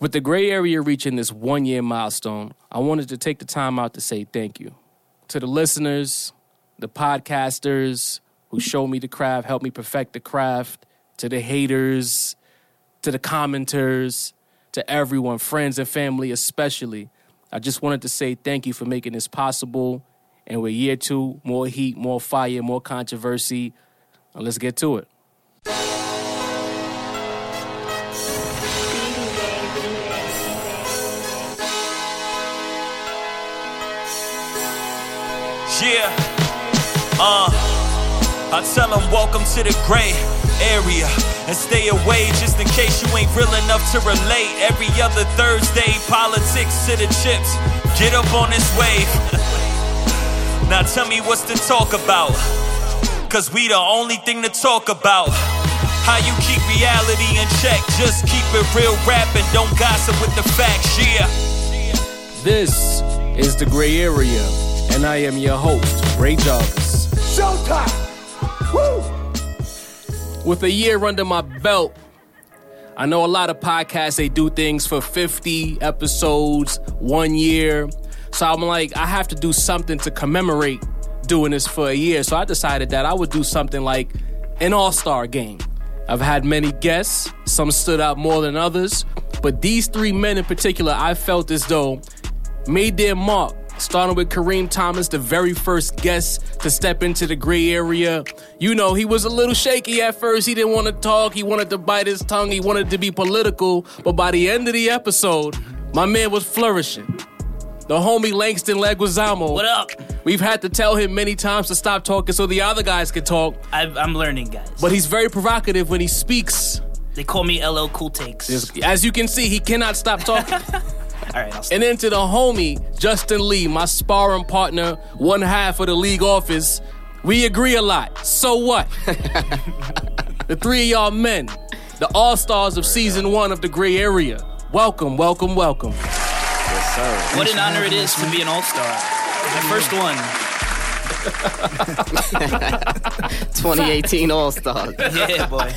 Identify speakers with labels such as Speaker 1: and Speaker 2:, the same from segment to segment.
Speaker 1: With the gray area reaching this one year milestone, I wanted to take the time out to say thank you to the listeners, the podcasters who showed me the craft, helped me perfect the craft, to the haters, to the commenters, to everyone, friends and family especially. I just wanted to say thank you for making this possible. And we're year two, more heat, more fire, more controversy. Now let's get to it.
Speaker 2: Yeah. Uh, I tell them welcome to the gray area and stay away just in case you ain't real enough to relate. Every other Thursday, politics to the chips. Get up on this wave. now tell me what's to talk about. Cause we the only thing to talk about. How you keep reality in check. Just keep it real rap and don't gossip with the facts. Yeah.
Speaker 1: This is The Gray Area, and I am your host, Ray Jarvis.
Speaker 3: Showtime! Woo!
Speaker 1: With a year under my belt, I know a lot of podcasts they do things for 50 episodes, one year. So I'm like, I have to do something to commemorate doing this for a year. So I decided that I would do something like an all-star game. I've had many guests, some stood out more than others, but these three men in particular, I felt as though made their mark. Starting with Kareem Thomas, the very first guest to step into the gray area. You know, he was a little shaky at first. He didn't want to talk. He wanted to bite his tongue. He wanted to be political. But by the end of the episode, my man was flourishing. The homie Langston Leguizamo.
Speaker 4: What up?
Speaker 1: We've had to tell him many times to stop talking so the other guys could talk.
Speaker 4: I, I'm learning, guys.
Speaker 1: But he's very provocative when he speaks.
Speaker 4: they call me LL Cool Takes.
Speaker 1: As you can see, he cannot stop talking.
Speaker 4: All right, I'll stop.
Speaker 1: And then to the homie, Justin Lee, my sparring partner, one half of the league office. We agree a lot. So what? the three of y'all men, the all stars of season one of The Gray Area. Welcome, welcome, welcome.
Speaker 4: What an honor it is to be an All Star. My first one.
Speaker 5: 2018 All Stars.
Speaker 4: Yeah, boy.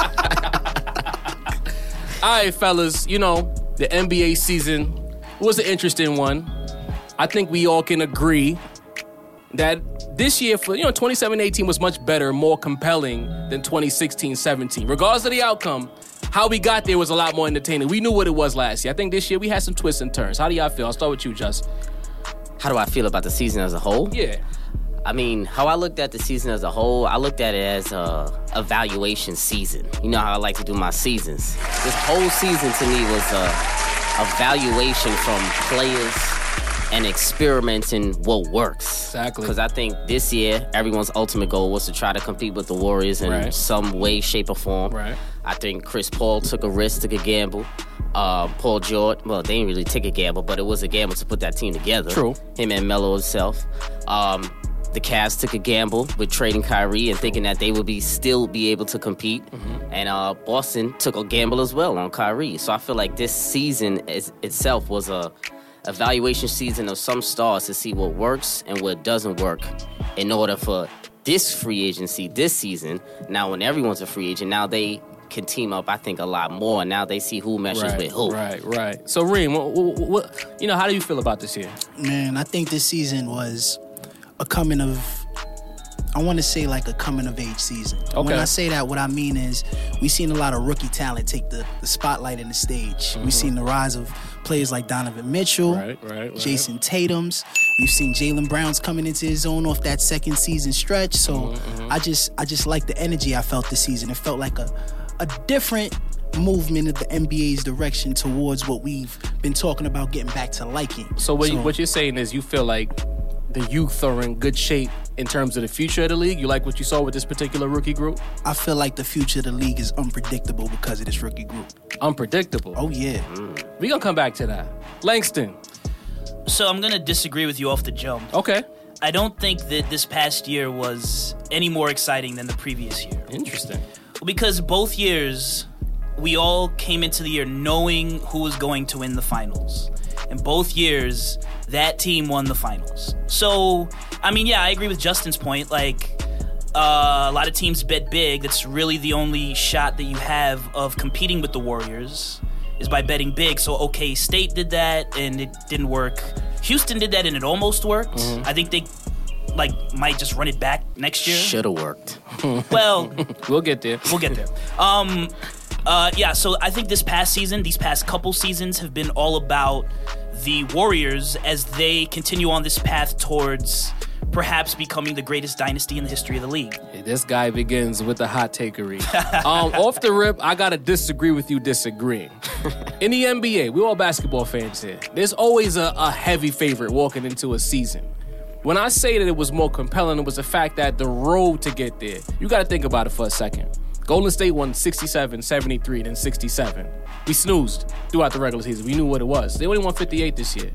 Speaker 1: All right, fellas, you know, the NBA season was an interesting one. I think we all can agree that this year for you know 2017-18 was much better, more compelling than 2016-17. Regardless of the outcome, how we got there was a lot more entertaining. We knew what it was last year. I think this year we had some twists and turns. How do y'all feel? I'll start with you, Just.
Speaker 5: How do I feel about the season as a whole?
Speaker 1: Yeah.
Speaker 5: I mean, how I looked at the season as a whole, I looked at it as a evaluation season. You know how I like to do my seasons. This whole season to me was a evaluation from players and experimenting what works.
Speaker 1: Exactly.
Speaker 5: Because I think this year everyone's ultimate goal was to try to compete with the Warriors in
Speaker 1: Right.
Speaker 5: some way, shape, or form.
Speaker 1: Right.
Speaker 5: I think Chris Paul took a risk, took a gamble. Uh, Paul George, well, they didn't really take a gamble, but it was a gamble to put that team together.
Speaker 1: True.
Speaker 5: Him and Melo himself. Um, the Cavs took a gamble with trading Kyrie and thinking that they would be still be able to compete.
Speaker 1: Mm-hmm.
Speaker 5: And uh, Boston took a gamble as well on Kyrie. So I feel like this season is, itself was a evaluation season of some stars to see what works and what doesn't work in order for this free agency this season. Now when everyone's a free agent, now they can team up, I think, a lot more. Now they see who meshes with who.
Speaker 1: right, right. So Reem, what, what, what, you know, how do you feel about this year?
Speaker 6: Man, I think this season was a coming of I want to say like a coming of age season. And When
Speaker 1: Okay.
Speaker 6: I say that, what I mean is we've seen a lot of rookie talent take the, the spotlight and the stage. We've seen the rise of players like Donovan Mitchell,
Speaker 1: Mm-hmm. Right, right, right.
Speaker 6: Jason Tatum's. We've seen Jalen Brown's coming into his own off that second season stretch. So
Speaker 1: Mm-hmm,
Speaker 6: I just I just like the energy I felt this season. It felt like a a different movement of the NBA's direction towards what we've been talking about getting back to liking.
Speaker 1: So what, you, what you're saying is you feel like the youth are in good shape in terms of the future of the league. You like what you saw with this particular rookie group?
Speaker 6: I feel like the future of the league is unpredictable because of this rookie group.
Speaker 1: Unpredictable.
Speaker 6: Oh yeah.
Speaker 1: We're gonna come back to that. Langston.
Speaker 4: So I'm gonna disagree with you off the jump.
Speaker 1: Okay.
Speaker 4: I don't think that this past year was any more exciting than the previous year.
Speaker 1: Interesting.
Speaker 4: because both years we all came into the year knowing who was going to win the finals and both years that team won the finals so i mean yeah i agree with justin's point like uh, a lot of teams bet big that's really the only shot that you have of competing with the warriors is by betting big. So OK State did that and it didn't work. Houston did that and it almost worked. I think they like might just run it back next year.
Speaker 5: Should have worked.
Speaker 4: Well,
Speaker 1: We'll get there.
Speaker 4: we'll get there. Um, uh, yeah. So I think this past season, these past couple seasons have been all about the Warriors as they continue on this path towards perhaps becoming the greatest dynasty in the history of the league.
Speaker 1: This guy begins with a hot takery. um, off the rip, I gotta disagree with you disagreeing. In the NBA, we all basketball fans here. There's always a, a heavy favorite walking into a season. When I say that it was more compelling, it was the fact that the road to get there, you gotta think about it for a second. Golden State won 67, 73, then 67. We snoozed throughout the regular season. We knew what it was. They only won 58 this year.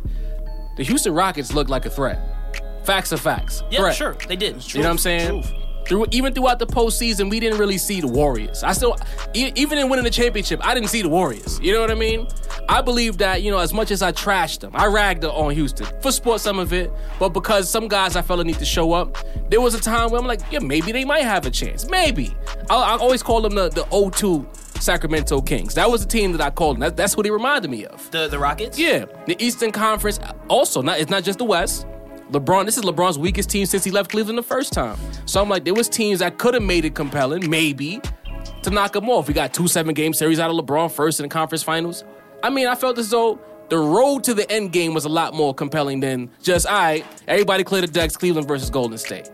Speaker 1: The Houston Rockets looked like a threat. Facts are facts.
Speaker 4: Yeah,
Speaker 1: Threat.
Speaker 4: sure, they did.
Speaker 1: You know what I'm saying? Through, even throughout the postseason, we didn't really see the Warriors. I still, e- even in winning the championship, I didn't see the Warriors. You know what I mean? I believe that you know, as much as I trashed them, I ragged on Houston for sport some of it, but because some guys I felt need to show up, there was a time where I'm like, yeah, maybe they might have a chance. Maybe I, I always call them the the 0-2 Sacramento Kings. That was the team that I called. Them. That, that's what he reminded me of.
Speaker 4: The the Rockets.
Speaker 1: Yeah, the Eastern Conference. Also, not it's not just the West. LeBron, this is LeBron's weakest team since he left Cleveland the first time. So I'm like, there was teams that could have made it compelling, maybe, to knock him off. We got two seven game series out of LeBron first in the conference finals. I mean, I felt as though the road to the end game was a lot more compelling than just all right. Everybody clear the decks. Cleveland versus Golden State.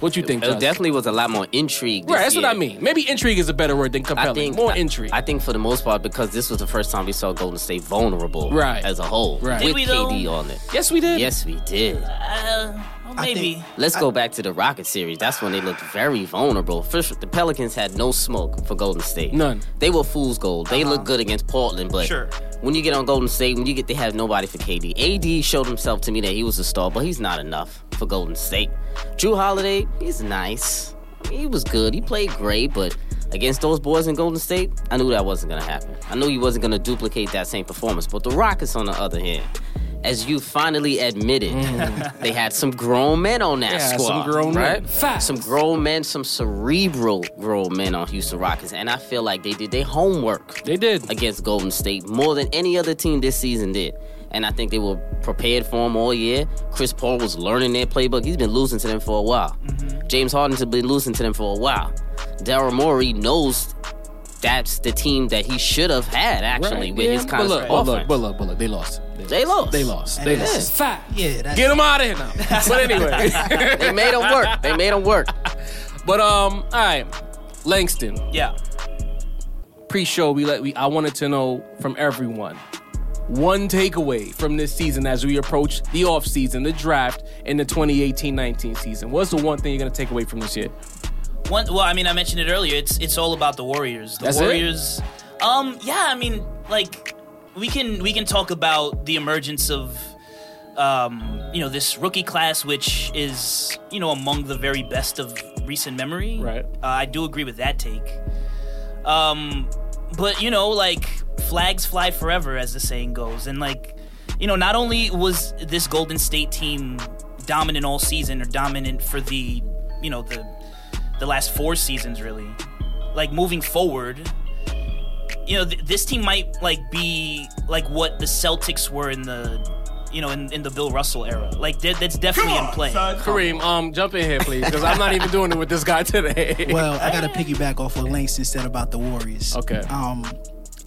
Speaker 1: What you think?
Speaker 5: It
Speaker 1: Justin?
Speaker 5: definitely was a lot more intrigue. This
Speaker 1: Right, that's
Speaker 5: year.
Speaker 1: what I mean. Maybe intrigue is a better word than compelling.
Speaker 5: I think
Speaker 1: more
Speaker 5: I-
Speaker 1: intrigue.
Speaker 5: I think for the most part because this was the first time we saw Golden State vulnerable,
Speaker 1: Right.
Speaker 5: as a whole,
Speaker 1: Right. Did
Speaker 5: with
Speaker 4: we, though?
Speaker 5: KD on it.
Speaker 1: yes, we did.
Speaker 5: Yes, we did.
Speaker 4: Uh, well,
Speaker 6: I
Speaker 4: maybe.
Speaker 6: think-
Speaker 5: Let's go back to the Rocket series. That's when they looked very vulnerable. First, the Pelicans had no smoke for Golden State.
Speaker 1: None.
Speaker 5: They were fool's gold. They looked good against Portland, but
Speaker 4: Sure.
Speaker 5: when you get on Golden State, when you get they have nobody for KD. AD showed himself to me that he was a star, but he's not enough for Golden State. Drew Holiday, he's nice. I mean, he was good. He played great, but against those boys in Golden State, I knew that wasn't gonna happen. I knew he wasn't gonna duplicate that same performance. But the Rockets, on the other hand. As you finally admitted, they had some grown men on that
Speaker 1: Yeah, some
Speaker 5: squad,
Speaker 1: grown men.
Speaker 5: right?
Speaker 1: Facts.
Speaker 5: Some grown men, some cerebral grown men on Houston Rockets, and I feel like they did their homework
Speaker 1: They did.
Speaker 5: against Golden State more than any other team this season did. And I think they were prepared for him all year. Chris Paul was learning their playbook. He's been losing to them for a while.
Speaker 1: Mm-hmm.
Speaker 5: James Harden's been losing to them for a while. Daryl Morey knows that's the team that he should have had actually
Speaker 1: Right,
Speaker 5: with
Speaker 1: yeah.
Speaker 5: his
Speaker 1: but
Speaker 5: concept
Speaker 1: look, but
Speaker 5: offense.
Speaker 1: look, but look, but look, they lost. They
Speaker 5: They lost.
Speaker 1: They lost.
Speaker 6: And
Speaker 1: They
Speaker 6: it
Speaker 1: lost.
Speaker 6: is.
Speaker 1: Fact.
Speaker 6: Yeah, that's
Speaker 1: Get them out of here now. But anyway,
Speaker 5: They made him work. They made him work.
Speaker 1: but um, all right, Langston.
Speaker 4: Yeah.
Speaker 1: Pre-show, we let we. I wanted to know from everyone one takeaway from this season as we approach the offseason, the draft, and the 2018-19 season. What's the one thing you're gonna take away from this year?
Speaker 4: One, well, I mean, I mentioned it earlier. It's it's all about the Warriors. The
Speaker 1: That's it?
Speaker 4: Warriors. Um, yeah, I mean, like we can we can talk about the emergence of um, you know, this rookie class, which is you know among the very best of recent memory.
Speaker 1: Right.
Speaker 4: Uh, I do agree with that take. Um, but you know, like flags fly forever, as the saying goes, and like you know, not only was this Golden State team dominant all season or dominant for the you know the the last four seasons really like moving forward you know th- this team might like be like what the celtics were in the you know in, in the bill russell era like that, that's definitely in play
Speaker 1: Kareem, um, jump in here, please, because I'm not even doing it with this guy today.
Speaker 6: Well, I gotta piggyback off what Langston said about the Warriors.
Speaker 1: Okay.
Speaker 6: Um,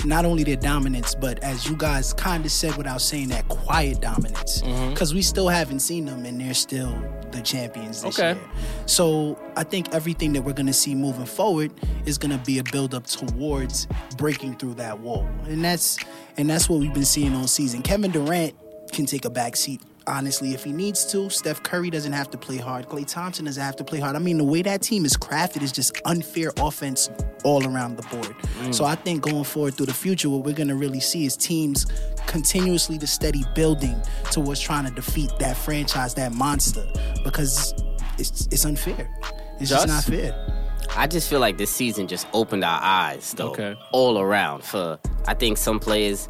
Speaker 6: not only their dominance, but as you guys kind of said without saying that, quiet dominance.
Speaker 1: Mm-hmm.
Speaker 6: Because we still haven't seen them, and they're still the champions this
Speaker 1: Okay.
Speaker 6: year. So I think everything that we're gonna see moving forward is gonna be a buildup towards breaking through that wall, and that's and that's what we've been seeing all season. Kevin Durant can take a back seat. Honestly, if he needs to, Steph Curry doesn't have to play hard. Klay Thompson doesn't have to play hard. I mean, the way that team is crafted is just unfair offense all around the board. So I think going forward through the future, what we're going to really see is teams continuously to steady building towards trying to defeat that franchise, that monster, because it's it's unfair. It's
Speaker 1: Just?
Speaker 6: just not fair.
Speaker 5: I just feel like this season just opened our eyes, though,
Speaker 1: Okay.
Speaker 5: all around. For I think some players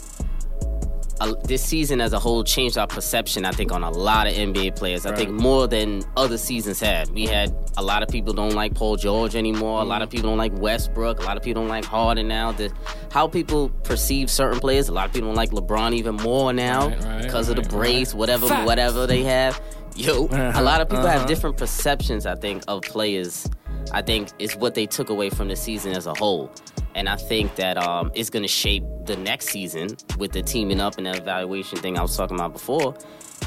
Speaker 5: uh, this season as a whole changed our perception, I think, on a lot of NBA players. I think more than other seasons had. We had a lot of people don't like Paul George anymore. A lot
Speaker 1: Mm-hmm.
Speaker 5: of people don't like Westbrook. A lot of people don't like Harden now. The, how people perceive certain players, a lot of people don't like LeBron even more now
Speaker 1: Right, right,
Speaker 5: because of
Speaker 1: right,
Speaker 5: the brace, whatever,
Speaker 1: Facts.
Speaker 5: whatever they have. Yo, a lot of people
Speaker 1: uh-huh.
Speaker 5: have different perceptions, I think, of players. I think is what they took away from the season as a whole. And I think that um, it's going to shape the next season with the teaming up and the evaluation thing I was talking about before.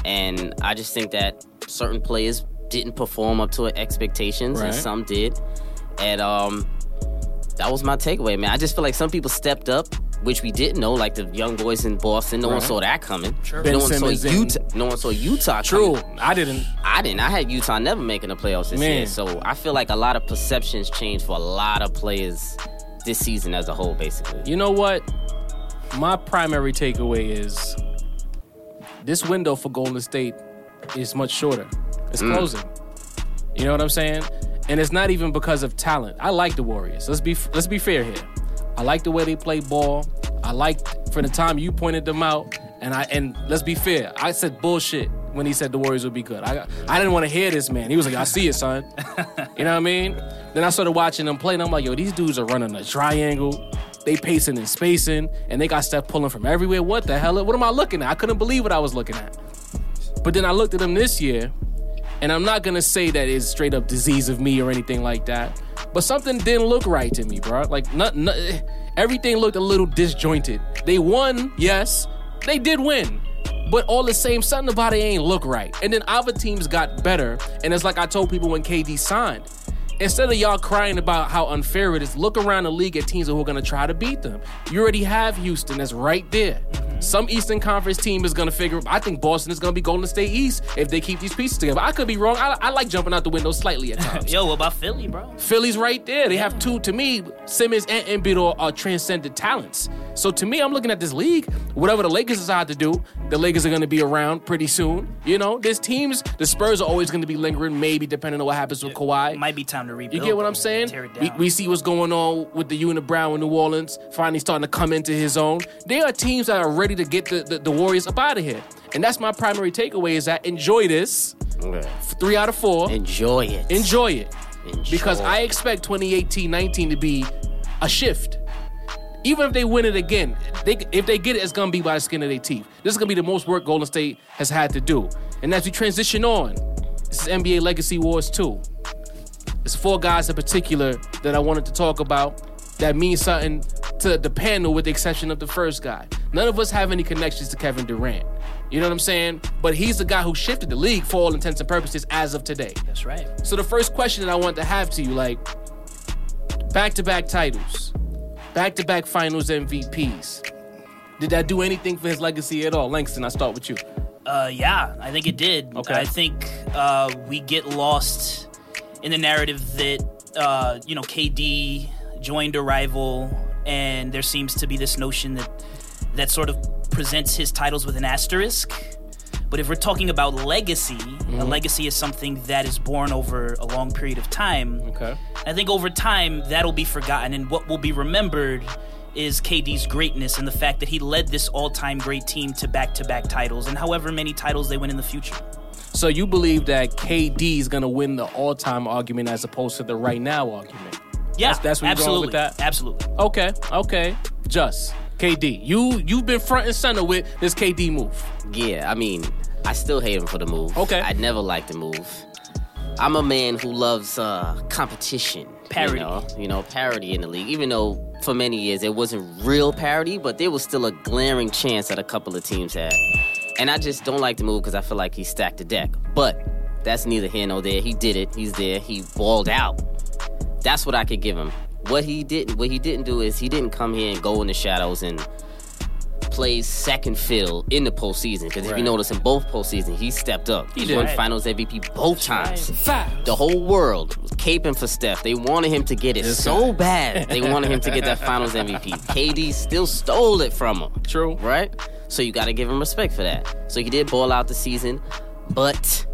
Speaker 5: And I just think that certain players didn't perform up to expectations,
Speaker 1: Right.
Speaker 5: and some did. And um, that was my takeaway, man. I just feel like some people stepped up, which we didn't know, like the young boys in Boston. No one
Speaker 1: Right.
Speaker 5: saw that coming. Sure.
Speaker 1: Ben
Speaker 5: No one saw
Speaker 1: Simmons in-
Speaker 5: Utah. No one saw Utah.
Speaker 1: True.
Speaker 5: coming.
Speaker 1: I didn't.
Speaker 5: I didn't. I had Utah never making the playoffs this
Speaker 1: Man.
Speaker 5: year. So I feel like a lot of perceptions changed for a lot of players this season as a whole, basically.
Speaker 1: You know what? My primary takeaway is this window for Golden State is much shorter. It's closing. You know what I'm saying? And it's not even because of talent. I like the Warriors. Let's be let's be fair here. I like the way they play ball. I like from the time you pointed them out, and I and let's be fair. I said bullshit when he said the Warriors would be good. I I didn't want to hear this man. He was like, I see it, son. you know what I mean? Then I started watching them play, and I'm like, yo, these dudes are running a triangle. They pacing and spacing, and they got stuff pulling from everywhere. What the hell? What am I looking at? I couldn't believe what I was looking at. But then I looked at them this year, and I'm not gonna say that it's straight up disease of me or anything like that. But something didn't look right to me, bro. Like not, not eh, everything looked a little disjointed. They won, yes, they did win. But all the same, something about it ain't look right. And then other teams got better. And it's like I told people when KD signed. Instead of y'all crying about how unfair it is, look around the league at teams who are going to try to beat them. You already have Houston that's right there. Some Eastern Conference team is going to figure. I think Boston is going to be Golden State East if they keep these pieces together. I could be wrong. I, I like jumping out the window slightly at times.
Speaker 4: Yo, what about Philly, bro?
Speaker 1: Philly's right there. They have two. To me, Simmons and Embiid are, are transcendent talents. So to me, I'm looking at this league. Whatever the Lakers decide to do, the Lakers are going to be around pretty soon. You know, there's teams. The Spurs are always going to be lingering, maybe depending on what happens with Kawhi.
Speaker 4: It might be time to rebuild.
Speaker 1: You get what I'm saying?
Speaker 4: Tear it
Speaker 1: We,
Speaker 4: down.
Speaker 1: we see what's going on with the unit Brown in New Orleans, finally starting to come into his own. There are teams that are ready to get the, the, the Warriors up out of here. And that's my primary takeaway is that enjoy this. Three out of four.
Speaker 5: Enjoy it.
Speaker 1: Enjoy it.
Speaker 5: Enjoy.
Speaker 1: Because I expect 2018-19 to be a shift. Even if they win it again, they, if they get it, it's gonna be by the skin of their teeth. This is gonna be the most work Golden State has had to do. And as we transition on, this is NBA Legacy Wars 2. It's four guys in particular that I wanted to talk about that means something to the panel, with the exception of the first guy. None of us have any connections to Kevin Durant. You know what I'm saying? But he's the guy who shifted the league for all intents and purposes as of today.
Speaker 4: That's right.
Speaker 1: So the first question that I want to have to you, like back-to-back titles, back-to-back Finals MVPs. Did that do anything for his legacy at all, Langston? I start with you.
Speaker 4: Uh, yeah, I think it did.
Speaker 1: Okay.
Speaker 4: I think uh, we get lost in the narrative that uh, you know KD joined a rival, and there seems to be this notion that that sort of presents his titles with an asterisk. But if we're talking about legacy,
Speaker 1: Mm-hmm.
Speaker 4: a legacy is something that is born over a long period of time.
Speaker 1: Okay.
Speaker 4: I think over time that'll be forgotten, and what will be remembered is KD's greatness and the fact that he led this all-time great team to back-to-back titles and however many titles they win in the future.
Speaker 1: So you believe that KD is gonna win the all-time argument as opposed to the right now argument?
Speaker 4: Yeah,
Speaker 1: That's- that's where you're going
Speaker 4: absolutely,
Speaker 1: with that?
Speaker 4: absolutely.
Speaker 1: Okay. Okay. Just KD. You you've been front and center with this KD move.
Speaker 5: Yeah, I mean, I still hate him for the move.
Speaker 1: Okay.
Speaker 5: I never liked the move. I'm a man who loves uh, competition.
Speaker 4: Parody.
Speaker 5: You know, you know, parody in the league. Even though for many years it wasn't real parody, but there was still a glaring chance that a couple of teams had. And I just don't like the move because I feel like he stacked the deck. But that's neither here nor there. He did it. He's there. He balled out. That's what I could give him. What he didn't, what he didn't do is he didn't come here and go in the shadows and plays second field in the postseason. Because if you notice, in both postseason, he stepped up. He,
Speaker 1: did.
Speaker 5: won
Speaker 1: Right.
Speaker 5: Finals MVP both times.
Speaker 1: Fact.
Speaker 5: The whole world was caping for Steph. They wanted him to get it so bad. They wanted him to get that Finals MVP. KD still stole it from him.
Speaker 1: True.
Speaker 5: Right? So you got to give him respect for that. So he did ball out the season, but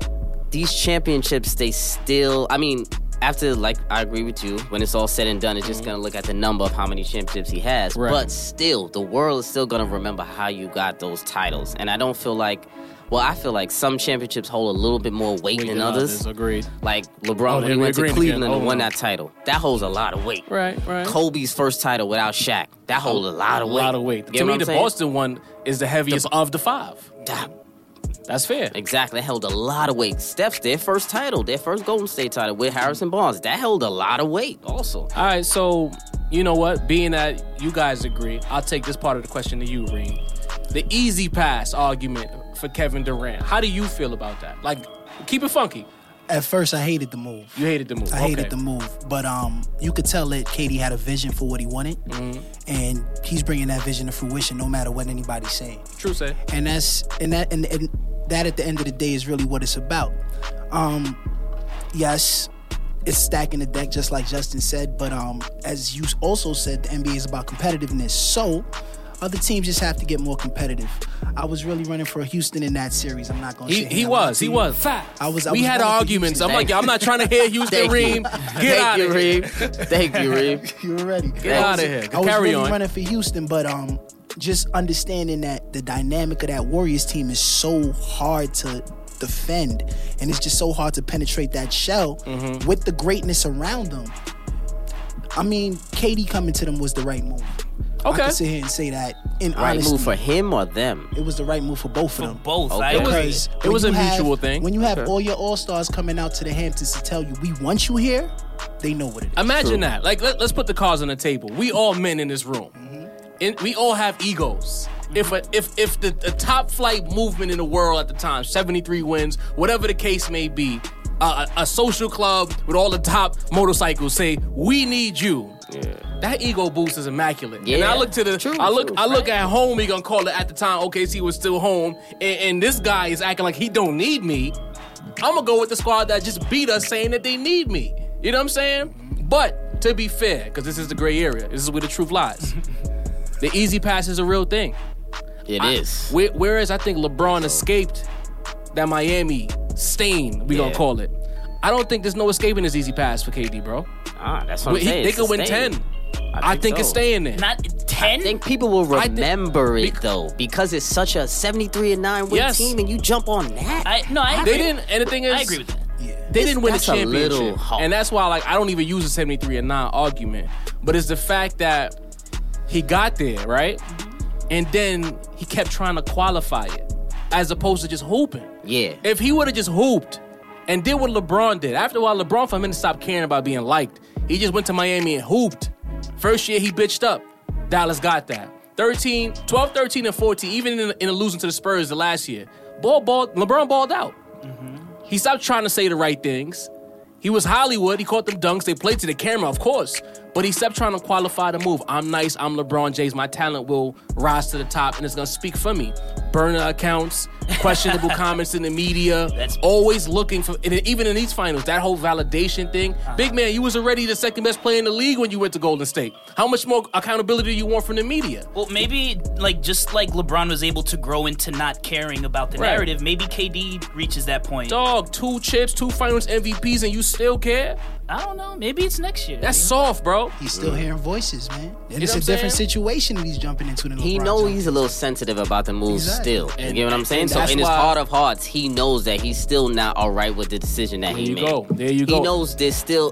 Speaker 5: these championships, they still, I mean, after, like, I agree with you. When it's all said and done, it's just gonna look at the number of how many championships he has.
Speaker 1: Mm-hmm. Right.
Speaker 5: But still, the world is still gonna remember how you got those titles. And I don't feel like, well, I feel like some championships hold a little bit more weight
Speaker 1: Wait,
Speaker 5: than
Speaker 1: and
Speaker 5: others.
Speaker 1: Agreed.
Speaker 5: Like
Speaker 1: Oh,
Speaker 5: LeBron when
Speaker 1: they
Speaker 5: he went to
Speaker 1: agreeing
Speaker 5: Cleveland
Speaker 1: again.
Speaker 5: and
Speaker 1: Oh,
Speaker 5: won
Speaker 1: no.
Speaker 5: that title, that holds a lot of weight.
Speaker 1: Right, right.
Speaker 5: Kobe's first title without Shaq, that holds a lot of weight.
Speaker 1: A lot of weight.
Speaker 5: You
Speaker 1: to
Speaker 5: get what
Speaker 1: me,
Speaker 5: I'm
Speaker 1: the
Speaker 5: saying?
Speaker 1: Boston one is the heaviest of the five.
Speaker 5: That-
Speaker 1: That's fair.
Speaker 5: Exactly. That held a lot of weight. Steph's their first title, their first Golden State title with Harrison Barnes. That held a lot of weight also.
Speaker 1: All right, so you know what? Being that you guys agree, I'll take this part of the question to you, Reem. The easy pass argument for Kevin Durant. How do you feel about that? Like, keep it funky.
Speaker 6: At first, I hated the move.
Speaker 1: You hated the move.
Speaker 6: I hated
Speaker 1: Okay.
Speaker 6: the move, but um, you could tell that Katie had a vision for what he wanted, and he's bringing that vision to fruition, no matter what anybody's saying.
Speaker 1: True say.
Speaker 6: And that's and that and, and that at the end of the day is really what it's about. Um, yes, it's stacking the deck, just like Justin said. But um, as you also said, the NBA is about competitiveness. So. Other teams just have to get more competitive. I was really running for Houston in that series. I'm not gonna.
Speaker 1: He,
Speaker 6: sit
Speaker 1: he
Speaker 6: here and
Speaker 1: was.
Speaker 6: lie
Speaker 1: He
Speaker 6: to you.
Speaker 1: was. Fact.
Speaker 6: I was- I
Speaker 1: we
Speaker 6: was
Speaker 1: had
Speaker 6: one of the
Speaker 1: arguments. I'm
Speaker 5: Houston-
Speaker 1: like, I'm not trying to hear Houston
Speaker 5: Thank
Speaker 1: Reem.
Speaker 5: you.
Speaker 1: Get
Speaker 5: Thank
Speaker 1: out
Speaker 5: you,
Speaker 1: of here.
Speaker 5: Reem. Thank you, Reem.
Speaker 6: You were ready.
Speaker 1: Get
Speaker 5: I
Speaker 1: out of
Speaker 5: was-
Speaker 1: here.
Speaker 6: I was
Speaker 1: Carry
Speaker 6: really
Speaker 1: on.
Speaker 6: running for Houston, but um, just understanding that the dynamic of that Warriors team is so hard to defend, and it's just so hard to penetrate that shell
Speaker 1: Mm-hmm.
Speaker 6: with the greatness around them. I mean, KD coming to them was the right move. I
Speaker 1: Okay.
Speaker 6: can sit here and say that in
Speaker 5: Right
Speaker 6: honesty,
Speaker 5: move for him or them?
Speaker 6: it was the right move for both of them.
Speaker 4: Both.
Speaker 5: Okay.
Speaker 4: I
Speaker 5: It
Speaker 4: agree.
Speaker 5: was-
Speaker 6: Because
Speaker 1: It
Speaker 6: when
Speaker 1: was a
Speaker 6: you have-
Speaker 1: mutual thing.
Speaker 6: When you have
Speaker 1: Okay.
Speaker 6: all your all stars coming out to the Hamptons to tell you we want you here, they know what it is.
Speaker 1: Imagine that. Like, let, us put the cars on the table. We all men in this room. And we all have egos. If a, if if the, the top flight movement in the world at the time, 73 wins, whatever the case may be, uh, a, a social club with all the top motorcycles say, "We need you." That ego boost is immaculate. And I
Speaker 5: Yeah.
Speaker 1: look to the,
Speaker 5: True,
Speaker 1: I look,
Speaker 5: true,
Speaker 1: I look
Speaker 5: right.
Speaker 1: at home. We gonna call it at the time. OKC was still home, and, and this guy is acting like he don't need me. I'm gonna go with the squad that just beat us, saying that they need me. You know what I'm saying? But to be fair, because this is the gray area, this is where the truth lies. the easy pass is a real thing.
Speaker 5: It is.
Speaker 1: Where- Whereas I think LeBron escaped that Miami stain, we gonna
Speaker 5: Yeah.
Speaker 1: call it. I don't think there's no escaping this easy pass for KD, bro.
Speaker 5: Ah, that's what I'm
Speaker 1: He-
Speaker 5: saying.
Speaker 1: they
Speaker 5: It's
Speaker 1: could win
Speaker 5: sustained.
Speaker 1: 10.
Speaker 5: I
Speaker 1: I think,
Speaker 5: so.
Speaker 1: it's staying there.
Speaker 4: Not
Speaker 5: I
Speaker 4: ten.
Speaker 5: think people will
Speaker 1: I thi-
Speaker 5: remember
Speaker 1: Bec-
Speaker 5: it though because it's such a 73 and 9 win
Speaker 1: Yes.
Speaker 5: team and you jump on that.
Speaker 4: I, no, I agree.
Speaker 1: they didn't. And the thing is,
Speaker 4: I agree with that.
Speaker 1: they didn't win the
Speaker 5: That's a
Speaker 1: championship,
Speaker 5: little hard.
Speaker 1: and that's why like I don't even use the seventy three and nine argument, but it's the fact that he got there right, and then he kept trying to qualify it, as opposed to just hooping.
Speaker 5: Yeah.
Speaker 1: If he would have just hooped and did what LeBron did, after a while LeBron for a minute stopped caring about being liked. He just went to Miami and hooped. First year he bitched up. Dallas got that. 13, 12, 13, and 14, even in, in losing to the Spurs the last year. Ball ball LeBron balled out. He stopped trying to say the right things. He was Hollywood. He caught them dunks. They played to the camera, of course. But he stopped trying to qualify the move. I'm nice. I'm LeBron James. My talent will rise to the top, and it's going to speak for me. Burner accounts, questionable comments in the media.
Speaker 4: That's-
Speaker 1: always looking for, and even in these finals, that whole validation thing.
Speaker 4: Uh-huh.
Speaker 1: Big man, you was already the second best player in the league when you went to Golden State. How much more accountability do you want from the media?
Speaker 4: Well, maybe like just like LeBron was able to grow into not caring about the
Speaker 1: Right.
Speaker 4: narrative, maybe KD reaches that point.
Speaker 1: Dog, two chips, two finals MVPs, and you still care?
Speaker 4: I don't know. Maybe it's next year.
Speaker 1: That's soft, bro.
Speaker 6: He's still hearing voices, man. And
Speaker 1: know
Speaker 6: it's
Speaker 1: what
Speaker 6: a
Speaker 1: I'm
Speaker 6: different
Speaker 1: saying?
Speaker 6: situation that he's jumping into than
Speaker 5: he
Speaker 6: LeBron
Speaker 5: know
Speaker 6: jumped.
Speaker 5: he's a little sensitive about the moves
Speaker 6: Exactly.
Speaker 5: still. You
Speaker 1: And-
Speaker 5: get what I'm saying?
Speaker 1: and
Speaker 5: So
Speaker 1: that's
Speaker 5: in his
Speaker 1: why-
Speaker 5: heart of hearts, he knows that he's still not all right with the decision that he
Speaker 1: you
Speaker 5: made.
Speaker 1: go. There you go.
Speaker 5: He knows there's still.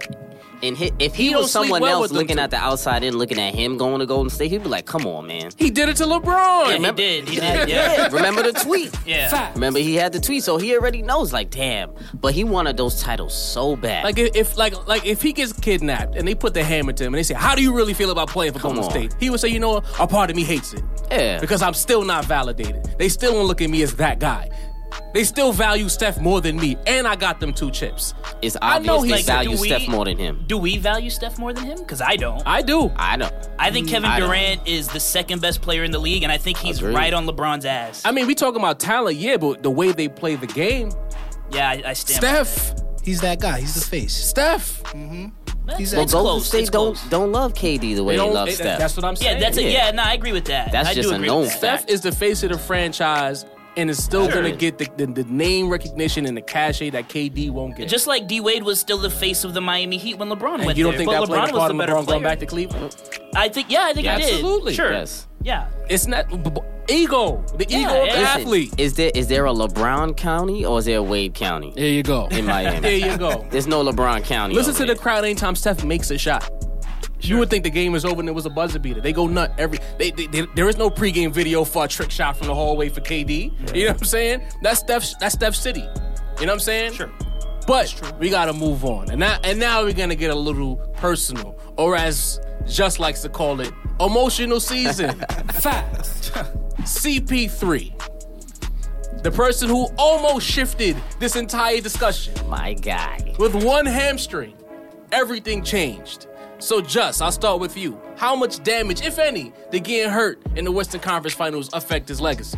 Speaker 5: And hi if he,
Speaker 1: He don't
Speaker 5: was
Speaker 1: sleep
Speaker 5: someone
Speaker 1: well with
Speaker 5: else
Speaker 1: them
Speaker 5: looking
Speaker 1: two.
Speaker 5: at the outside and looking at him going to Golden State, he'd be like, "Come on, man."
Speaker 1: He did it to LeBron.
Speaker 4: yeah, he
Speaker 5: remember-
Speaker 4: did. He did. Yeah.
Speaker 5: Remember the tweet?
Speaker 4: yeah.
Speaker 1: Fact.
Speaker 5: Remember he had the tweet, so he already knows. Like, damn, but he wanted those titles so bad.
Speaker 1: Like if- if like like if he gets kidnapped and they put the hammer to him and they say, "How do you really feel about playing for
Speaker 5: Come
Speaker 1: Golden
Speaker 5: on.
Speaker 1: State?" He would say, "You know, what? a part of me hates it.
Speaker 5: Yeah.
Speaker 1: because I'm still not validated. They still don't look at me as that guy. They still value Steph more than me, and I got them two chips.
Speaker 5: it's
Speaker 1: I know
Speaker 5: obvious they
Speaker 1: he's-
Speaker 5: value
Speaker 4: do we-
Speaker 5: Steph more than him.
Speaker 4: Do we value Steph more than him? Because I don't. I,
Speaker 1: I do.
Speaker 5: I know.
Speaker 1: Mm,
Speaker 4: think Kevin
Speaker 5: I don't.
Speaker 4: Durant is the second best player in the league, and I think he's
Speaker 5: Agreed.
Speaker 4: right on LeBron's ass.
Speaker 1: I mean, we talking about talent, yeah, but the way they play the game,
Speaker 4: yeah, I, I stand. by
Speaker 1: Steph,
Speaker 6: He's that guy. He's the face.
Speaker 1: Steph,
Speaker 4: that.
Speaker 6: he's
Speaker 4: It's
Speaker 6: a- Well,
Speaker 5: Golden
Speaker 4: close.
Speaker 5: State
Speaker 4: it's
Speaker 5: don't
Speaker 4: close.
Speaker 5: don't love KD the way
Speaker 1: They
Speaker 5: they,
Speaker 1: don't-
Speaker 5: love
Speaker 1: they-
Speaker 5: Steph.
Speaker 1: That's what I'm
Speaker 4: Yeah,
Speaker 1: saying.
Speaker 4: that's a,
Speaker 5: Yeah.
Speaker 4: yeah. No, I agree with that.
Speaker 5: That's
Speaker 4: I do
Speaker 5: just a
Speaker 4: agree
Speaker 5: known
Speaker 4: with that.
Speaker 5: fact.
Speaker 1: Steph is the face of the franchise and is still
Speaker 5: Sure.
Speaker 1: gonna get the, the, the name recognition and the cachet that KD won't get.
Speaker 4: Just like D Wade was still the face of the Miami Heat when LeBron
Speaker 1: and
Speaker 4: went
Speaker 1: you don't
Speaker 4: there,
Speaker 1: think
Speaker 4: but
Speaker 1: that played
Speaker 4: LeBron
Speaker 1: a
Speaker 4: was
Speaker 1: part
Speaker 4: the
Speaker 1: in
Speaker 4: better
Speaker 1: LeBron
Speaker 4: player.
Speaker 1: going back to Cleveland?
Speaker 4: I think, yeah, I think
Speaker 5: Yeah,
Speaker 4: I did.
Speaker 1: absolutely.
Speaker 4: sure.
Speaker 5: Yes.
Speaker 4: Yeah,
Speaker 1: It's not b- b- ego, the
Speaker 4: Yeah,
Speaker 1: ego of the
Speaker 4: yeah.
Speaker 5: Listen,
Speaker 1: athlete.
Speaker 5: Is there is there a LeBron County or is there a Wade County
Speaker 1: there you go.
Speaker 5: in Miami?
Speaker 1: there you go.
Speaker 5: There's no LeBron County.
Speaker 1: Listen
Speaker 5: over
Speaker 1: to the
Speaker 5: there.
Speaker 1: crowd anytime Steph makes a shot. You would think the game is over and it was a buzzer beater. They go nut every. They, they, they- there is no pregame video for a trick shot from the hallway for KD. You know what I'm saying? That's Steph. That's Steph City. You know what I'm saying?
Speaker 4: Sure.
Speaker 1: But we gotta move on, and now and now we're gonna get a little personal, or as just likes to call it, emotional season. Facts. CP3, the person who almost shifted this entire discussion
Speaker 5: My guy.
Speaker 1: with one hamstring, everything changed. So, Just, I'll start with you. How much damage, if any, did getting hurt in the Western Conference Finals affect his legacy?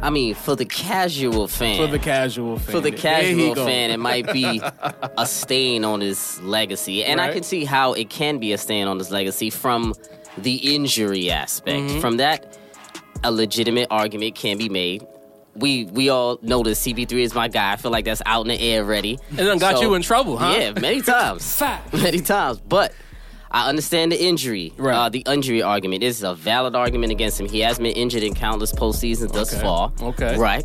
Speaker 5: I mean, for the casual fan.
Speaker 1: For the casual fan.
Speaker 5: for the
Speaker 1: There he
Speaker 5: casual
Speaker 1: go.
Speaker 5: fan, it might be a stain on his legacy. And
Speaker 1: Right.
Speaker 5: I can see how it can be a stain on his legacy from the injury aspect.
Speaker 1: Mm-hmm.
Speaker 5: From that, a legitimate argument can be made. We we all know that CB3 is my guy. I feel like that's out in the air already. And
Speaker 1: done got you in trouble, huh?
Speaker 5: Yeah, many times.
Speaker 1: Fact.
Speaker 5: Many times. But I understand the injury.
Speaker 1: Right.
Speaker 5: Uh, the injury argument is a valid argument against him. He has been injured in countless postseasons thus
Speaker 1: Okay.
Speaker 5: far.
Speaker 1: Okay.
Speaker 5: Right right?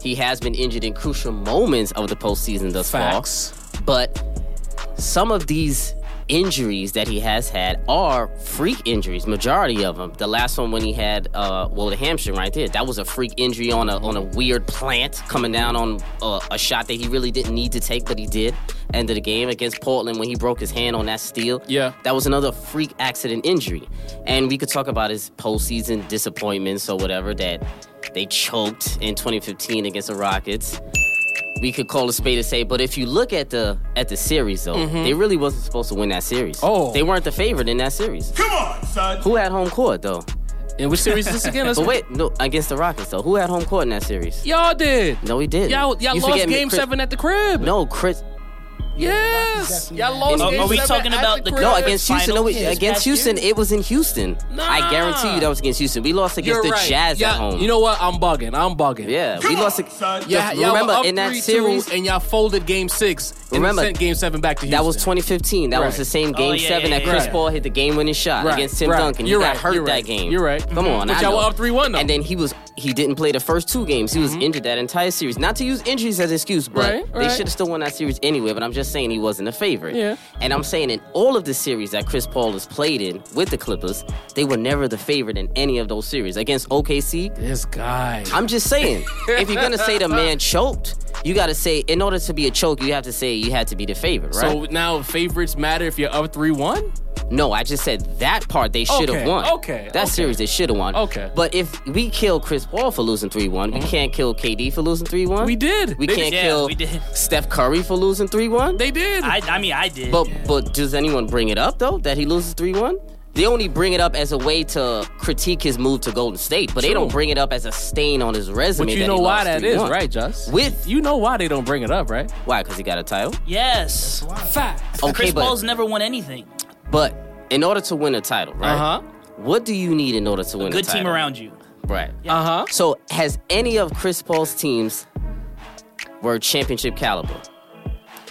Speaker 5: He has been injured in crucial moments of the postseason thus
Speaker 1: Facts.
Speaker 5: far. But some of these injuries that he has had are freak injuries, majority of them. The last one when he had uh well the hamstring right there, that was a freak injury on a on a weird plant coming down on uh, a shot that he really didn't need to take but he did. End of the game against Portland when he broke his hand on that steal.
Speaker 1: Yeah.
Speaker 5: That was another freak accident injury. And we could talk about his postseason disappointments or whatever that they choked in 2015 against the Rockets. We could call a spade a spade, but if you look at the at the series though, they really wasn't supposed to win that series.
Speaker 1: Mm-hmm. Oh.
Speaker 5: They weren't the favorite in that series. Come on, son. Who had home court though?
Speaker 1: And which series is this again? Let's
Speaker 5: But wait, no, against the Rockets though. Who had home court in that series?
Speaker 1: Y'all did.
Speaker 5: No, he didn't.
Speaker 1: Y'all, y'all
Speaker 5: You
Speaker 1: lost
Speaker 5: forget me,
Speaker 1: game
Speaker 5: Chris-
Speaker 1: seven at the crib.
Speaker 5: No, Chris.
Speaker 1: Yes.
Speaker 6: Definitely.
Speaker 1: Y'all lost
Speaker 4: Are-
Speaker 1: game
Speaker 4: are we
Speaker 1: seven
Speaker 4: talking
Speaker 1: at
Speaker 4: about
Speaker 1: the
Speaker 4: the-
Speaker 1: crib.
Speaker 5: No, against
Speaker 4: Finals
Speaker 5: Houston. No, we-
Speaker 4: this
Speaker 5: against
Speaker 4: past year?
Speaker 5: Houston, it was in Houston. I
Speaker 1: Nah.
Speaker 5: guarantee you that was against Houston. We lost against
Speaker 1: You're
Speaker 5: the
Speaker 1: right.
Speaker 5: Jazz
Speaker 1: Y'all-
Speaker 5: at home.
Speaker 1: You know what? I'm bugging. I'm bugging.
Speaker 5: yeah, we lost. ag-
Speaker 1: Yeah, y'all
Speaker 5: remember
Speaker 1: were up
Speaker 5: in that
Speaker 1: 3-2,
Speaker 5: series-
Speaker 1: and y'all folded game six and
Speaker 5: Remember-
Speaker 1: sent game seven back to Houston.
Speaker 5: That was 2015. That was
Speaker 1: Right.
Speaker 5: the same
Speaker 4: Oh,
Speaker 5: game
Speaker 4: yeah,
Speaker 5: seven
Speaker 4: yeah,
Speaker 5: that
Speaker 4: yeah,
Speaker 5: Chris
Speaker 1: yeah.
Speaker 5: Paul hit the game winning shot
Speaker 1: Right,
Speaker 5: against Tim
Speaker 1: right.
Speaker 5: Duncan. He
Speaker 1: You're
Speaker 5: got
Speaker 1: right,
Speaker 5: hurt
Speaker 1: you're
Speaker 5: that
Speaker 1: right.
Speaker 5: game.
Speaker 1: You're right.
Speaker 5: Come on,
Speaker 1: But
Speaker 5: I
Speaker 1: y'all
Speaker 5: know.
Speaker 1: were up 3-1 though. Mm-hmm.
Speaker 5: And then he was he didn't play the first two games. He was injured that entire series. Not to use injuries as an excuse, but
Speaker 1: Right,
Speaker 5: they
Speaker 1: right.
Speaker 5: should have still won that series anyway. But I'm just saying he wasn't a favorite.
Speaker 1: Yeah.
Speaker 5: And I'm saying in all of the series that Chris Paul has played in with the Clippers, they were never the favorite in any of those series. Against OKC,
Speaker 1: this guy.
Speaker 5: I'm just saying, if you're gonna say the man choked, you gotta say in order to be a choke, you have to say you had to be the favorite, right?
Speaker 1: So now favorites matter if you're up three one.
Speaker 5: No, I just said that part they should have
Speaker 1: Okay,
Speaker 5: won.
Speaker 1: okay,
Speaker 5: That
Speaker 1: okay.
Speaker 5: series they should have won.
Speaker 1: Okay. Mm-hmm.
Speaker 5: But if we kill Chris Paul for losing 3 one we can't kill KD for losing 3 1.
Speaker 1: We did.
Speaker 5: We
Speaker 1: They-
Speaker 5: can't
Speaker 4: yeah,
Speaker 5: kill
Speaker 4: we did.
Speaker 5: Steph Curry for losing 3 1.
Speaker 1: They did.
Speaker 4: I, I mean, I did.
Speaker 5: But, but does anyone bring it up, though, that he loses 3 1? They only bring it up as a way to critique his move to Golden State, but they
Speaker 1: True.
Speaker 5: don't bring it up as a stain on his resume.
Speaker 1: but you
Speaker 5: that
Speaker 1: know
Speaker 5: he
Speaker 1: why
Speaker 5: lost
Speaker 1: that is,
Speaker 5: 3-1.
Speaker 1: right, Just?
Speaker 5: With-
Speaker 1: you know why they don't bring it up, right?
Speaker 5: Why? Because he got a title?
Speaker 4: yes,
Speaker 1: Fact.
Speaker 5: Okay,
Speaker 4: Chris
Speaker 5: but,
Speaker 4: Paul's never won anything.
Speaker 5: but in order to win a title, right?
Speaker 1: Uh huh.
Speaker 5: What do you need in order to win a
Speaker 4: Good team
Speaker 5: title?
Speaker 4: around you.
Speaker 5: Right.
Speaker 1: Uh huh.
Speaker 5: So, has any of Chris Paul's teams were championship caliber?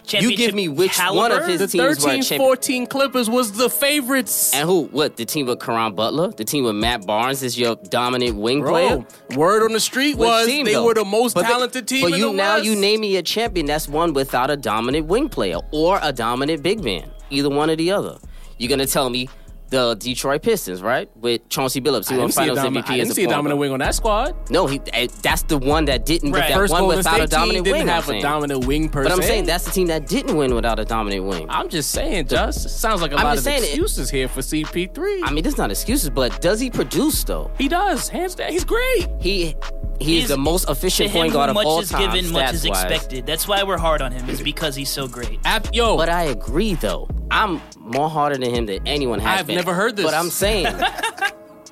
Speaker 4: Championship
Speaker 5: give me which
Speaker 4: caliber?
Speaker 5: one of his-
Speaker 1: The
Speaker 5: teams were a
Speaker 1: 13
Speaker 5: champion.
Speaker 1: 14 Clippers was the favorites.
Speaker 5: And who? What? The team with Karan Butler? The team with Matt Barnes is your dominant wing player?
Speaker 1: Bro, word on the street
Speaker 5: Which
Speaker 1: was
Speaker 5: team,
Speaker 1: they
Speaker 5: though?
Speaker 1: were the most
Speaker 5: But
Speaker 1: talented team
Speaker 5: But
Speaker 1: in
Speaker 5: you
Speaker 1: the
Speaker 5: now
Speaker 1: West.
Speaker 5: you name me a champion that's one without a dominant wing player or a dominant big man. Either one or the other. You're gonna tell me the Detroit Pistons, right? With Chauncey Billups,
Speaker 1: I
Speaker 5: who won
Speaker 1: didn't see a,
Speaker 5: Finals
Speaker 1: dominant,
Speaker 5: MVP
Speaker 1: I
Speaker 5: as
Speaker 1: didn't
Speaker 5: a
Speaker 1: see a
Speaker 5: point
Speaker 1: dominant
Speaker 5: guard.
Speaker 1: wing on that squad.
Speaker 5: No, he, eh, that's the one that didn't.
Speaker 4: Right.
Speaker 5: That
Speaker 1: First
Speaker 5: one
Speaker 1: Golden
Speaker 5: without
Speaker 1: State
Speaker 5: a dominant
Speaker 1: team
Speaker 5: wing.
Speaker 1: didn't
Speaker 5: I'm
Speaker 1: have a
Speaker 5: saying.
Speaker 1: dominant wing per
Speaker 5: But I'm
Speaker 1: se.
Speaker 5: saying that's the team that didn't win without a dominant wing. I,
Speaker 1: I'm just saying, Just. It sounds like a
Speaker 5: I'm
Speaker 1: lot
Speaker 5: just
Speaker 1: of
Speaker 5: saying it-
Speaker 1: excuses here for CP3.
Speaker 5: mean, that's not excuses, but does he produce though?
Speaker 1: he does, hands down. He's great.
Speaker 5: He he is
Speaker 4: He's-
Speaker 5: the most
Speaker 4: To
Speaker 5: efficient
Speaker 4: him,
Speaker 5: point guard
Speaker 4: who
Speaker 5: of
Speaker 4: much
Speaker 5: all
Speaker 4: is
Speaker 5: time,
Speaker 4: given, much is
Speaker 5: stats-wise.
Speaker 4: expected. That's why we're hard on him. Is because he's so great.
Speaker 1: Ab- yo,
Speaker 5: But I agree though. I'm more harder than him than anyone has
Speaker 1: I've
Speaker 5: been.
Speaker 1: never heard this.
Speaker 5: But I'm saying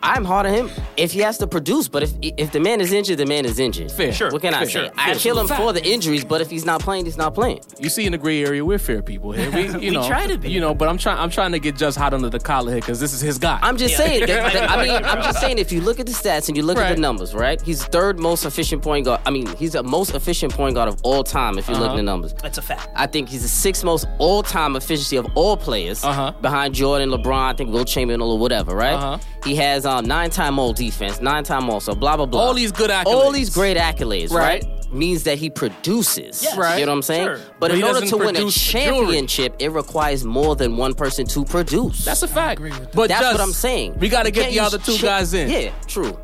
Speaker 5: I'm hard on him if he has to produce. But if if the man is injured, the man is injured.
Speaker 1: Fair. Sure.
Speaker 5: What can I
Speaker 1: Fair.
Speaker 5: say?
Speaker 1: Sure.
Speaker 5: I
Speaker 1: Fair.
Speaker 5: kill him for the injuries, but if he's not playing, he's not playing.
Speaker 1: You see in the gray area, we're fair people here. We, you
Speaker 4: We
Speaker 1: know,
Speaker 4: try to be.
Speaker 1: You know, but I'm trying. I'm trying to get just hot under the collar here because this is his guy.
Speaker 5: I'm just
Speaker 4: Yeah.
Speaker 5: saying. that- that- I mean, I'm just saying. If you look at the stats and you look at
Speaker 1: Right.
Speaker 5: the numbers, right? He's third most efficient point guard. I mean, he's the most efficient point guard of all time. If you
Speaker 1: Uh-huh.
Speaker 5: look at the numbers,
Speaker 4: That's a fact.
Speaker 5: I think he's the sixth most all-time efficiency of all players,
Speaker 1: Uh-huh.
Speaker 5: behind Jordan, LeBron, I think Will Chamberlain or whatever, right?
Speaker 1: Uh-huh.
Speaker 5: He has um, nine-time All Defense, nine-time All, so blah blah blah.
Speaker 1: All these good accolades.
Speaker 5: all these great accolades,
Speaker 1: Right.
Speaker 5: right? Means that he produces,
Speaker 4: Yes.
Speaker 1: Right.
Speaker 5: You know what I'm saying?
Speaker 4: Sure.
Speaker 5: But,
Speaker 1: But he
Speaker 5: in order
Speaker 1: doesn't
Speaker 5: to win a
Speaker 1: produce jewelry.
Speaker 5: championship, it requires more than one person to produce.
Speaker 1: That's a fact. But
Speaker 5: That's
Speaker 1: just,
Speaker 5: what I'm saying.
Speaker 1: We got to
Speaker 5: You
Speaker 1: get
Speaker 5: can't
Speaker 1: the
Speaker 5: use
Speaker 1: other two
Speaker 5: chi-
Speaker 1: guys in.
Speaker 5: Yeah, true.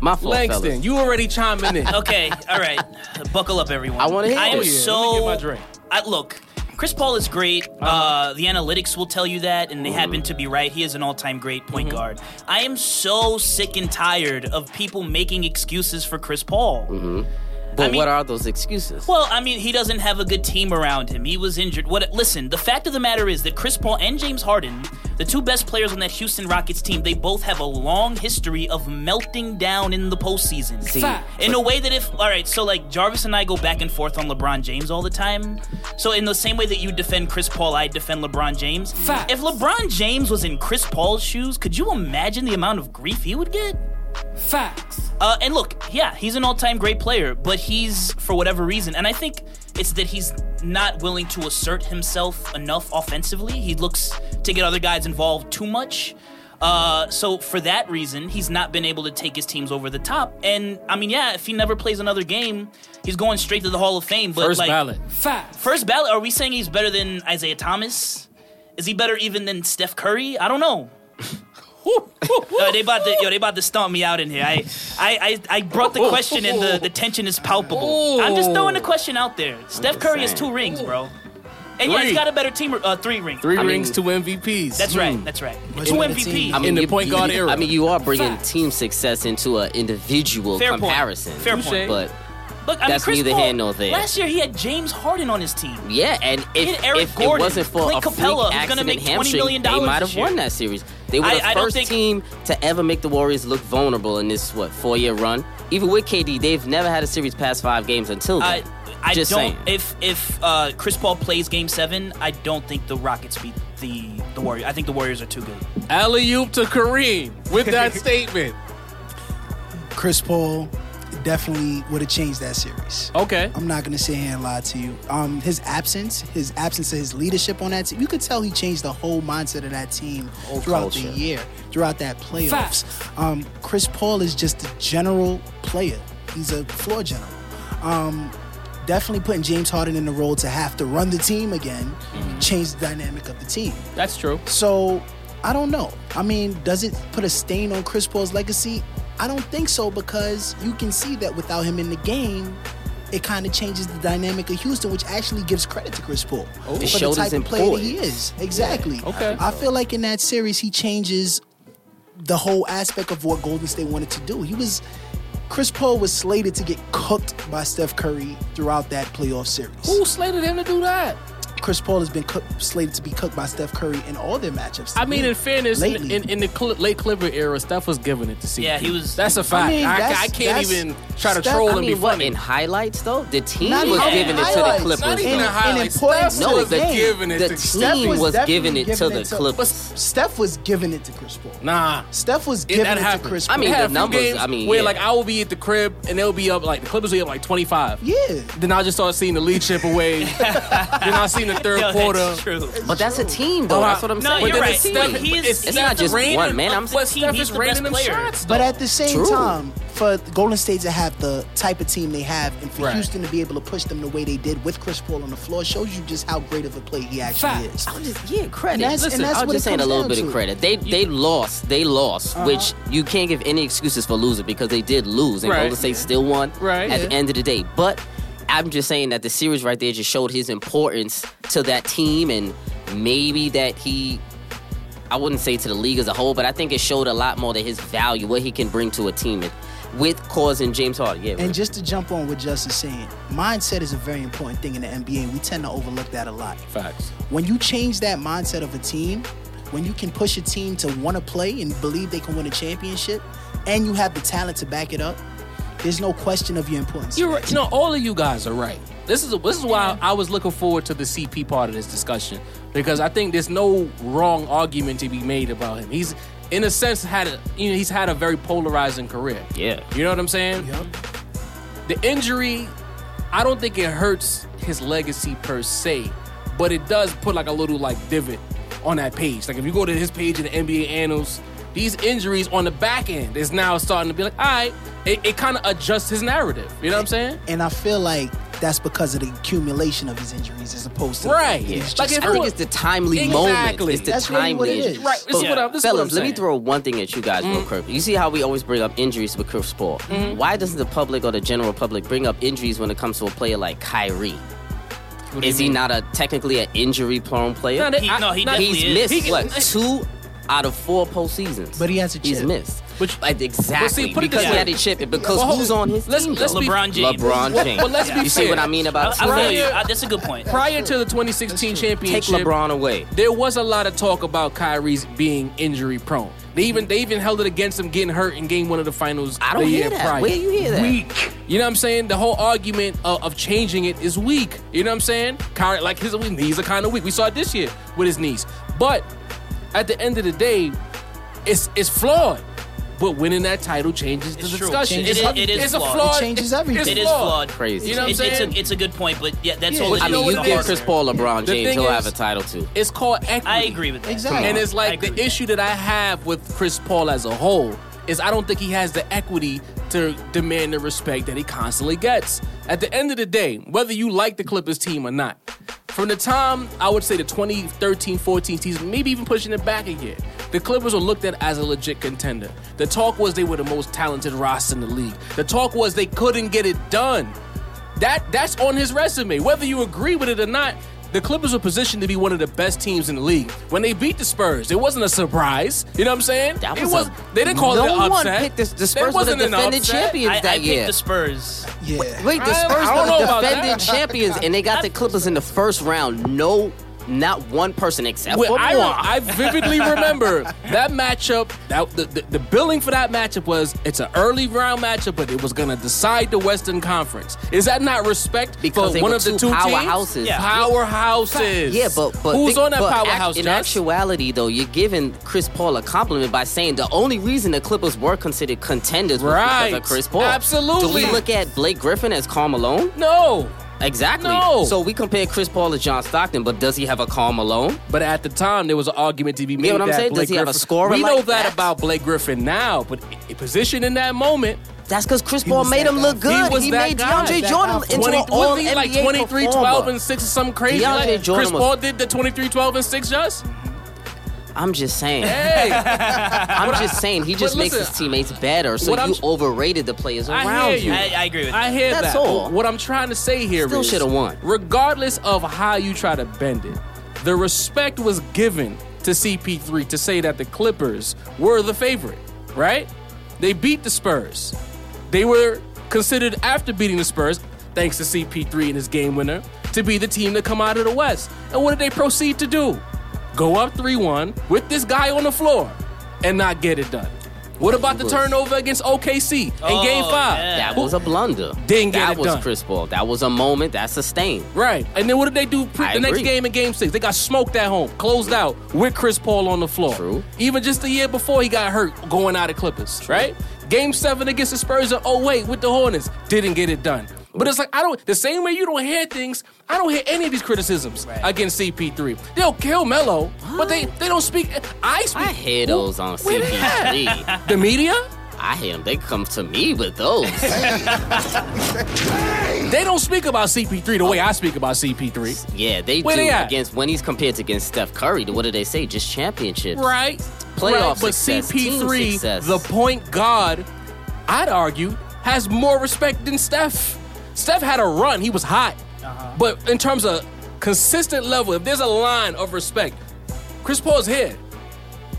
Speaker 5: My fault,
Speaker 1: Langston,
Speaker 5: fellas.
Speaker 1: you already chiming in.
Speaker 4: Okay, all right. Buckle up, everyone.
Speaker 5: I wanna hear
Speaker 4: I am
Speaker 5: it. Oh, yeah.
Speaker 4: so.
Speaker 1: Let me get my drink. Uh-huh.
Speaker 4: I, look, Chris Paul is great. Uh, the analytics will tell you that, and they
Speaker 1: Mm-hmm.
Speaker 4: happen to be right. He is an all-time great point
Speaker 5: Mm-hmm.
Speaker 4: guard. I am so sick and tired of people making excuses for Chris Paul.
Speaker 5: Mm-hmm. but
Speaker 4: I mean-
Speaker 5: what are those excuses?
Speaker 4: Well, I mean, he doesn't have a good team around him. He was injured. What? Listen, the fact of the matter is that Chris Paul and James Harden, the two best players on that Houston Rockets team, they both have a long history of melting down in the postseason.
Speaker 5: See,
Speaker 4: In a way that if all right, so like Jarvis and I go back and forth on LeBron James all the time. So in the same way that you defend Chris Paul, I defend LeBron James. If LeBron James was in Chris Paul's shoes, could you imagine the amount of grief he would get? Uh, and look, yeah, he's an all-time great player, but he's for whatever reason, and I think it's that he's not willing to assert himself enough offensively. He looks to get other guys involved too much. Uh, so for that reason, he's not been able to take his teams over the top. And I mean, yeah, if he never plays another game, he's going straight to the Hall of Fame. But
Speaker 1: First
Speaker 4: like,
Speaker 1: ballot.
Speaker 4: First ballot. Are we saying he's better than Isaiah Thomas? Is he better even than Steph Curry? I don't know. Yo, they about to yo, they about to stomp me out in here. I I I, I brought the question and the, the tension is palpable. I'm just throwing the question out there. Steph Curry has two rings, bro. And yeah,
Speaker 1: Three.
Speaker 4: he's got a better team. Uh, three rings.
Speaker 1: Three
Speaker 5: I mean-
Speaker 1: rings, two MVPs.
Speaker 4: That's right. That's right.
Speaker 6: Much
Speaker 4: two
Speaker 6: better team.
Speaker 4: MVPs.
Speaker 5: I mean,
Speaker 1: in the
Speaker 5: you-
Speaker 1: point guard
Speaker 5: you-
Speaker 1: era.
Speaker 5: I mean, you are bringing team success into an individual
Speaker 4: Fair point.
Speaker 5: comparison.
Speaker 4: Fair point.
Speaker 1: Touche.
Speaker 5: But
Speaker 4: Look, I mean,
Speaker 5: that's
Speaker 4: Chris
Speaker 5: neither
Speaker 4: Paul,
Speaker 5: here nor there.
Speaker 4: Last year he had James Harden on his team.
Speaker 5: yeah, and
Speaker 4: Hit
Speaker 5: if,
Speaker 4: Eric
Speaker 5: if it
Speaker 4: Gordon,
Speaker 5: wasn't for
Speaker 4: Clint
Speaker 5: a freak
Speaker 4: Capella, who's gonna
Speaker 5: accident
Speaker 4: make $20
Speaker 5: hamstring,
Speaker 4: million
Speaker 5: they might
Speaker 4: this
Speaker 5: have
Speaker 4: year.
Speaker 5: won that series. They were
Speaker 4: I-
Speaker 5: the
Speaker 4: I don't
Speaker 5: first
Speaker 4: think-
Speaker 5: team to ever make the Warriors look vulnerable in this what four year run. Even with KD, they've never had a series past five games until
Speaker 4: I
Speaker 5: then.
Speaker 4: I
Speaker 5: Just
Speaker 4: don't.
Speaker 5: saying.
Speaker 4: If if uh, Chris Paul plays Game Seven, I don't think the Rockets beat the the Warriors. I think the Warriors are too good.
Speaker 1: Alley oop to Kareem with that statement.
Speaker 6: Chris Paul definitely would have changed that series.
Speaker 1: Okay.
Speaker 6: I'm not gonna sit here and lie to you. Um, his absence, his absence of his leadership on that team, you could tell he changed the whole mindset of that team throughout
Speaker 5: culture.
Speaker 6: the year, throughout that playoffs. Um, Chris Paul is just a general player. He's a floor general. Um, definitely putting James Harden in the role to have to run the team again, changed the dynamic of the team.
Speaker 1: That's true.
Speaker 6: So I don't know. I mean, does it put a stain on Chris Paul's legacy? I don't think so because you can see that without him in the game, it kind of changes the dynamic of Houston, which actually gives credit to Chris Paul for the
Speaker 5: showed his
Speaker 6: type of player that he
Speaker 5: importance.
Speaker 6: is. Exactly.
Speaker 1: okay.
Speaker 6: I feel like in that series, he changes the whole aspect of what Golden State wanted to do. He was. Chris Paul was slated to get cooked by Steph Curry throughout that playoff series.
Speaker 1: Who slated him to do that?
Speaker 6: Chris Paul has been cook, slated to be cooked by Steph Curry in all their matchups.
Speaker 1: I mean, in fairness, in,
Speaker 6: Lately.
Speaker 1: in, in the cl- late Clipper era, Steph was giving it to CP.
Speaker 4: Yeah, he was-
Speaker 1: That's a fact. I,
Speaker 6: mean,
Speaker 1: I
Speaker 6: that's-
Speaker 1: can't
Speaker 6: that's-
Speaker 1: even try to
Speaker 6: Steph-
Speaker 1: troll
Speaker 5: I
Speaker 1: and be
Speaker 5: mean, what
Speaker 1: funny.
Speaker 5: in highlights though? The team
Speaker 6: Not
Speaker 5: was
Speaker 6: even
Speaker 5: giving it to the
Speaker 6: highlights.
Speaker 5: Clippers.
Speaker 1: Not even
Speaker 5: though.
Speaker 6: in-
Speaker 1: a
Speaker 6: in
Speaker 1: highlight.
Speaker 6: important-
Speaker 1: Steph
Speaker 5: No,
Speaker 1: was
Speaker 5: the-
Speaker 1: giving it
Speaker 5: the
Speaker 1: to
Speaker 5: team
Speaker 1: Steph
Speaker 5: was giving
Speaker 6: definitely
Speaker 5: it to the Clippers.
Speaker 6: But Steph was giving it to Chris Paul.
Speaker 1: Nah.
Speaker 6: Steph was
Speaker 1: It,
Speaker 6: giving
Speaker 1: that
Speaker 6: it
Speaker 1: happened.
Speaker 6: to Chris Paul.
Speaker 5: I mean,
Speaker 1: It had
Speaker 5: the
Speaker 1: a few
Speaker 5: numbers,
Speaker 1: games
Speaker 5: I mean,
Speaker 1: where
Speaker 5: yeah.
Speaker 1: like I will be at the crib and they'll be up like the Clippers will be up like twenty five.
Speaker 6: yeah.
Speaker 1: Then I just start seeing the lead chip away. then I seen the third
Speaker 4: Yo,
Speaker 1: quarter.
Speaker 4: That's true.
Speaker 5: But that's a team though.
Speaker 1: Oh, I-
Speaker 5: That's what I'm
Speaker 4: No,
Speaker 5: saying.
Speaker 1: But
Speaker 4: you're
Speaker 1: then
Speaker 4: right.
Speaker 1: it's Steph,
Speaker 4: He is-
Speaker 1: it's
Speaker 4: It's
Speaker 1: Steph
Speaker 5: not just
Speaker 1: raining-
Speaker 5: one man. I'm-
Speaker 1: but Steph
Speaker 4: He's
Speaker 1: is
Speaker 4: the
Speaker 1: raining
Speaker 4: best
Speaker 1: them
Speaker 4: player.
Speaker 1: shots.
Speaker 6: But at the same
Speaker 5: True.
Speaker 6: time, for Golden State to have the type of team they have and for
Speaker 1: Right.
Speaker 6: Houston to be able to push them the way they did with Chris Paul on the floor shows you just how great of a player he actually is.
Speaker 5: I'm just yeah, credit.
Speaker 6: And that's-
Speaker 5: Listen,
Speaker 6: and that's
Speaker 5: I'm
Speaker 6: what
Speaker 5: just
Speaker 6: it
Speaker 5: saying a
Speaker 6: comes
Speaker 5: little
Speaker 6: down
Speaker 5: bit of
Speaker 6: to. Uh-huh.
Speaker 5: credit. They they lost. They lost, which you can't give any excuses for losing because they did lose, and
Speaker 1: Right.
Speaker 5: Golden State still won
Speaker 1: Right.
Speaker 5: at the
Speaker 1: Yeah.
Speaker 5: end of the day. But I'm just saying that the series right there just showed his importance to that team, and maybe that he. I wouldn't say to the league as a whole, but I think it showed a lot more that his value, what he can bring to a team, and with causing James Harden. Yeah,
Speaker 6: And just to jump on what Justin's saying, mindset is a very important thing in the NBA. We tend to overlook that a lot.
Speaker 1: Facts.
Speaker 6: when you change that mindset of a team, when you can push a team to want to play and believe they can win a championship, and you have the talent to back it up, there's no question of your importance.
Speaker 1: You're right. No, all of you guys are right. This is this is why I was looking forward to the CP part of this discussion because I think there's no wrong argument to be made about him. He's in a sense had a you know he's had a very polarizing career.
Speaker 5: Yeah.
Speaker 1: You know what I'm saying? The injury, I don't think it hurts his legacy per se, but it does put like a little like divot on that page. Like if you go to his page in the NBA annals, these injuries on the back end is now starting to be like, all right, it, it kind of adjusts his narrative. You know what I'm saying?
Speaker 6: and I feel like that's because of the accumulation of his injuries as opposed to
Speaker 1: Right.
Speaker 6: He's
Speaker 1: Yeah.
Speaker 6: just
Speaker 1: Like, if
Speaker 5: I
Speaker 1: it
Speaker 6: hurt.
Speaker 5: think
Speaker 1: was-
Speaker 5: it's the timely
Speaker 1: Exactly.
Speaker 5: moment. It's the
Speaker 6: That's really
Speaker 5: timely
Speaker 6: what it is.
Speaker 5: issue.
Speaker 1: Right. This is
Speaker 5: But
Speaker 1: what I'm. This is what I'm
Speaker 5: Fellas, let me
Speaker 1: saying. Mm.
Speaker 5: throw one thing at you guys real quick. You see how we always bring up injuries with Chris Paul.
Speaker 1: Mm-hmm.
Speaker 5: Why doesn't the public or the general public bring up injuries when it comes to a player like Kyrie? Is he not a technically an injury prone player?
Speaker 1: Nah,
Speaker 4: He,
Speaker 1: I-
Speaker 4: no, he
Speaker 1: nah,
Speaker 4: definitely
Speaker 5: He's
Speaker 4: is.
Speaker 5: missed
Speaker 1: He can-
Speaker 5: what two out of four postseasons.
Speaker 6: But he has a
Speaker 5: He's
Speaker 6: chip.
Speaker 5: missed.
Speaker 1: But-
Speaker 5: like, exactly
Speaker 1: put it
Speaker 5: because
Speaker 1: this
Speaker 5: he
Speaker 1: way.
Speaker 5: had a chip. and Because
Speaker 1: Well, hold-
Speaker 5: who's on his
Speaker 1: let's-
Speaker 5: team?
Speaker 1: let's
Speaker 5: though?
Speaker 1: be-
Speaker 4: LeBron James.
Speaker 5: LeBron
Speaker 1: Well,
Speaker 5: James.
Speaker 1: well, let's be
Speaker 5: you see
Speaker 1: fair.
Speaker 5: what I mean
Speaker 4: I,
Speaker 5: about
Speaker 4: I feel
Speaker 5: teams?
Speaker 4: you. I- that's a good point.
Speaker 1: prior to the 2016
Speaker 5: Take
Speaker 1: championship.
Speaker 5: LeBron away.
Speaker 1: There was a lot of talk about Kyrie's being injury prone. They even they even held it against him getting hurt in game one of the finals.
Speaker 5: I don't
Speaker 1: the
Speaker 5: hear
Speaker 1: year
Speaker 5: that.
Speaker 1: Prior.
Speaker 5: Where you hear that?
Speaker 1: You know what I'm saying? The whole argument of, of changing it is weak. You know what I'm saying? Kyrie, like his knees are kind of weak. We saw it this year with his knees. But at the end of the day, it's it's flawed. But winning that title changes the
Speaker 4: It's true.
Speaker 1: discussion.
Speaker 4: Changes-
Speaker 1: it's,
Speaker 4: it is- it is
Speaker 1: it's a
Speaker 4: flawed.
Speaker 1: flawed.
Speaker 6: It changes everything.
Speaker 1: It's
Speaker 4: It is
Speaker 1: flawed.
Speaker 4: flawed.
Speaker 5: Crazy.
Speaker 1: You know what I'm
Speaker 4: It's, it's,
Speaker 1: saying?
Speaker 4: a, it's a good point, but yeah, that's
Speaker 1: Yeah,
Speaker 4: all it
Speaker 1: I
Speaker 5: I
Speaker 4: is.
Speaker 1: know
Speaker 5: mean,
Speaker 1: what
Speaker 5: you
Speaker 1: it
Speaker 5: give
Speaker 1: is.
Speaker 5: Chris Paul LeBron
Speaker 1: The
Speaker 5: James,
Speaker 1: thing
Speaker 5: he'll have a
Speaker 1: is-
Speaker 5: title too.
Speaker 1: It's called equity.
Speaker 4: I agree with that.
Speaker 6: Exactly.
Speaker 1: And it's
Speaker 4: I
Speaker 1: like
Speaker 4: agree
Speaker 1: the
Speaker 4: with
Speaker 1: issue that I have with Chris Paul as a whole is I don't think he has the equity to demand the respect that he constantly gets. At the end of the day, whether you like the Clippers team or not, from the time I would say the 2013 14 season, maybe even pushing it back again, the Clippers were looked at as a legit contender. The talk was they were the most talented roster in the league, the talk was they couldn't get it done. That that's on his resume. Whether you agree with it or not, the Clippers were positioned to be one of the best teams in the league. When they beat the Spurs, it wasn't a surprise. You know what I'm saying?
Speaker 5: That
Speaker 1: it
Speaker 5: was
Speaker 1: was
Speaker 5: a-
Speaker 1: they didn't call
Speaker 5: no
Speaker 1: it an upset.
Speaker 5: one picked the- the
Speaker 1: There
Speaker 5: Spurs were the
Speaker 1: wasn't an
Speaker 5: defending
Speaker 1: upset.
Speaker 5: champion.
Speaker 4: I, I
Speaker 5: that
Speaker 4: picked
Speaker 5: year.
Speaker 4: the Spurs.
Speaker 6: Yeah.
Speaker 5: Wait, the
Speaker 1: I-
Speaker 5: Spurs
Speaker 1: I don't
Speaker 5: were
Speaker 1: know
Speaker 5: the
Speaker 1: about
Speaker 5: defending
Speaker 1: that.
Speaker 5: champions, and they got the Clippers in the first round. No, not one person except
Speaker 1: Well,
Speaker 5: for
Speaker 1: I,
Speaker 5: Kawhi.
Speaker 1: I vividly remember that matchup. That the, the, the billing for that matchup was it's an early round matchup, but it was going to decide the Western Conference. Is that not respect
Speaker 5: Because
Speaker 1: for
Speaker 5: they
Speaker 1: one
Speaker 5: were
Speaker 1: of the
Speaker 5: two
Speaker 1: two
Speaker 5: powerhouses.
Speaker 1: Teams?
Speaker 4: Yeah.
Speaker 1: Powerhouses.
Speaker 5: Yeah, but, but
Speaker 1: who's
Speaker 5: think-
Speaker 1: on that
Speaker 5: but act-
Speaker 1: powerhouse?
Speaker 5: In
Speaker 1: Josh?
Speaker 5: actuality, though, you're giving Chris Paul a compliment by saying the only reason the Clippers were considered contenders was
Speaker 1: Right.
Speaker 5: because of Chris Paul.
Speaker 1: Absolutely.
Speaker 5: Do we look at Blake Griffin as calm alone?
Speaker 1: no.
Speaker 5: Exactly.
Speaker 1: No.
Speaker 5: So we compare Chris Paul to John Stockton, but does he have a calm alone?
Speaker 1: But at the time, there was an argument to be made.
Speaker 5: what I'm
Speaker 1: that
Speaker 5: saying? Does
Speaker 1: Blake
Speaker 5: he have a
Speaker 1: Griffin-
Speaker 5: scorer
Speaker 1: We know
Speaker 5: like
Speaker 1: that,
Speaker 5: that?
Speaker 1: about Blake Griffin now, but i- i- position in that moment,
Speaker 5: That's because Chris Paul
Speaker 6: was
Speaker 5: made
Speaker 6: that
Speaker 5: him look
Speaker 6: guy.
Speaker 5: good.
Speaker 1: He was that
Speaker 5: made
Speaker 1: guy.
Speaker 5: DeAndre
Speaker 1: That
Speaker 5: Jordan
Speaker 6: guy.
Speaker 5: into
Speaker 1: 20,
Speaker 5: an all
Speaker 1: was he
Speaker 5: NBA
Speaker 1: like 23, 12, and 6 or something crazy?
Speaker 5: DeAndre
Speaker 1: like
Speaker 5: Jordan
Speaker 1: Chris
Speaker 5: was-
Speaker 1: Paul did the 23, 12, and 6 just?
Speaker 5: I'm just saying.
Speaker 1: Hey,
Speaker 5: I'm just saying. He just
Speaker 1: but
Speaker 5: makes
Speaker 1: listen,
Speaker 5: his teammates better. So
Speaker 1: what I'm
Speaker 5: you
Speaker 1: tr-
Speaker 5: overrated the players
Speaker 1: I
Speaker 5: around
Speaker 1: hear you.
Speaker 4: I, I agree with
Speaker 1: I hear
Speaker 5: That's
Speaker 1: that.
Speaker 5: all.
Speaker 1: But What I'm trying to say here
Speaker 5: Still
Speaker 1: is
Speaker 5: shoulda won.
Speaker 1: Regardless of how you try to bend it, the respect was given to CP3 to say that the Clippers were the favorite, right? They beat the Spurs. They were considered after beating the Spurs, thanks to CP3 and his game winner, to be the team to come out of the West. And what did they proceed to do? Go up 3 1 with this guy on the floor and not get it done. What about the
Speaker 5: Clippers.
Speaker 1: turnover against OKC in
Speaker 4: Oh,
Speaker 1: game five?
Speaker 4: yeah.
Speaker 5: That was a blunder.
Speaker 1: Didn't get
Speaker 5: that
Speaker 1: it
Speaker 5: was
Speaker 1: done.
Speaker 5: Chris Paul. That was a moment. That's sustained.
Speaker 1: Right. And then what did they do pre-
Speaker 5: I
Speaker 1: the next
Speaker 5: agree.
Speaker 1: game in game six? They got smoked at home, closed out with Chris Paul on the floor.
Speaker 5: True.
Speaker 1: Even just the year before he got hurt going out of Clippers, right? Game seven against the Spurs in 08 with the Hornets. Didn't get it done. But it's like I don't the same way you don't hear things, I don't hear any of these criticisms against CP3. They'll kill Melo, but they they don't speak I speak
Speaker 5: I hear those on
Speaker 1: Where they
Speaker 5: CP3.
Speaker 1: the media?
Speaker 5: I hear them. They come to me with those.
Speaker 1: They don't speak about CP3 the way I speak about CP3.
Speaker 5: Yeah, they
Speaker 1: Where
Speaker 5: do
Speaker 1: they at?
Speaker 5: against when he's compared against Steph Curry. What do they say? Just championships.
Speaker 1: right?
Speaker 5: Playoff
Speaker 1: right, but
Speaker 5: success, team
Speaker 1: CP3,
Speaker 5: success.
Speaker 1: the point guard, I'd argue, has more respect than Steph. Steph had a run; he was hot, but in terms of consistent level, if there's a line of respect, Chris Paul's here.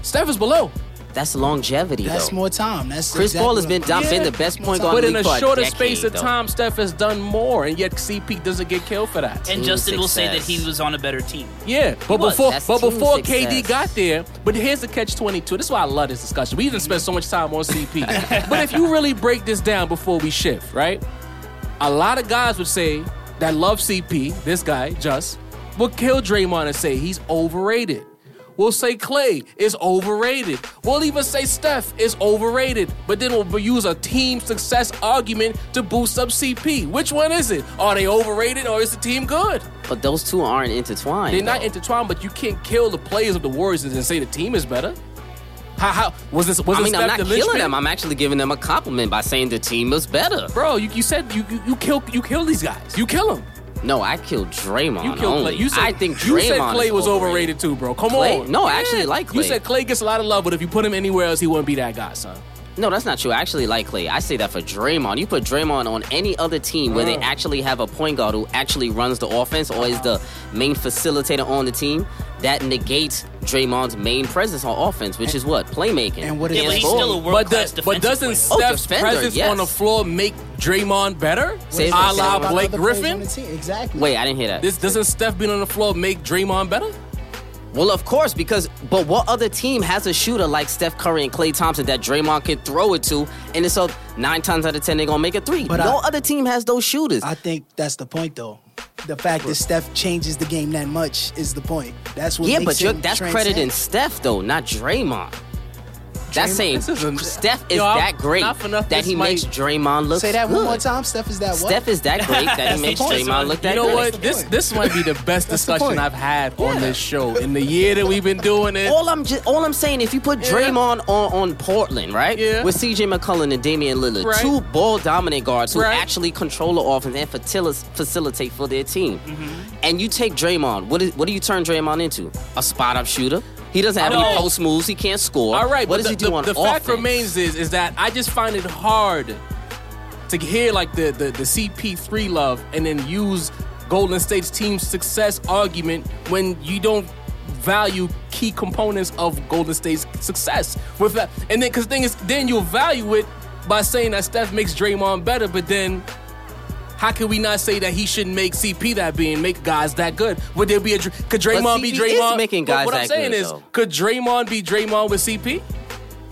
Speaker 1: Steph is below.
Speaker 5: That's longevity,
Speaker 6: That's
Speaker 5: though.
Speaker 6: more time. That's
Speaker 5: Chris
Speaker 6: exactly
Speaker 5: Paul has
Speaker 6: what
Speaker 5: been,
Speaker 6: I'm-
Speaker 5: dom- been
Speaker 6: Yeah,
Speaker 5: the best
Speaker 6: more
Speaker 5: point
Speaker 6: time.
Speaker 5: guard.
Speaker 1: But
Speaker 5: in
Speaker 1: in
Speaker 5: the
Speaker 1: a
Speaker 5: league for
Speaker 1: shorter
Speaker 5: decade,
Speaker 1: space of
Speaker 5: though.
Speaker 1: time, Steph has done more, and yet CP doesn't get killed for that.
Speaker 4: And
Speaker 5: Team
Speaker 4: Justin will say that
Speaker 5: success.
Speaker 4: he was on a better team.
Speaker 1: Yeah, but
Speaker 5: was.
Speaker 1: before
Speaker 5: That's
Speaker 1: but
Speaker 5: team
Speaker 1: before KD
Speaker 5: success.
Speaker 1: got there, but here's the catch twenty two. This is why I love this discussion. We even spent so much time on CP. but if you really break this down before we shift, right? A lot of guys would say that love CP. This guy just would kill Draymond and say he's overrated. We'll say Clay is overrated. We'll even say Steph is overrated. But then we'll use a team success argument to boost up CP. Which one is it? Are they overrated or is the team good?
Speaker 5: But those two aren't intertwined.
Speaker 1: They're not
Speaker 5: though.
Speaker 1: intertwined, but you can't kill the players of the Warriors and say the team is better. How, how was this? Was
Speaker 5: I
Speaker 1: it
Speaker 5: mean, I'm
Speaker 1: Steph
Speaker 5: not
Speaker 1: the
Speaker 5: killing
Speaker 1: linchpin?
Speaker 5: them. I'm actually giving them a compliment by saying the team is better.
Speaker 1: Bro, you, you said you, you you kill you kill these guys. You kill them.
Speaker 5: No, I killed Draymond.
Speaker 1: You kill
Speaker 5: only.
Speaker 1: Clay. You said,
Speaker 5: I think Draymond
Speaker 1: you said Clay
Speaker 5: is
Speaker 1: was overrated too, bro. Come
Speaker 5: Clay?
Speaker 1: on.
Speaker 5: No, I actually like
Speaker 1: You
Speaker 5: Clay.
Speaker 1: said Clay gets a lot of love, but if you put him anywhere else, he wouldn't be that guy, son.
Speaker 5: No, that's not true. I actually like Clay. I say that for Draymond. You put Draymond on any other team where they actually have a point guard who actually runs the offense or is the main facilitator on the team, that negates Draymond's main presence on offense, which is what? Playmaking.
Speaker 6: and what is
Speaker 4: Yeah,
Speaker 6: Yes,
Speaker 4: but he's
Speaker 5: Ball.
Speaker 4: still a world
Speaker 1: But,
Speaker 4: class
Speaker 1: the,
Speaker 4: defensive
Speaker 1: but doesn't
Speaker 4: player.
Speaker 5: Oh,
Speaker 1: Steph's
Speaker 5: defender,
Speaker 1: presence
Speaker 5: yes.
Speaker 1: on the floor make Draymond better?
Speaker 5: Say it
Speaker 1: a
Speaker 5: again.
Speaker 1: la
Speaker 5: About
Speaker 1: Blake
Speaker 6: Other players on
Speaker 1: Griffin?
Speaker 6: the team. Exactly.
Speaker 5: Wait, I didn't hear that.
Speaker 1: This doesn't Steph being on the floor make Draymond better?
Speaker 5: well, of course, because but what other team has a shooter like Steph Curry and Klay Thompson that Draymond can throw it to, and it's a nine times out of ten they're gonna make a three.
Speaker 6: But
Speaker 5: no
Speaker 6: I-
Speaker 5: other team has those shooters.
Speaker 6: I think that's the point, though. The fact that Steph changes the game that much is the point. That's what.
Speaker 5: Yeah,
Speaker 6: makes
Speaker 5: but you're,
Speaker 6: him
Speaker 5: that's
Speaker 6: transcend.
Speaker 5: crediting Steph though, not Draymond. That's saying
Speaker 1: This isn't-
Speaker 5: Steph is
Speaker 1: Yo, I'm-
Speaker 5: that great
Speaker 1: not for nothing,
Speaker 5: that
Speaker 1: this
Speaker 5: he
Speaker 1: might-
Speaker 5: makes Draymond look
Speaker 6: Say that
Speaker 5: good.
Speaker 6: one more time. Steph is that what?
Speaker 5: Steph is that great that he makes
Speaker 6: point,
Speaker 5: Draymond
Speaker 6: son.
Speaker 5: look that
Speaker 1: you know
Speaker 5: good.
Speaker 1: what?
Speaker 6: the
Speaker 1: This
Speaker 6: point.
Speaker 1: this might be the best
Speaker 6: That's the
Speaker 1: discussion
Speaker 6: point.
Speaker 1: I've had on this show in the year that we've been doing it.
Speaker 5: All I'm just, all I'm saying, if you put Draymond on, on Portland, right?
Speaker 1: Yeah.
Speaker 5: With CJ McCullough and Damian Lillard,
Speaker 1: Right.
Speaker 5: two ball dominant guards who
Speaker 1: Right.
Speaker 5: actually control the offense and fatili- facilitate for their team.
Speaker 1: Mm-hmm.
Speaker 5: And you take Draymond, what, is, what do you turn Draymond into? A spot up shooter? He doesn't have
Speaker 4: No.
Speaker 5: any post moves. He can't score.
Speaker 1: All right,
Speaker 5: What
Speaker 1: but
Speaker 5: does
Speaker 1: the,
Speaker 5: he do
Speaker 1: the,
Speaker 5: on
Speaker 1: the
Speaker 5: offense?
Speaker 1: fact remains is is that I just find it hard to hear like the the, the CP3 love and then use Golden State's team success argument when you don't value key components of Golden State's success with that. And then because thing is, then you'll value it by saying that Steph makes Draymond better, but then. How can we not say that he shouldn't make CP that being make guys that good? Would there be a Dr- could Draymond be
Speaker 5: CP is
Speaker 1: Draymond?
Speaker 5: making
Speaker 1: But
Speaker 5: guys
Speaker 1: what I'm
Speaker 5: that
Speaker 1: saying
Speaker 5: good,
Speaker 1: is,
Speaker 5: though.
Speaker 1: could Draymond be Draymond with CP?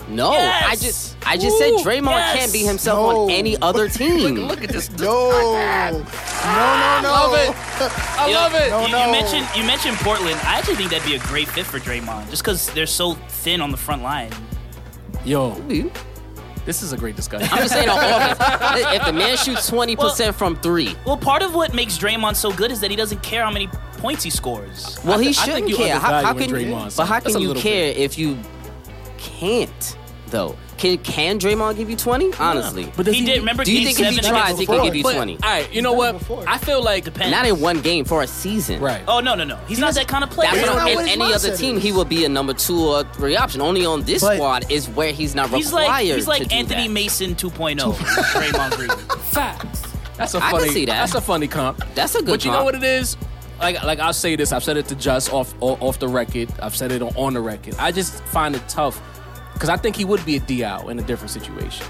Speaker 5: No,
Speaker 4: Yes!
Speaker 5: I just I just
Speaker 1: Ooh,
Speaker 5: said Draymond
Speaker 4: yes!
Speaker 5: can't be himself on
Speaker 6: No.
Speaker 5: any other team.
Speaker 1: at this. this-
Speaker 6: No.
Speaker 5: ah.
Speaker 6: No, no, no.
Speaker 1: I love it. I
Speaker 4: You know,
Speaker 1: love it.
Speaker 6: No,
Speaker 4: you,
Speaker 6: no.
Speaker 4: you mentioned you mentioned Portland. I actually think that'd be a great fit for Draymond, just because they're so thin on the front line.
Speaker 1: Yo,
Speaker 5: I'm
Speaker 1: this is a great discussion.
Speaker 5: just saying on offense. If the man shoots twenty percent from three,
Speaker 4: Well, part of what makes Draymond so good is that he doesn't care how many points he scores.
Speaker 5: well,
Speaker 1: I
Speaker 5: he
Speaker 1: thi- I think
Speaker 5: shouldn't
Speaker 1: you
Speaker 5: care. How, how can
Speaker 1: undervaluing Draymond, son.
Speaker 5: but how
Speaker 1: That's a
Speaker 5: can you
Speaker 1: little
Speaker 5: care if you can't though? Can can Draymond give you twenty? Honestly,
Speaker 1: But does
Speaker 4: he did. Remember,
Speaker 5: do you
Speaker 4: game
Speaker 5: think if he
Speaker 4: seven
Speaker 5: tries,
Speaker 4: against
Speaker 5: he can
Speaker 4: the
Speaker 5: give you
Speaker 1: But,
Speaker 5: twenty?
Speaker 1: All right, you know what?
Speaker 6: before.
Speaker 1: I feel like
Speaker 4: Depends.
Speaker 5: Not in one game for a season,
Speaker 1: Right.
Speaker 4: Oh no, no, no. He's not that kind of player.
Speaker 5: That's
Speaker 6: That's
Speaker 5: what
Speaker 6: not
Speaker 5: I'm-
Speaker 6: what
Speaker 5: in
Speaker 6: his
Speaker 5: any
Speaker 6: mindset
Speaker 5: other team,
Speaker 6: is.
Speaker 5: he will be a number two or three option. Only on this
Speaker 6: But-
Speaker 5: squad is where he's not
Speaker 4: he's
Speaker 5: required.
Speaker 4: like he's
Speaker 5: to
Speaker 4: like
Speaker 5: do
Speaker 4: Anthony
Speaker 5: that.
Speaker 4: Mason oh. 2.0. Draymond Green.
Speaker 1: facts. That's a
Speaker 5: I can
Speaker 1: funny.
Speaker 5: see that.
Speaker 1: That's a funny comp.
Speaker 5: That's a good
Speaker 1: But you know
Speaker 5: comp.
Speaker 1: what it is? Like, like I'll say this. I've said it to Just off o- off the record. I've said it on, on the record. I just find it tough because I think he would be a DL in a different situation.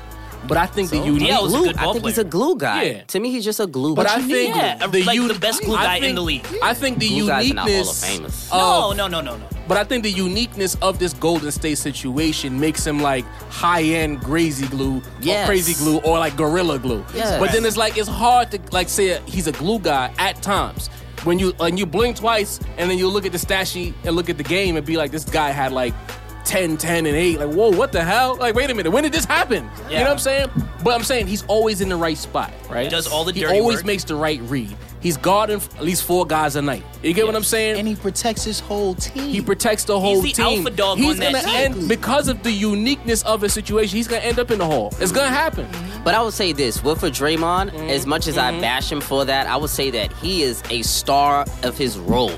Speaker 1: But I think the unique.
Speaker 4: DL was a
Speaker 5: Glue.
Speaker 4: good
Speaker 5: I
Speaker 4: ball
Speaker 5: think he's a
Speaker 4: player.
Speaker 5: glue guy.
Speaker 1: Yeah.
Speaker 5: To me, he's just a glue.
Speaker 1: but
Speaker 5: guy.
Speaker 1: I think
Speaker 4: Yeah,
Speaker 1: the,
Speaker 4: like
Speaker 1: uni-
Speaker 4: the best glue
Speaker 1: I
Speaker 4: guy in
Speaker 1: think-
Speaker 4: the league.
Speaker 1: I think the
Speaker 5: Glue guys are not Hall of
Speaker 1: uniqueness.
Speaker 5: Famers.
Speaker 4: no, Oh, no, no, no, no.
Speaker 1: But I think the uniqueness of this Golden State situation makes him like high end crazy glue, or
Speaker 5: Yes.
Speaker 1: crazy glue, or like gorilla glue.
Speaker 5: Yes.
Speaker 1: But then it's like it's hard to like say he's a glue guy at times. When you and you blink twice, and then you look at the stat sheet and look at the game and be like, this guy had like 10, 10, and 8. Like, whoa, what the hell? Like, wait a minute, when did this happen? You know
Speaker 4: Yeah.
Speaker 1: what I'm saying? But I'm saying he's always in the right spot, right?
Speaker 4: He does all the
Speaker 1: He
Speaker 4: dirty
Speaker 1: always
Speaker 4: work.
Speaker 1: makes the right read. He's guarding f- at least four guys a night. You get what I'm saying?
Speaker 6: And he protects his whole team.
Speaker 1: He protects the whole
Speaker 4: the
Speaker 1: team.
Speaker 4: alpha dog
Speaker 1: he's
Speaker 4: on that
Speaker 1: gonna
Speaker 4: team.
Speaker 1: end because of the uniqueness of his situation. He's gonna end up in the hole. It's gonna happen.
Speaker 5: But I would say this, with for Draymond,
Speaker 1: Mm-hmm.
Speaker 5: as much as I bash him for that, I would say that he is a star of his role.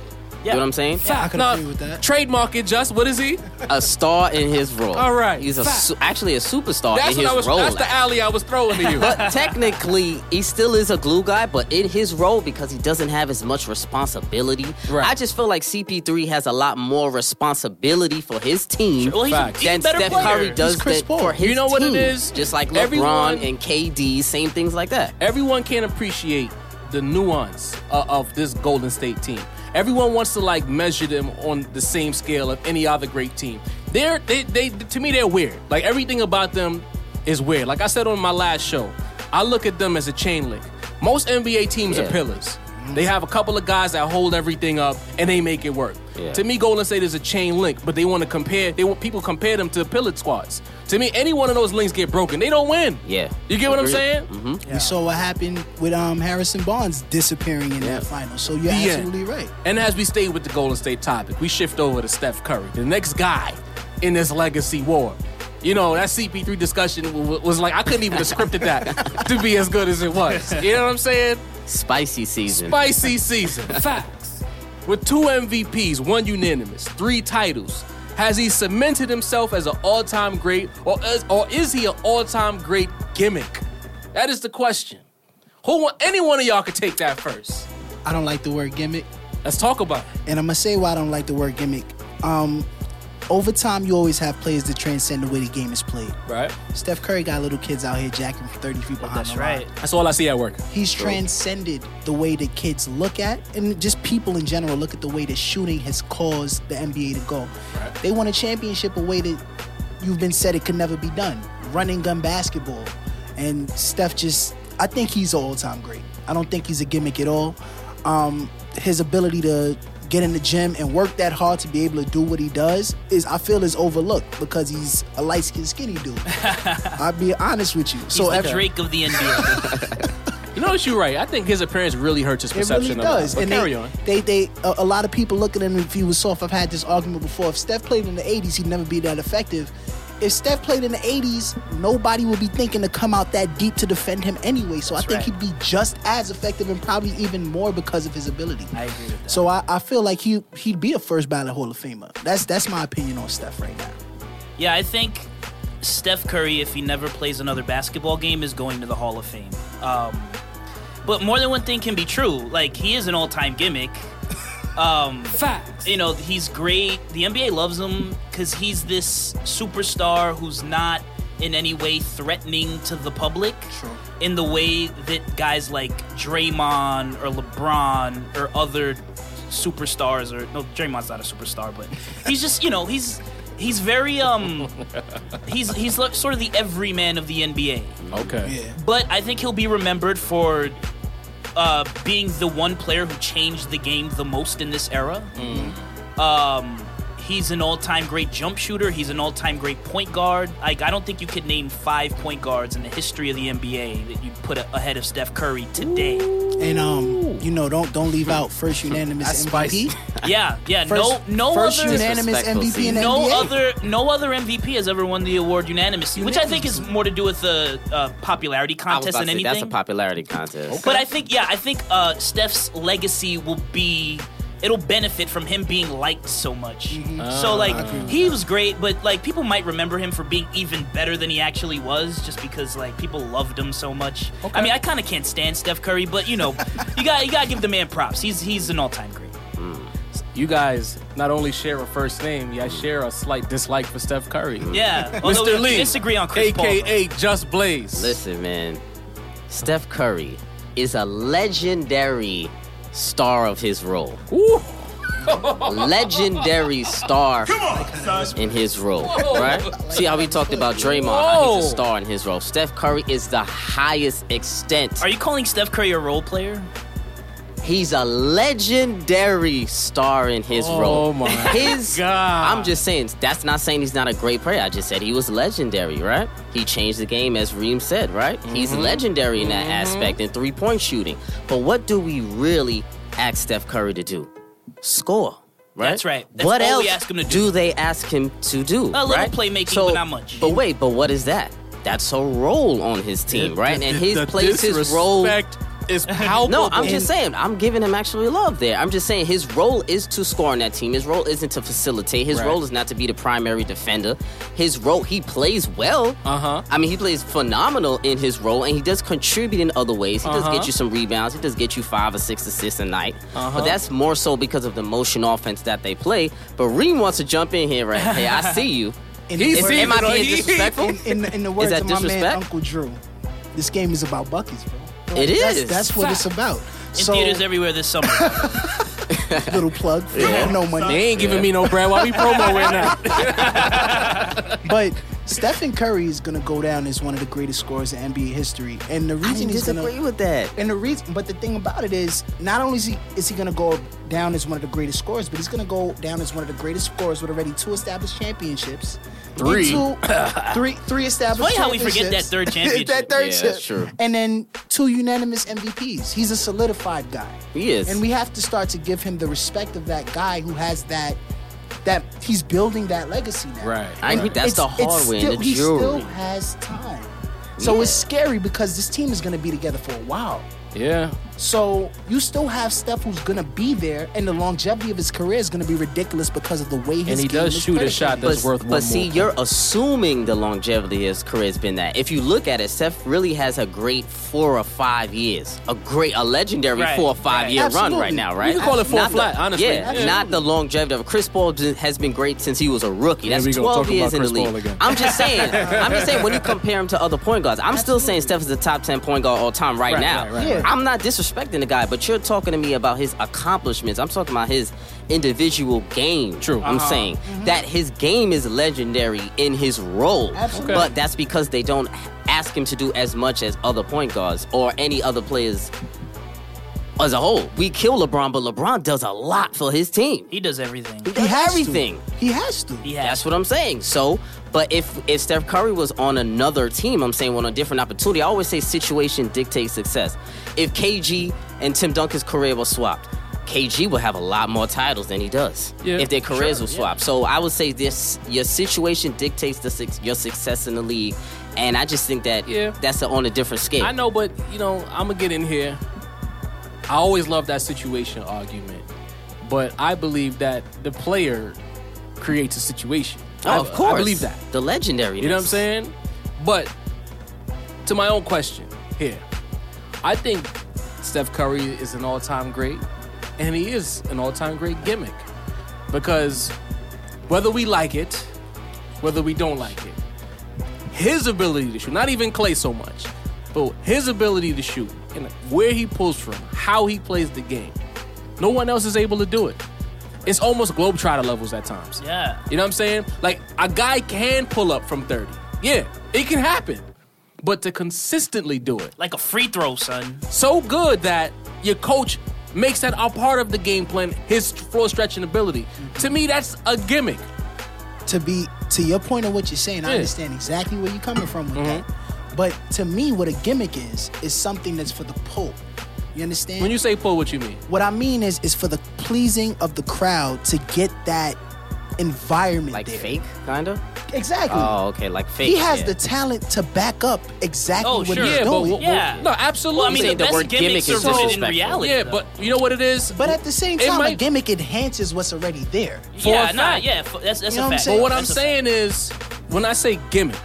Speaker 5: You know what I'm saying?
Speaker 6: I could
Speaker 1: Nah,
Speaker 6: agree with that.
Speaker 1: Trademark it, just what is he?
Speaker 5: A star in his role.
Speaker 1: All right,
Speaker 5: He's a
Speaker 1: fact.
Speaker 5: su- actually a superstar
Speaker 1: That's
Speaker 5: in
Speaker 1: what I
Speaker 5: his
Speaker 1: was.
Speaker 5: role.
Speaker 1: That's the alley I was throwing to you.
Speaker 5: but technically, he still is a glue guy, but in his role, because he doesn't have as much responsibility,
Speaker 1: Right.
Speaker 5: I just feel like CP3 has a lot more responsibility for his team
Speaker 4: Well, he's a,
Speaker 1: Facts.
Speaker 4: he's a
Speaker 5: than
Speaker 4: better
Speaker 5: Steph
Speaker 4: player.
Speaker 5: Curry does
Speaker 6: He's Chris
Speaker 5: that
Speaker 6: Paul.
Speaker 5: for his
Speaker 1: You know what it
Speaker 5: team.
Speaker 1: is?
Speaker 5: Just like LeBron
Speaker 1: Everyone-
Speaker 5: and KD, same things like that.
Speaker 1: everyone can't appreciate the nuance of, of this Golden State team. Everyone wants to like measure them on the same scale of any other great team. They're they, they to me they're weird. Like everything about them is weird. Like I said on my last show, I look at them as a chain link. Most NBA teams are
Speaker 5: Yeah.
Speaker 1: pillars. They have a couple of guys that hold everything up and they make it work.
Speaker 5: Yeah.
Speaker 1: To me, Golden State is a chain link, but they want to compare. They want people compare them to pillar squads. To me, any one of those links get broken, they don't win.
Speaker 5: Yeah.
Speaker 1: you get what I'm
Speaker 5: Agreed. Mm-hmm.
Speaker 1: saying?
Speaker 6: We saw what happened with um, Harrison Barnes disappearing in that final. So you're
Speaker 1: The
Speaker 6: absolutely
Speaker 1: end.
Speaker 6: right.
Speaker 1: And as we stay with the Golden State topic, we shift over to Steph Curry, the next guy in this legacy war. You know, that CP3 discussion w- w- was like, I couldn't even have scripted that to be as good as it was. You know what I'm saying?
Speaker 5: Spicy season.
Speaker 1: Spicy season. Facts. With two MVPs, one unanimous, three titles, has he cemented himself as an all time great, or is, or is he an all time great gimmick? That is the question. Who, wa- any one of y'all could take that first.
Speaker 6: I don't like the word gimmick.
Speaker 1: Let's talk about it.
Speaker 6: and I'm gonna say why I don't like the word gimmick. Um, over time, you always have players that transcend the way the game is played.
Speaker 1: Right.
Speaker 6: Stef Curry got little kids out here jacking from 30 feet behind
Speaker 4: That's
Speaker 6: the
Speaker 4: right.
Speaker 6: line.
Speaker 1: That's all I see at work.
Speaker 6: He's transcended the way that kids look at, and just people in general look at the way that shooting has caused the NBA to go. They won a championship a way that you've been said it could never be done. Running gun basketball. And Steph just, I think he's an all time great. I don't think he's a gimmick at all. Um, his ability to get in the gym and work that hard to be able to do what he does is, I feel, is overlooked because he's a light skinned, skinny dude. I'll be honest with you.
Speaker 4: He's
Speaker 6: so
Speaker 4: the
Speaker 6: every-
Speaker 4: Drake of the NBA.
Speaker 1: You know what? You're right. I think his appearance really hurts his
Speaker 6: It
Speaker 1: perception
Speaker 6: really
Speaker 1: of
Speaker 6: does.
Speaker 1: But
Speaker 6: and
Speaker 1: carry
Speaker 6: they,
Speaker 1: on.
Speaker 6: they, they, a, a lot of people look at him if he was soft. I've had this argument before. If Steph played in the '80s, he'd never be that effective. If Steph played in the '80s, nobody would be thinking to come out that deep to defend him anyway. So I think
Speaker 4: right.
Speaker 6: he'd be just as effective and probably even more because of his ability.
Speaker 4: I agree with that.
Speaker 6: So I, I feel like he he'd be a first ballot Hall of Famer. That's that's my opinion on Steph right now.
Speaker 4: Yeah, I think Steph Curry, if he never plays another basketball game, is going to the Hall of Fame. Um, but more than one thing can be true. Like he is an all-time gimmick. Um,
Speaker 1: Facts.
Speaker 4: you know he's great. The NBA loves him because he's this superstar who's not in any way threatening to the public. In the way that guys like Draymond or LeBron or other superstars or no, Draymond's not a superstar, but he's just you know he's he's very um he's he's like sort of the everyman of the NBA.
Speaker 1: Okay.
Speaker 4: But I think he'll be remembered for uh, being the one player who changed the game the most in this era.
Speaker 5: Mm.
Speaker 4: Um, he's an all-time great jump shooter. He's an all-time great point guard. Like I don't think you could name five point guards in the history of the NBA that you put a- ahead of Steph Curry today.
Speaker 6: And um, you know, don't don't leave out first unanimous MVP.
Speaker 4: Yeah, yeah.
Speaker 6: First,
Speaker 4: no, no
Speaker 6: first
Speaker 4: other.
Speaker 6: unanimous
Speaker 5: Disrespectful
Speaker 6: MVP in
Speaker 5: season.
Speaker 6: the
Speaker 4: no
Speaker 6: NBA.
Speaker 4: other no other MVP has ever won the award unanimously, which I think is more to do with the uh, popularity
Speaker 5: I was
Speaker 4: contest
Speaker 5: about to
Speaker 4: than
Speaker 5: say,
Speaker 4: anything.
Speaker 5: that's a popularity contest.
Speaker 4: But I think, yeah, I think uh, Steph's legacy will be. It'll benefit from him being liked so much. So like he was great, but like people might remember him for being even better than he actually was, just because like people loved him so much. I mean, I kind of can't stand Steph Curry, but you know, you got you got to give the man props. He's he's an all time great.
Speaker 1: You guys not only share a first name, you guys share a slight dislike for Steph Curry.
Speaker 4: Yeah, although
Speaker 1: Mr.
Speaker 4: we
Speaker 1: Lee,
Speaker 4: disagree on Chris Paul. though.
Speaker 1: aka Just Blaze.
Speaker 5: Listen, man, Steph Curry is a legendary star of his role.
Speaker 1: Ooh.
Speaker 5: legendary star in his role, right? See how we talked about Draymond, how he's a star in his role. Steph Curry is the highest extent.
Speaker 4: Are you calling Steph Curry a role player?
Speaker 5: He's a legendary star in his
Speaker 1: Oh
Speaker 5: role.
Speaker 1: my
Speaker 5: his,
Speaker 1: God.
Speaker 5: I'm just saying, that's not saying he's not a great player. I just said he was legendary, right? He changed the game, as Reem said, right? He's
Speaker 4: Mm-hmm.
Speaker 5: legendary in that aspect in three point shooting. But what do we really ask Steph Curry to do? Score. Right?
Speaker 4: That's right. That's
Speaker 5: what
Speaker 4: all
Speaker 5: else
Speaker 4: we ask him to do.
Speaker 5: they ask him to do?
Speaker 4: little
Speaker 5: right?
Speaker 4: playmaking, but not much.
Speaker 5: But wait, but what is that? That's a role on his team, right? And his
Speaker 1: The
Speaker 5: plays his role
Speaker 1: disrespect It's
Speaker 6: Oh,
Speaker 1: palpable.
Speaker 5: No, I'm just saying, I'm giving him actually love there. I'm just saying his role is to score on that team. His role isn't to facilitate. His
Speaker 1: Right.
Speaker 5: role is not to be the primary defender. His role, he plays well. Uh
Speaker 6: Uh-huh.
Speaker 5: huh. I mean, he plays phenomenal in his role, and he does contribute in other ways. He does
Speaker 6: Uh-huh.
Speaker 5: get you some rebounds. He does get you five or six assists a night. But that's more so because of the motion offense that they play. But Reem wants to jump in here right Hey, I see you.
Speaker 6: In
Speaker 1: He
Speaker 6: the
Speaker 5: Is,
Speaker 6: word-
Speaker 1: see-
Speaker 5: am I being
Speaker 1: He-
Speaker 5: disrespectful?
Speaker 6: in, in, the- in the words
Speaker 5: Oh. that
Speaker 6: of my man
Speaker 5: disrespect?
Speaker 6: Uncle Drew, this game is about buckets, bro.
Speaker 5: It
Speaker 6: that's,
Speaker 5: is.
Speaker 6: That's what it's about.
Speaker 4: In
Speaker 6: So,
Speaker 4: theaters everywhere this summer.
Speaker 6: little plug for no money.
Speaker 1: They ain't giving me no bread while we promo right now.
Speaker 6: But Stephen Curry is gonna go down as one of the greatest scorers in NBA history, and the
Speaker 5: I
Speaker 6: reason he's
Speaker 5: disagree
Speaker 6: gonna
Speaker 5: with that.
Speaker 6: and the reason, but the thing about it is, not only is he is he gonna go down as one of the greatest scorers, but he's gonna go down as one of the greatest scorers with already two established championships, and
Speaker 1: Three.
Speaker 6: two, three, three established.
Speaker 4: funny how we forget that third
Speaker 6: championships. that
Speaker 4: championship.
Speaker 6: third
Speaker 5: Yeah,
Speaker 6: chip.
Speaker 5: that's true.
Speaker 6: and then two unanimous MVPs. He's a solidified guy.
Speaker 5: He is.
Speaker 6: and we have to start to give him the respect of that guy who has that. That he's building that legacy now.
Speaker 1: Right.
Speaker 5: I agree. That's the
Speaker 6: It's- it's
Speaker 5: hard way
Speaker 6: still-
Speaker 5: and the
Speaker 6: He still
Speaker 5: jewelry.
Speaker 6: has time. So
Speaker 5: Yeah.
Speaker 6: it's scary because this team is going to be together for a while.
Speaker 1: Yeah.
Speaker 6: So you still have Steph who's going to be there, and the longevity of his career is going to be ridiculous because of the way his
Speaker 1: And he
Speaker 6: game
Speaker 1: does
Speaker 6: is
Speaker 1: shoot a shot
Speaker 6: predicated.
Speaker 1: that's
Speaker 5: but,
Speaker 1: worth one
Speaker 5: but see,
Speaker 1: more.
Speaker 5: you're assuming the longevity of his career has been that. If you look at it, Steph really has a great four or five years, a great, a legendary
Speaker 4: Right,
Speaker 5: four or five
Speaker 4: right.
Speaker 5: year
Speaker 6: Absolutely.
Speaker 5: run right now,
Speaker 6: You
Speaker 5: right?
Speaker 1: could call it four
Speaker 5: Not the-
Speaker 1: flat, honestly.
Speaker 5: Yeah,
Speaker 1: Absolutely.
Speaker 5: not the longevity of Chris Paul j- has been great since he was a rookie.
Speaker 1: Here
Speaker 5: That's
Speaker 1: we go,
Speaker 5: 12
Speaker 1: talking
Speaker 5: years
Speaker 1: about
Speaker 5: in the
Speaker 1: Chris
Speaker 5: league.
Speaker 1: Paul again.
Speaker 5: I'm just saying. I'm just saying when you compare him to other point guards, I'm still saying Steph is the top 10 point guard all time right,
Speaker 1: Right,
Speaker 5: now.
Speaker 1: right, right,
Speaker 6: Yeah. right.
Speaker 5: I'm not disrespecting the guy, but you're talking to me about his accomplishments. I'm talking about his individual game.
Speaker 1: True.
Speaker 5: I'm saying that his game is legendary in his role.
Speaker 6: Absolutely.
Speaker 5: But that's because they don't ask him to do as much as other point guards or any other players as a whole. We kill LeBron, but LeBron does a lot for his team.
Speaker 4: He does everything.
Speaker 5: He
Speaker 6: He
Speaker 5: does
Speaker 6: has
Speaker 5: everything.
Speaker 6: To. He has to.
Speaker 4: He has.
Speaker 5: That's what I'm saying. So, but if if Steph Curry was on another team, I'm saying on a different opportunity. I always say situation dictates success. If KG and Tim Duncan's career was swapped, KG would have a lot more titles than he does.
Speaker 1: Yeah,
Speaker 5: if their careers were swapped, so I would say this: your situation dictates the suc- your success in the league. And I just think that
Speaker 1: Yeah.
Speaker 5: that's a, on a different scale.
Speaker 1: I know, but you know, I'm gonna get in here. I always love that situation argument, but I believe that the player creates a situation. I-
Speaker 5: Oh, of course,
Speaker 1: I believe that.
Speaker 5: the legendary.
Speaker 1: You know what I'm saying? But to my own question here, I think Steph Curry is an all-time great, and he is an all-time great gimmick because whether we like it, whether we don't like it, his ability to shoot, not even Clay so much, but his ability to shoot and where he pulls from, how he plays the game, no one else is able to do it. It's almost globetrotter levels at times.
Speaker 4: Yeah.
Speaker 1: You know what I'm saying? Like a guy can pull up from 30. Yeah, it can happen. But to consistently do it
Speaker 4: Like a free throw, son.
Speaker 1: so good that your coach makes that a part of the game plan, his floor stretching ability. To me, that's a gimmick.
Speaker 6: to be to your point of what you're saying, I
Speaker 1: Yeah. Mm-hmm.
Speaker 6: understand exactly where you're coming from with that. But to me, what a gimmick is is something that's for the pull. You understand?
Speaker 1: When you say pull, what you mean?
Speaker 6: what I mean is is for the pleasing of the crowd to get that environment
Speaker 5: Like
Speaker 6: there.
Speaker 5: fake, kinda.
Speaker 6: Exactly.
Speaker 5: Oh, okay, like fake.
Speaker 6: he has
Speaker 5: yeah.
Speaker 6: the talent to back up exactly
Speaker 4: Oh,
Speaker 6: what
Speaker 4: sure.
Speaker 6: he's
Speaker 1: Yeah, but
Speaker 6: doing.
Speaker 1: wh- wh-
Speaker 4: Yeah.
Speaker 1: no, absolutely.
Speaker 4: Well, I mean,
Speaker 5: saying the
Speaker 4: the best
Speaker 5: word
Speaker 4: gimmicks
Speaker 5: gimmick
Speaker 4: are
Speaker 5: is
Speaker 4: rooted in
Speaker 5: disrespectful.
Speaker 4: reality.
Speaker 1: yeah,
Speaker 4: though.
Speaker 1: but you know what it is?
Speaker 6: but at the same
Speaker 1: It
Speaker 6: time, a
Speaker 1: might-
Speaker 6: gimmick enhances what's already there.
Speaker 1: for
Speaker 4: yeah,
Speaker 1: a
Speaker 4: nah,
Speaker 1: fact.
Speaker 4: yeah, f- that's that's
Speaker 6: You know
Speaker 4: a
Speaker 6: what I'm
Speaker 4: fact.
Speaker 6: saying?
Speaker 1: But what I'm
Speaker 4: That's a Mm-hmm.
Speaker 1: saying is, when I say gimmick,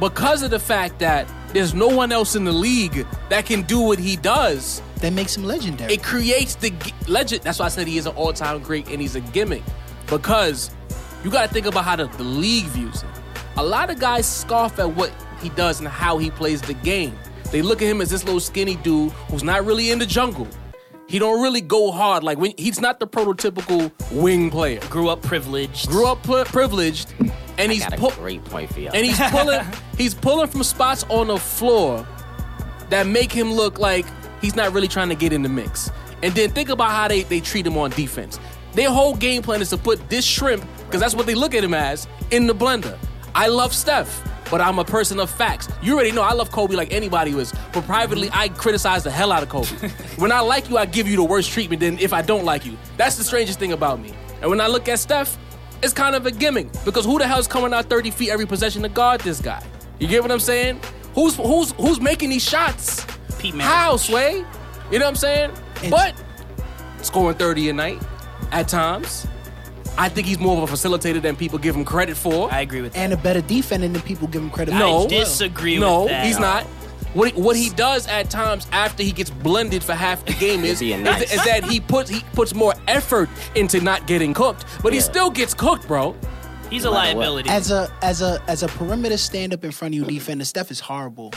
Speaker 1: because of the fact that there's no one else in the league that can do what he does,
Speaker 6: That makes him legendary.
Speaker 1: it creates the gi- legend. That's why I said he is an all time great and he's a gimmick because you got to think about how the, the league views him. A lot of guys scoff at what he does and how he plays the game. They look at him as this little skinny dude who's not really in the jungle. He don't really go hard. Like when he's not the prototypical wing player.
Speaker 4: grew up privileged.
Speaker 1: Grew up pri- privileged, and he's
Speaker 5: Got a
Speaker 1: pu-
Speaker 5: great point for you.
Speaker 1: and he's pulling he's pulling from spots on the floor that make him look like he's not really trying to get in the mix. And then think about how they, they treat him on defense. Their whole game plan is to put this shrimp, because that's what they look at him as, in the blender. I love Steph, but I'm a person of facts. You already know I love Kobe like anybody was, but privately I criticize the hell out of Kobe. when I like you, I give you the worst treatment than if I don't like you. That's the strangest thing about me. And when I look at Steph, it's kind of a gimmick because who the hell's coming out 30 feet every possession to guard this guy? You get what I'm saying? Who's who's who's making these shots?
Speaker 4: Pete Maravich.
Speaker 1: How, Sway? You know what I'm saying? but scoring 30 a night at times. I think he's more of a facilitator than people give him credit for.
Speaker 4: I agree with that.
Speaker 6: and a better defender than people give him credit
Speaker 1: no,
Speaker 6: for.
Speaker 4: disagree
Speaker 1: no,
Speaker 4: with that.
Speaker 1: he's not. What he, what he does at times after he gets blended for half the game is,
Speaker 5: Being
Speaker 1: is-
Speaker 5: nice.
Speaker 1: is that he puts he puts more effort into not getting cooked, but he
Speaker 5: Yeah.
Speaker 1: still gets cooked, bro.
Speaker 4: He's a
Speaker 5: matter what.
Speaker 4: liability.
Speaker 6: As a as a as a perimeter stand up in front of you defender, Steph is horrible.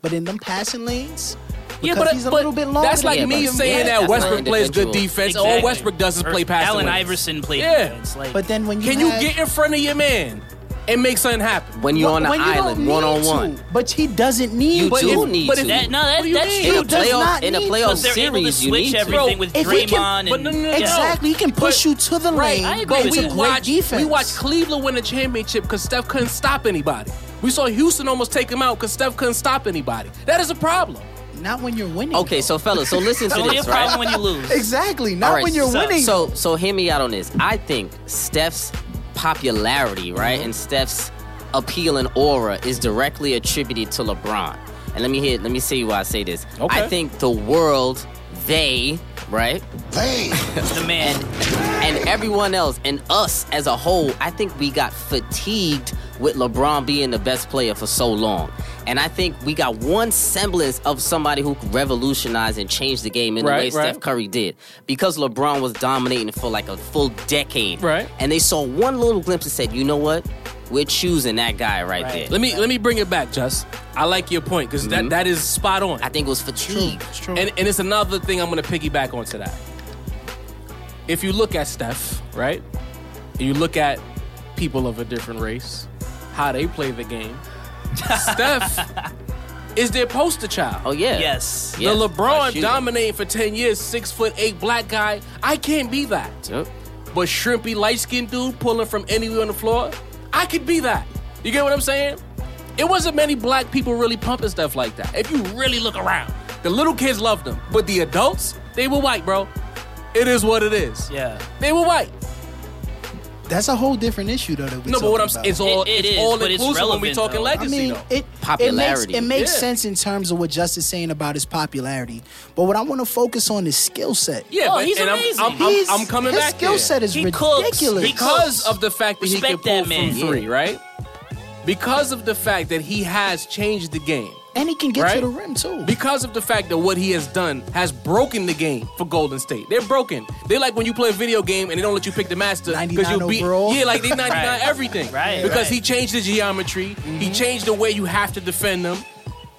Speaker 6: But in them passing lanes, because
Speaker 1: Yeah, but,
Speaker 6: he's a
Speaker 1: but
Speaker 6: little bit longer.
Speaker 1: that's like
Speaker 6: than
Speaker 5: Yeah,
Speaker 1: me
Speaker 6: you.
Speaker 5: but-
Speaker 1: saying
Speaker 5: yeah,
Speaker 1: that
Speaker 5: that's
Speaker 1: Westbrook
Speaker 5: not
Speaker 1: plays good
Speaker 5: individual.
Speaker 1: defense.
Speaker 4: Exactly.
Speaker 1: All Westbrook does is
Speaker 4: Or
Speaker 1: play passing.
Speaker 4: Allen
Speaker 1: lanes.
Speaker 4: Iverson played
Speaker 1: Yeah.
Speaker 4: defense. Like,
Speaker 6: But then when you
Speaker 1: Can you
Speaker 6: have-
Speaker 1: get in front of your man and make something happen?
Speaker 5: When you're on an
Speaker 6: when you don't
Speaker 5: island,
Speaker 6: need
Speaker 5: one on one,
Speaker 6: to, but he doesn't need
Speaker 5: You
Speaker 6: to.
Speaker 5: do
Speaker 1: if-
Speaker 5: need
Speaker 1: but
Speaker 5: to.
Speaker 1: if-
Speaker 4: that, no,
Speaker 1: What
Speaker 4: that,
Speaker 1: do you
Speaker 4: that's
Speaker 1: mean?
Speaker 5: in
Speaker 6: He
Speaker 5: a
Speaker 6: does
Speaker 5: playoff
Speaker 6: not
Speaker 5: in a
Speaker 6: need
Speaker 5: playoff
Speaker 6: to.
Speaker 4: But they're able to
Speaker 5: series, you
Speaker 4: switch
Speaker 5: need
Speaker 4: everything
Speaker 5: to.
Speaker 4: with
Speaker 6: If we
Speaker 4: Draymond
Speaker 6: can-
Speaker 4: and
Speaker 1: but no, no, no, no.
Speaker 6: Exactly, he can push
Speaker 1: But-
Speaker 6: you to the
Speaker 1: Right,
Speaker 6: lane.
Speaker 4: I agree
Speaker 1: But
Speaker 4: with
Speaker 1: we
Speaker 4: that.
Speaker 6: Great
Speaker 1: watched
Speaker 6: defense.
Speaker 1: we watched Cleveland win the championship because Steph couldn't stop anybody. We saw Houston almost take him out because Steph couldn't stop anybody. That is a problem.
Speaker 6: Not when you're winning.
Speaker 5: Okay, so fellas, so listen
Speaker 4: It's
Speaker 5: to
Speaker 4: only a
Speaker 5: this, right?
Speaker 4: problem when you lose.
Speaker 6: exactly, not
Speaker 5: All right,
Speaker 6: when you're
Speaker 4: so-
Speaker 6: winning.
Speaker 5: So so hear me out on this. I think Steph's popularity, right, and Steph's appeal and aura is directly attributed to LeBron. And let me hear let me see why I say this.
Speaker 1: Okay.
Speaker 5: I think the world, they, right?
Speaker 4: The man.
Speaker 5: and everyone else and us as a whole, I think we got fatigued with LeBron being the best player for so long. And I think we got one semblance of somebody who could revolutionize and change the game in
Speaker 1: Right,
Speaker 5: the way
Speaker 1: right.
Speaker 5: Steph Curry did. Because LeBron was dominating for like a full decade.
Speaker 1: Right.
Speaker 5: And they saw one little glimpse and said, you know what? We're choosing that guy right,
Speaker 4: Right.
Speaker 5: there.
Speaker 1: Let me let me bring it back, Just. I like your point because
Speaker 4: Mm-hmm.
Speaker 1: that, that is spot on.
Speaker 5: I think it was fatigue.
Speaker 6: It's true.
Speaker 1: And, and it's another thing I'm going to piggyback onto that. If you look at Steph, right? And you look at people of a different race, how they play the game. Steph is their poster child.
Speaker 5: Oh yeah.
Speaker 4: Yes.
Speaker 5: Yeah. Yes,
Speaker 1: The
Speaker 5: by
Speaker 1: LeBron
Speaker 5: shooting.
Speaker 1: dominating for 10 years, six foot eight black guy. I can't be that.
Speaker 5: Yep.
Speaker 1: But shrimpy, light skinned dude pulling from anywhere on the floor, I could be that. You get what I'm saying? It wasn't many black people really pumping stuff like that. If you really look around, the little kids loved them, but the adults, they were white, bro. It is what it is.
Speaker 4: Yeah.
Speaker 1: They were white.
Speaker 6: that's a whole different issue, though. That we're
Speaker 1: no, but what I'm
Speaker 6: talking
Speaker 1: saying, it's all
Speaker 6: about.
Speaker 4: It- it
Speaker 1: it's
Speaker 4: is,
Speaker 1: all
Speaker 4: but it's
Speaker 1: inclusive when we
Speaker 4: relevant,
Speaker 1: talking
Speaker 4: though.
Speaker 1: legacy.
Speaker 6: I mean,
Speaker 1: though.
Speaker 6: it
Speaker 5: Popularity.
Speaker 6: It makes, it makes
Speaker 1: Yeah.
Speaker 6: sense in terms of what Justice saying about his popularity. But what I want to focus on is skill set.
Speaker 1: yeah,
Speaker 4: Oh,
Speaker 1: but,
Speaker 4: he's
Speaker 1: and I'm-
Speaker 4: amazing.
Speaker 1: I'm, I'm,
Speaker 6: He's-
Speaker 1: I'm coming
Speaker 6: his
Speaker 1: back.
Speaker 6: skill
Speaker 1: there.
Speaker 6: set is
Speaker 4: He cooks.
Speaker 6: ridiculous.
Speaker 4: He
Speaker 1: because
Speaker 4: close.
Speaker 1: of the fact that he can
Speaker 4: Respect
Speaker 1: pull
Speaker 4: that
Speaker 1: from
Speaker 4: man.
Speaker 1: three, right? Because of the fact that he has changed the game.
Speaker 6: and he can get
Speaker 1: Right?
Speaker 6: to the rim too.
Speaker 1: Because of the fact that what he has done has broken the game for Golden State. They're broken. They like when you play a video game and they don't let you pick the master
Speaker 6: 99
Speaker 1: you'll be
Speaker 6: overall.
Speaker 1: yeah, like they 99
Speaker 4: Right.
Speaker 1: everything.
Speaker 4: Right,
Speaker 1: Because
Speaker 4: right.
Speaker 1: he changed the geometry.
Speaker 6: Mm-hmm.
Speaker 1: He changed the way you have to defend them.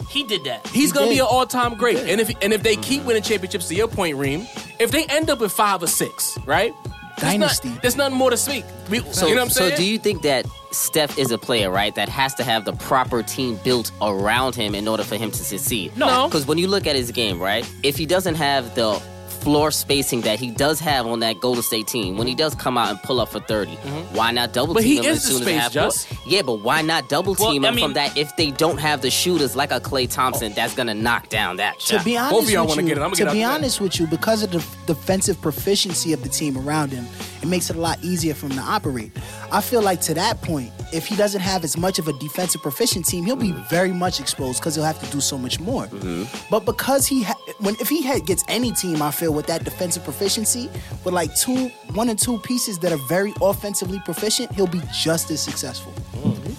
Speaker 4: He did that.
Speaker 1: He's
Speaker 6: He
Speaker 1: gonna be
Speaker 6: did.
Speaker 1: an all-time great. And if and if they keep winning championships, to your point, Reem, if they end up with five or six, right? There's not-
Speaker 6: Dynasty.
Speaker 1: there's nothing more to speak. We-
Speaker 5: So,
Speaker 1: you know what I'm saying?
Speaker 5: so do you think that Steph is a player, right, that has to have the proper team built around him in order for him to succeed?
Speaker 1: No.
Speaker 5: Because when you look at his game, right, if he doesn't have the floor spacing that he does have on that Golden State team, when he does come out and pull up for 30, why not double
Speaker 1: Mm-hmm. But he
Speaker 5: team him
Speaker 1: is
Speaker 5: as
Speaker 1: the
Speaker 5: soon
Speaker 1: space,
Speaker 5: as they have
Speaker 1: Just.
Speaker 5: ball? Yeah, but why not double
Speaker 4: Well,
Speaker 5: team
Speaker 4: I
Speaker 5: him
Speaker 4: mean-
Speaker 5: from that if they don't have the shooters like a Clay Thompson that's going to knock down that shot?
Speaker 6: to be
Speaker 1: of
Speaker 6: honest
Speaker 1: y'all
Speaker 6: with
Speaker 1: wanna
Speaker 6: you,
Speaker 1: get it. I'ma
Speaker 6: to
Speaker 1: get out
Speaker 6: be
Speaker 1: the way.
Speaker 6: honest with you, because of the defensive proficiency of the team around him, it makes it a lot easier for him to operate. I feel like to that point, if he doesn't have as much of a defensive proficient team, he'll be very much exposed because he'll have to do so much more.
Speaker 1: Mm-hmm.
Speaker 6: But because he, ha- when if he had, gets any team, I feel with that defensive proficiency, with like two, one or two pieces that are very offensively proficient, he'll be just as successful.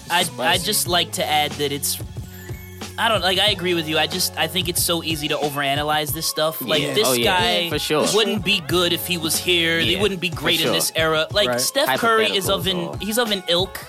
Speaker 4: I I just like to add that it's. I don't like. I agree with you. I just I think it's so easy to overanalyze this stuff. Like
Speaker 5: Yeah.
Speaker 4: this
Speaker 5: Oh, yeah.
Speaker 4: guy
Speaker 5: Yeah, for sure.
Speaker 4: wouldn't be good if he was here. He
Speaker 5: Yeah,
Speaker 4: wouldn't be great
Speaker 5: for
Speaker 4: in this era. Like
Speaker 1: Right.
Speaker 4: Steph Curry is
Speaker 5: Hypotheticals
Speaker 4: of an
Speaker 5: or-
Speaker 4: he's of an ilk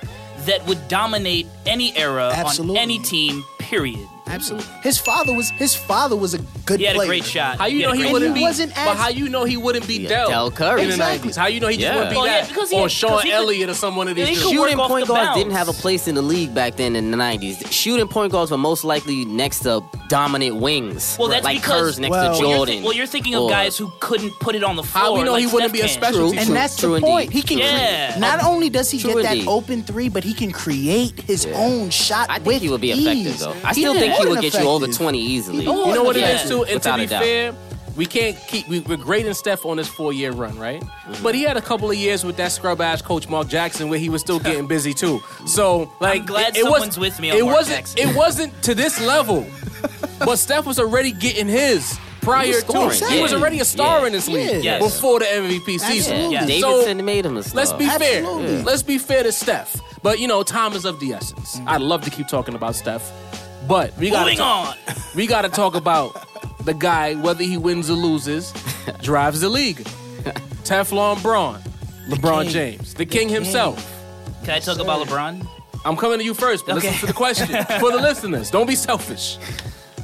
Speaker 4: that would dominate any era
Speaker 6: Absolutely.
Speaker 4: on any team. Period.
Speaker 6: Absolutely, his father was his father was a good
Speaker 4: He had
Speaker 6: player.
Speaker 4: a great shot.
Speaker 1: How you know
Speaker 4: had a
Speaker 1: he
Speaker 4: great
Speaker 1: wouldn't
Speaker 4: shot.
Speaker 1: be?
Speaker 6: wasn't
Speaker 1: but
Speaker 6: as-
Speaker 1: how you know he wouldn't be
Speaker 5: Yeah,
Speaker 1: Del,
Speaker 5: Del Curry.
Speaker 1: in the
Speaker 6: Exactly.
Speaker 1: nineties? How you know he just
Speaker 5: Yeah.
Speaker 1: wouldn't be
Speaker 4: Well, yeah,
Speaker 1: that?
Speaker 4: because he
Speaker 1: or
Speaker 4: had-
Speaker 1: Sean
Speaker 4: because he could-
Speaker 1: Elliott or someone in his
Speaker 4: he could
Speaker 1: shoe.
Speaker 4: work
Speaker 5: shooting
Speaker 4: off
Speaker 5: point
Speaker 4: the
Speaker 5: guards
Speaker 4: bounce.
Speaker 5: didn't have a place in the league back then in the 90s. Shooting point guards were most likely next to dominant wings.
Speaker 4: Well, that's
Speaker 5: like
Speaker 4: because-
Speaker 5: Kerr's next
Speaker 6: Well-
Speaker 5: to
Speaker 4: Well, you're
Speaker 5: Jordan.
Speaker 4: thi- well, you're thinking of
Speaker 5: or-
Speaker 4: guys who couldn't put it on the floor.
Speaker 1: How we know
Speaker 4: like
Speaker 1: he wouldn't
Speaker 4: Steph
Speaker 1: be a
Speaker 4: can.
Speaker 1: specialty?
Speaker 6: And
Speaker 5: True,
Speaker 6: that's
Speaker 5: true
Speaker 6: the
Speaker 5: indeed. Oh,
Speaker 6: point. He can
Speaker 4: Yeah.
Speaker 6: create. Not only does he
Speaker 5: True
Speaker 6: get that
Speaker 5: indeed.
Speaker 6: open three, but he can create his own shot.
Speaker 5: I think
Speaker 6: with
Speaker 5: he would be
Speaker 6: ease.
Speaker 5: effective though. I
Speaker 6: He
Speaker 5: still
Speaker 6: is
Speaker 5: think he
Speaker 6: more
Speaker 5: would
Speaker 6: than
Speaker 5: get you over
Speaker 6: effective.
Speaker 5: 20 easily.
Speaker 6: Oh,
Speaker 1: You know what it
Speaker 4: Yeah.
Speaker 1: is too. And
Speaker 5: Without
Speaker 1: to
Speaker 5: a
Speaker 1: be
Speaker 5: doubt.
Speaker 1: fair, we can't keep. We, we're grading Steph on his four year run, right? But he had a couple of years with that scrub ass coach Mark Jackson, where he was still getting busy too. So like,
Speaker 4: glad
Speaker 1: it, it was-
Speaker 4: someone's with me on
Speaker 1: it
Speaker 4: Mark
Speaker 1: wasn't.
Speaker 4: Jackson.
Speaker 1: It wasn't to this level. but Steph was already getting his prior
Speaker 5: was
Speaker 1: to.
Speaker 5: scoring,
Speaker 1: He was
Speaker 5: yeah.
Speaker 1: already a star
Speaker 5: Yeah.
Speaker 1: in this league
Speaker 4: Yes.
Speaker 1: before the MVP season.
Speaker 5: Yeah,
Speaker 6: Absolutely.
Speaker 5: yeah.
Speaker 1: So,
Speaker 5: Davidson made him a star.
Speaker 1: Let's be
Speaker 6: Absolutely.
Speaker 1: fair. Let's be fair to Steph. But you know, time is of the essence. I'd love to keep talking about Steph, but we got
Speaker 4: Moving on.
Speaker 1: we got to talk about the guy, whether he wins or loses, drives the league. Teflon Braun, LeBron
Speaker 6: king.
Speaker 1: James, the king himself.
Speaker 4: Can I talk about LeBron?
Speaker 1: I'm coming to you first, but listen
Speaker 4: Okay.
Speaker 1: to the question for the listeners. Don't be selfish.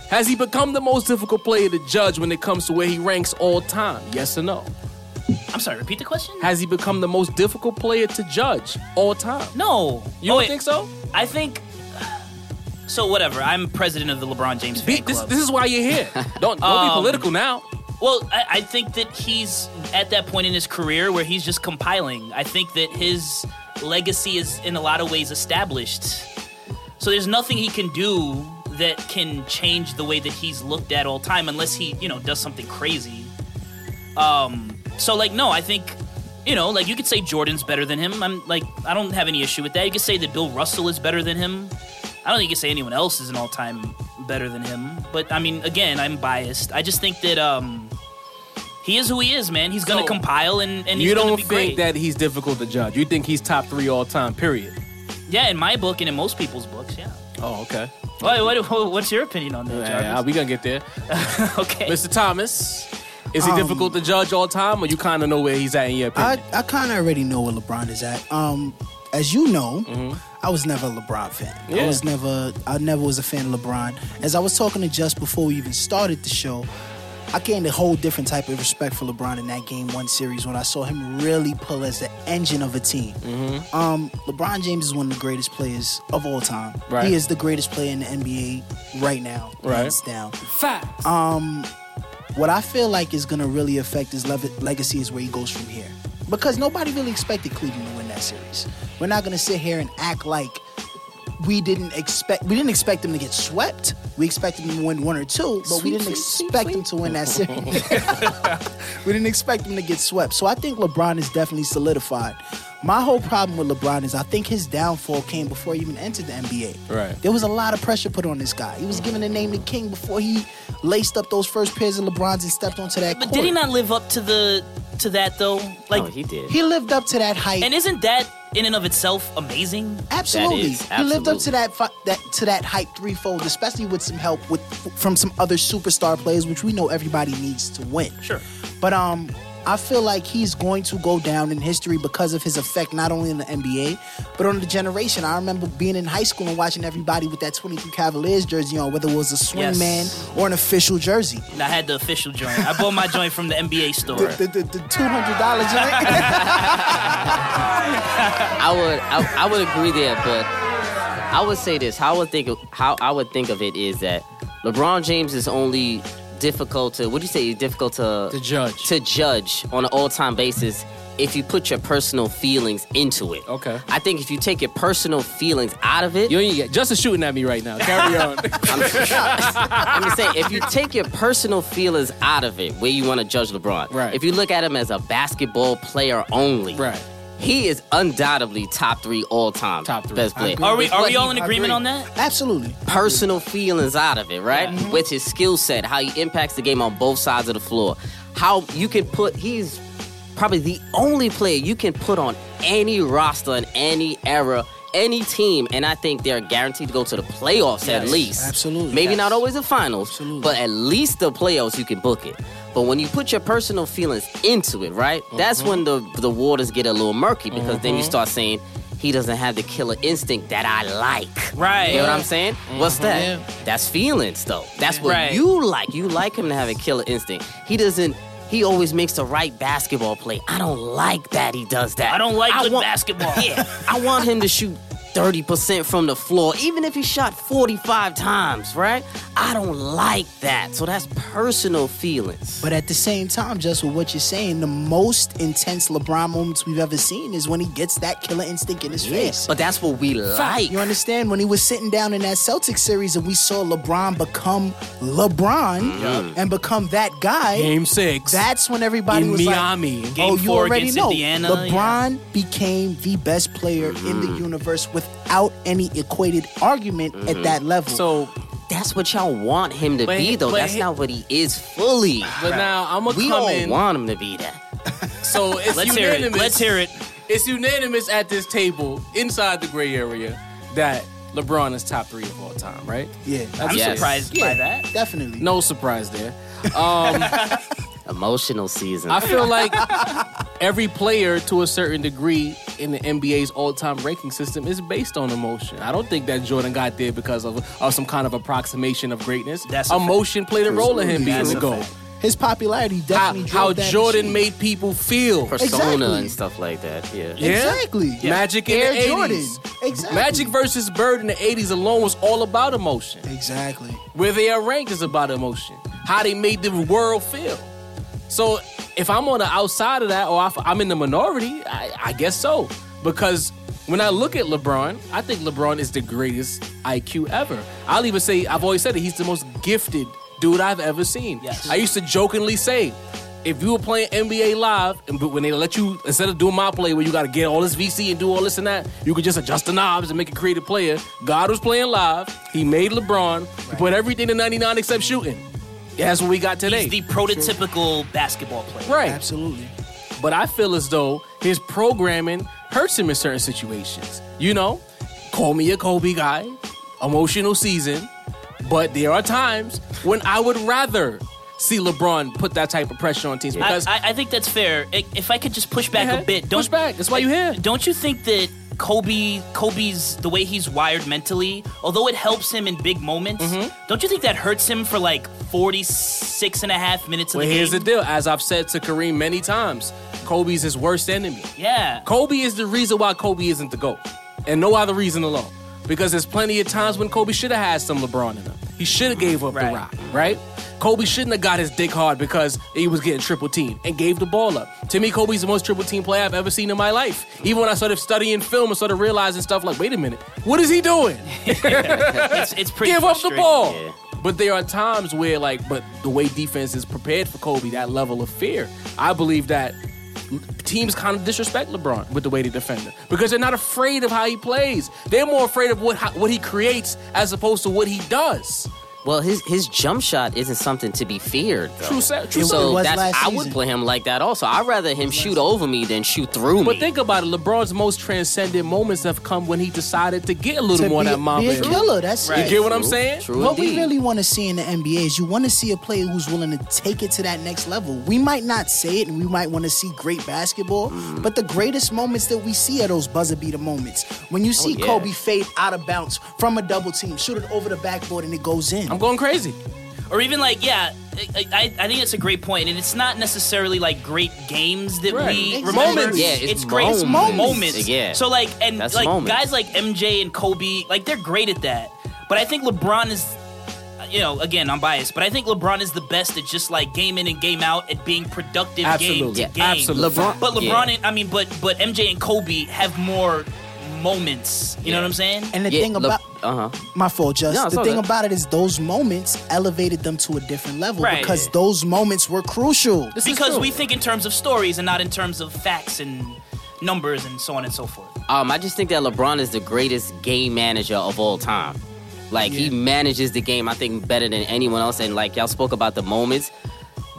Speaker 1: Has he become the most difficult player to judge when it comes to where he ranks all time? Yes or no?
Speaker 4: I'm sorry. Repeat the question.
Speaker 1: Has he become the most difficult player to judge all time?
Speaker 4: No.
Speaker 1: You
Speaker 4: oh,
Speaker 1: don't
Speaker 4: wait.
Speaker 1: think so?
Speaker 4: I think. So whatever. I'm president of the LeBron James fan
Speaker 1: Be, this,
Speaker 4: club.
Speaker 1: this is why you're here. Don't, don't be
Speaker 4: Um,
Speaker 1: political now.
Speaker 4: Well, I, I think that he's at that point in his career where he's just compiling. I think that his legacy is in a lot of ways established. So there's nothing he can do that can change the way that he's looked at all time unless he, you know, does something crazy. Um so like no, I think you know, like you could say Jordan's better than him. I'm like I don't have any issue with that. You could say that Bill Russell is better than him. I don't think you can say anyone else is an all-time better than him. But I mean, again, I'm biased. I just think that um he is who he is, man. He's gonna
Speaker 1: So,
Speaker 4: compile and, and he's
Speaker 1: You
Speaker 4: gonna
Speaker 1: don't
Speaker 4: be
Speaker 1: think
Speaker 4: great.
Speaker 1: that he's difficult to judge. You think he's top three all time, period.
Speaker 4: yeah, in my book and in most people's books, yeah.
Speaker 1: Oh, okay.
Speaker 4: What, what, what's your opinion on that,
Speaker 1: Yeah,
Speaker 4: Jarvis?
Speaker 1: uh, we gonna get there.
Speaker 4: okay.
Speaker 1: Mr. Thomas, is he
Speaker 6: Um,
Speaker 1: difficult to judge all time, or you kind of know where he's at in your opinion?
Speaker 6: I, I kind of already know where LeBron is at. Um, as you know, I was never a LeBron fan.
Speaker 1: Mm-hmm. Yeah.
Speaker 6: I was never, I never was a fan of LeBron. As I was talking to just before we even started the show, I gained a whole different type of respect for LeBron in that Game One series when I saw him really pull as the engine of a team.
Speaker 1: Mm-hmm.
Speaker 6: Um, LeBron James is one of the greatest players of all time.
Speaker 1: Right.
Speaker 6: He is the greatest player in the NBA right now,
Speaker 1: Right.
Speaker 6: hands down
Speaker 1: Facts.
Speaker 6: what I feel like is going to really affect his lev- legacy is where he goes from here. Because nobody really expected Cleveland to win that series. We're not going to sit here and act like we didn't expect we didn't expect them to get swept. We expected them to win one or two, but we didn't expect them to win that series. we didn't expect them to get swept. So I think LeBron is definitely solidified. My whole problem with LeBron is I think his downfall came before he even entered the NBA.
Speaker 1: Right.
Speaker 6: There was a lot of pressure put on this guy. He was given the name the king before he laced up those first pairs of LeBrons and stepped onto that
Speaker 4: But
Speaker 6: court.
Speaker 4: did he not live up to the to that though? Like,
Speaker 5: oh, he did.
Speaker 6: He lived up to that hype.
Speaker 4: and isn't that in and of itself amazing?
Speaker 6: Absolutely.
Speaker 5: That is,
Speaker 6: He lived up
Speaker 5: absolutely.
Speaker 6: to that, fi- that to that hype threefold, especially with some help with from some other superstar players, which we know everybody needs to win.
Speaker 4: Sure.
Speaker 6: But um, I feel like he's going to go down in history because of his effect, not only in the NBA, but on the generation. I remember being in high school and watching everybody with that 23 Cavaliers jersey on, whether it was a swingman
Speaker 4: Yes.
Speaker 6: or an official jersey.
Speaker 4: And I had the official joint. I bought my joint from the NBA store.
Speaker 6: The, the, the $200 joint.
Speaker 5: I would I, I would agree there, but I would say this. How I would think of, how I would think of it is that LeBron James is only difficult to what do you say difficult to
Speaker 1: To judge.
Speaker 5: to judge on an all time basis if you put your personal feelings into it.
Speaker 1: Okay.
Speaker 5: I think if you take your personal feelings out of it,
Speaker 1: you ain't, yeah, Justin's shooting at me right now. Carry on.
Speaker 5: I'm just saying, if you take your personal feelings out of it, where you want to judge LeBron,
Speaker 1: Right.
Speaker 5: if you look at him as a basketball player only,
Speaker 1: Right.
Speaker 5: he is undoubtedly top three all time.
Speaker 1: Top three.
Speaker 5: Best
Speaker 1: I
Speaker 5: player.
Speaker 4: Are we
Speaker 5: With
Speaker 4: are
Speaker 5: what
Speaker 4: we all
Speaker 5: he-
Speaker 4: in agreement on that?
Speaker 6: Absolutely.
Speaker 5: Personal feelings out of it, right? With his skill set, how he impacts the game on both sides of the floor, how you can put, he's probably the only player you can put on any roster in any era. Any team, and I think they're guaranteed to go to the playoffs at
Speaker 1: Yes.
Speaker 5: least.
Speaker 6: Absolutely.
Speaker 5: Maybe
Speaker 6: Yes.
Speaker 5: not always the finals, but at least the playoffs you can book it. But when you put your personal feelings into it, right? That's
Speaker 4: Uh-huh.
Speaker 5: when the the waters get a little murky because then you start saying he doesn't have the killer instinct that I like.
Speaker 4: Right. Uh-huh.
Speaker 5: You know what I'm saying? What's that?
Speaker 6: Yeah.
Speaker 5: That's feelings though. That's what
Speaker 4: Right.
Speaker 5: you like. You like him to have a killer instinct. He doesn't he always makes the right basketball play. I don't like that he does that.
Speaker 4: I don't like good
Speaker 5: want-
Speaker 4: basketball.
Speaker 5: yeah, I want him to shoot 30% from the floor, even if he shot 45 times, right? I don't like that. So that's personal feelings.
Speaker 6: But at the same time, just with what you're saying, the most intense LeBron moments we've ever seen is when he gets that killer instinct in his face.
Speaker 5: But that's what we like.
Speaker 6: You understand? When he was sitting down in that Celtics series and we saw LeBron become LeBron and become that guy,
Speaker 1: Game six.
Speaker 6: that's when everybody
Speaker 1: in
Speaker 6: was
Speaker 1: Miami.
Speaker 6: like,
Speaker 4: Game
Speaker 6: oh, you
Speaker 4: four
Speaker 6: already
Speaker 4: against
Speaker 6: know.
Speaker 4: Indiana,
Speaker 6: LeBron became the best player in the universe without any equated argument at that level.
Speaker 1: so
Speaker 5: that's what y'all want him to
Speaker 1: But-
Speaker 5: be, though.
Speaker 1: but
Speaker 5: That's
Speaker 1: he-
Speaker 5: not what he is fully.
Speaker 1: But now I'm gonna
Speaker 5: We
Speaker 1: come
Speaker 5: all
Speaker 1: in.
Speaker 5: want him to be that.
Speaker 1: So it's
Speaker 4: Let's hear
Speaker 1: unanimous.
Speaker 4: it. Let's hear it.
Speaker 1: It's unanimous at this table inside the gray area that LeBron is top three of all time, right?
Speaker 6: Yeah.
Speaker 4: I'm
Speaker 5: Yes.
Speaker 4: surprised by
Speaker 6: yeah,
Speaker 4: that.
Speaker 6: definitely.
Speaker 1: No surprise there.
Speaker 5: Emotional season.
Speaker 1: I feel like every player, to a certain degree, in the NBA's all-time ranking system is based on emotion. I don't think that Jordan got there because of, of some kind of approximation of greatness.
Speaker 4: That's a fact.
Speaker 1: emotion played a role in him
Speaker 6: Absolutely.
Speaker 1: being
Speaker 4: That's
Speaker 1: the
Speaker 4: a
Speaker 1: GOAT.
Speaker 4: fact.
Speaker 6: His popularity
Speaker 1: How,
Speaker 6: definitely
Speaker 1: how
Speaker 6: drove that
Speaker 1: Jordan
Speaker 6: machine.
Speaker 1: made people feel.
Speaker 5: Persona
Speaker 6: Exactly.
Speaker 5: and stuff like that. Yeah.
Speaker 1: Yeah.
Speaker 6: Exactly.
Speaker 1: Magic in
Speaker 6: Air
Speaker 1: the 80s.
Speaker 6: Jordan. Exactly.
Speaker 1: Magic versus Bird in the 80s alone was all about emotion.
Speaker 6: Exactly.
Speaker 1: where they are ranked is about emotion, how they made the world feel. So if I'm on the outside of that, or if I'm in the minority, I, I guess so. Because when I look at LeBron, I think LeBron is the greatest IQ ever. I'll even say, I've always said it, he's the most gifted dude I've ever seen.
Speaker 4: Yes.
Speaker 1: I used to jokingly say, if you were playing NBA Live, and but when they let you, instead of doing my play where you got to get all this VC and do all this and that, you could just adjust the knobs and make a creative player. God was playing live. He made LeBron. He put everything to 99 except shooting. That's what we got today.
Speaker 4: He's the prototypical basketball player.
Speaker 1: right.
Speaker 6: Absolutely.
Speaker 1: But I feel as though his programming hurts him in certain situations. You know, call me a Kobe guy, emotional season, but there are times when I would rather see LeBron put that type of pressure on teams
Speaker 4: I,
Speaker 1: because
Speaker 4: I, I think that's fair. I- If I could just push back
Speaker 1: Yeah,
Speaker 4: a bit,
Speaker 1: Uh-huh. push back. That's why you here.
Speaker 4: Don't you think that Kobe, Kobe's the way he's wired mentally, although it helps him in big moments,
Speaker 1: Mm-hmm.
Speaker 4: don't you think that hurts him for like 46 and a half minutes of
Speaker 1: But
Speaker 4: the game?
Speaker 1: here's the deal, as I've said to Kareem many times, Kobe's his worst enemy.
Speaker 4: yeah.
Speaker 1: Kobe is the reason why Kobe isn't the GOAT, and no other reason alone. Because there's plenty of times when Kobe should have had some LeBron in him. He should have gave up the
Speaker 4: Right.
Speaker 1: rock, right? Kobe shouldn't have got his dick hard because he was getting triple teamed and gave the ball up. To me, Kobe's the most triple team player I've ever seen in my life. Even when I started studying film and started realizing stuff like, wait a minute, what is he doing?
Speaker 4: it's, it's pretty
Speaker 1: give up the
Speaker 4: frustrating.
Speaker 1: ball.
Speaker 5: Yeah.
Speaker 1: But there are times where, like, but the way defense is prepared for Kobe, that level of fear, I believe that teams kind of disrespect LeBron with the way they defend him because they're not afraid of how he plays. They're more afraid of what how, what he creates as opposed to what he does.
Speaker 5: Well, his his jump shot isn't something to be feared. Though.
Speaker 1: True sa- true
Speaker 6: sa- It
Speaker 5: so
Speaker 6: was
Speaker 5: that's
Speaker 6: last
Speaker 5: I would
Speaker 6: season.
Speaker 5: play him like that. Also, I'd rather him shoot over me than shoot through
Speaker 1: But
Speaker 5: me.
Speaker 1: think about it. LeBron's most transcendent moments have come when he decided to get a little
Speaker 6: To
Speaker 1: more
Speaker 6: be,
Speaker 1: that mama.
Speaker 6: be a
Speaker 1: in him.
Speaker 6: killer. That's
Speaker 4: Right.
Speaker 6: it.
Speaker 1: You get what I'm
Speaker 5: True,
Speaker 1: saying?
Speaker 5: True
Speaker 6: What we
Speaker 5: indeed.
Speaker 6: really want to see in the NBA is you want to see a player who's willing to take it to that next level. We might not say it, and we might want to see great basketball,
Speaker 1: Mm.
Speaker 6: but the greatest moments that we see are those buzzer beater moments. When
Speaker 1: Oh,
Speaker 6: you see
Speaker 5: yeah.
Speaker 6: Kobe fade out of bounds from a double team, shoot it over the backboard, and it goes in.
Speaker 1: I'm going crazy.
Speaker 4: Or even like, yeah, I, I, I think that's a great point, and it's not necessarily like great games that
Speaker 1: Right.
Speaker 4: we
Speaker 6: Exactly.
Speaker 4: remember.
Speaker 6: Moments.
Speaker 5: Yeah, it's
Speaker 4: great
Speaker 5: moments.
Speaker 4: moments.
Speaker 5: Yeah.
Speaker 4: So like, and
Speaker 5: That's
Speaker 4: like
Speaker 5: moments.
Speaker 4: guys like MJ and Kobe, like they're great at that. But I think LeBron is, you know, again, I'm biased, but I think LeBron is the best at just like game in and game out at being productive game
Speaker 1: Absolutely.
Speaker 4: to
Speaker 1: Yeah,
Speaker 4: game.
Speaker 1: absolutely.
Speaker 5: LeBron-
Speaker 4: But LeBron,
Speaker 5: yeah.
Speaker 4: and, I mean, but but MJ and Kobe have more moments. You know
Speaker 5: Yeah.
Speaker 4: what I'm saying?
Speaker 6: and the
Speaker 5: yeah,
Speaker 6: thing about
Speaker 5: uh huh.
Speaker 6: My fault, Just.
Speaker 5: No, it's
Speaker 6: the
Speaker 5: all
Speaker 6: thing
Speaker 5: good.
Speaker 6: about it is those moments elevated them to a different level
Speaker 4: Right.
Speaker 6: because those moments were crucial.
Speaker 1: This is
Speaker 4: because
Speaker 1: true.
Speaker 4: we think in terms of stories and not in terms of facts and numbers and so on and so forth.
Speaker 5: Um, I just think that LeBron is the greatest game manager of all time. Like he manages the game, I think, better than anyone else. And like y'all spoke about the moments,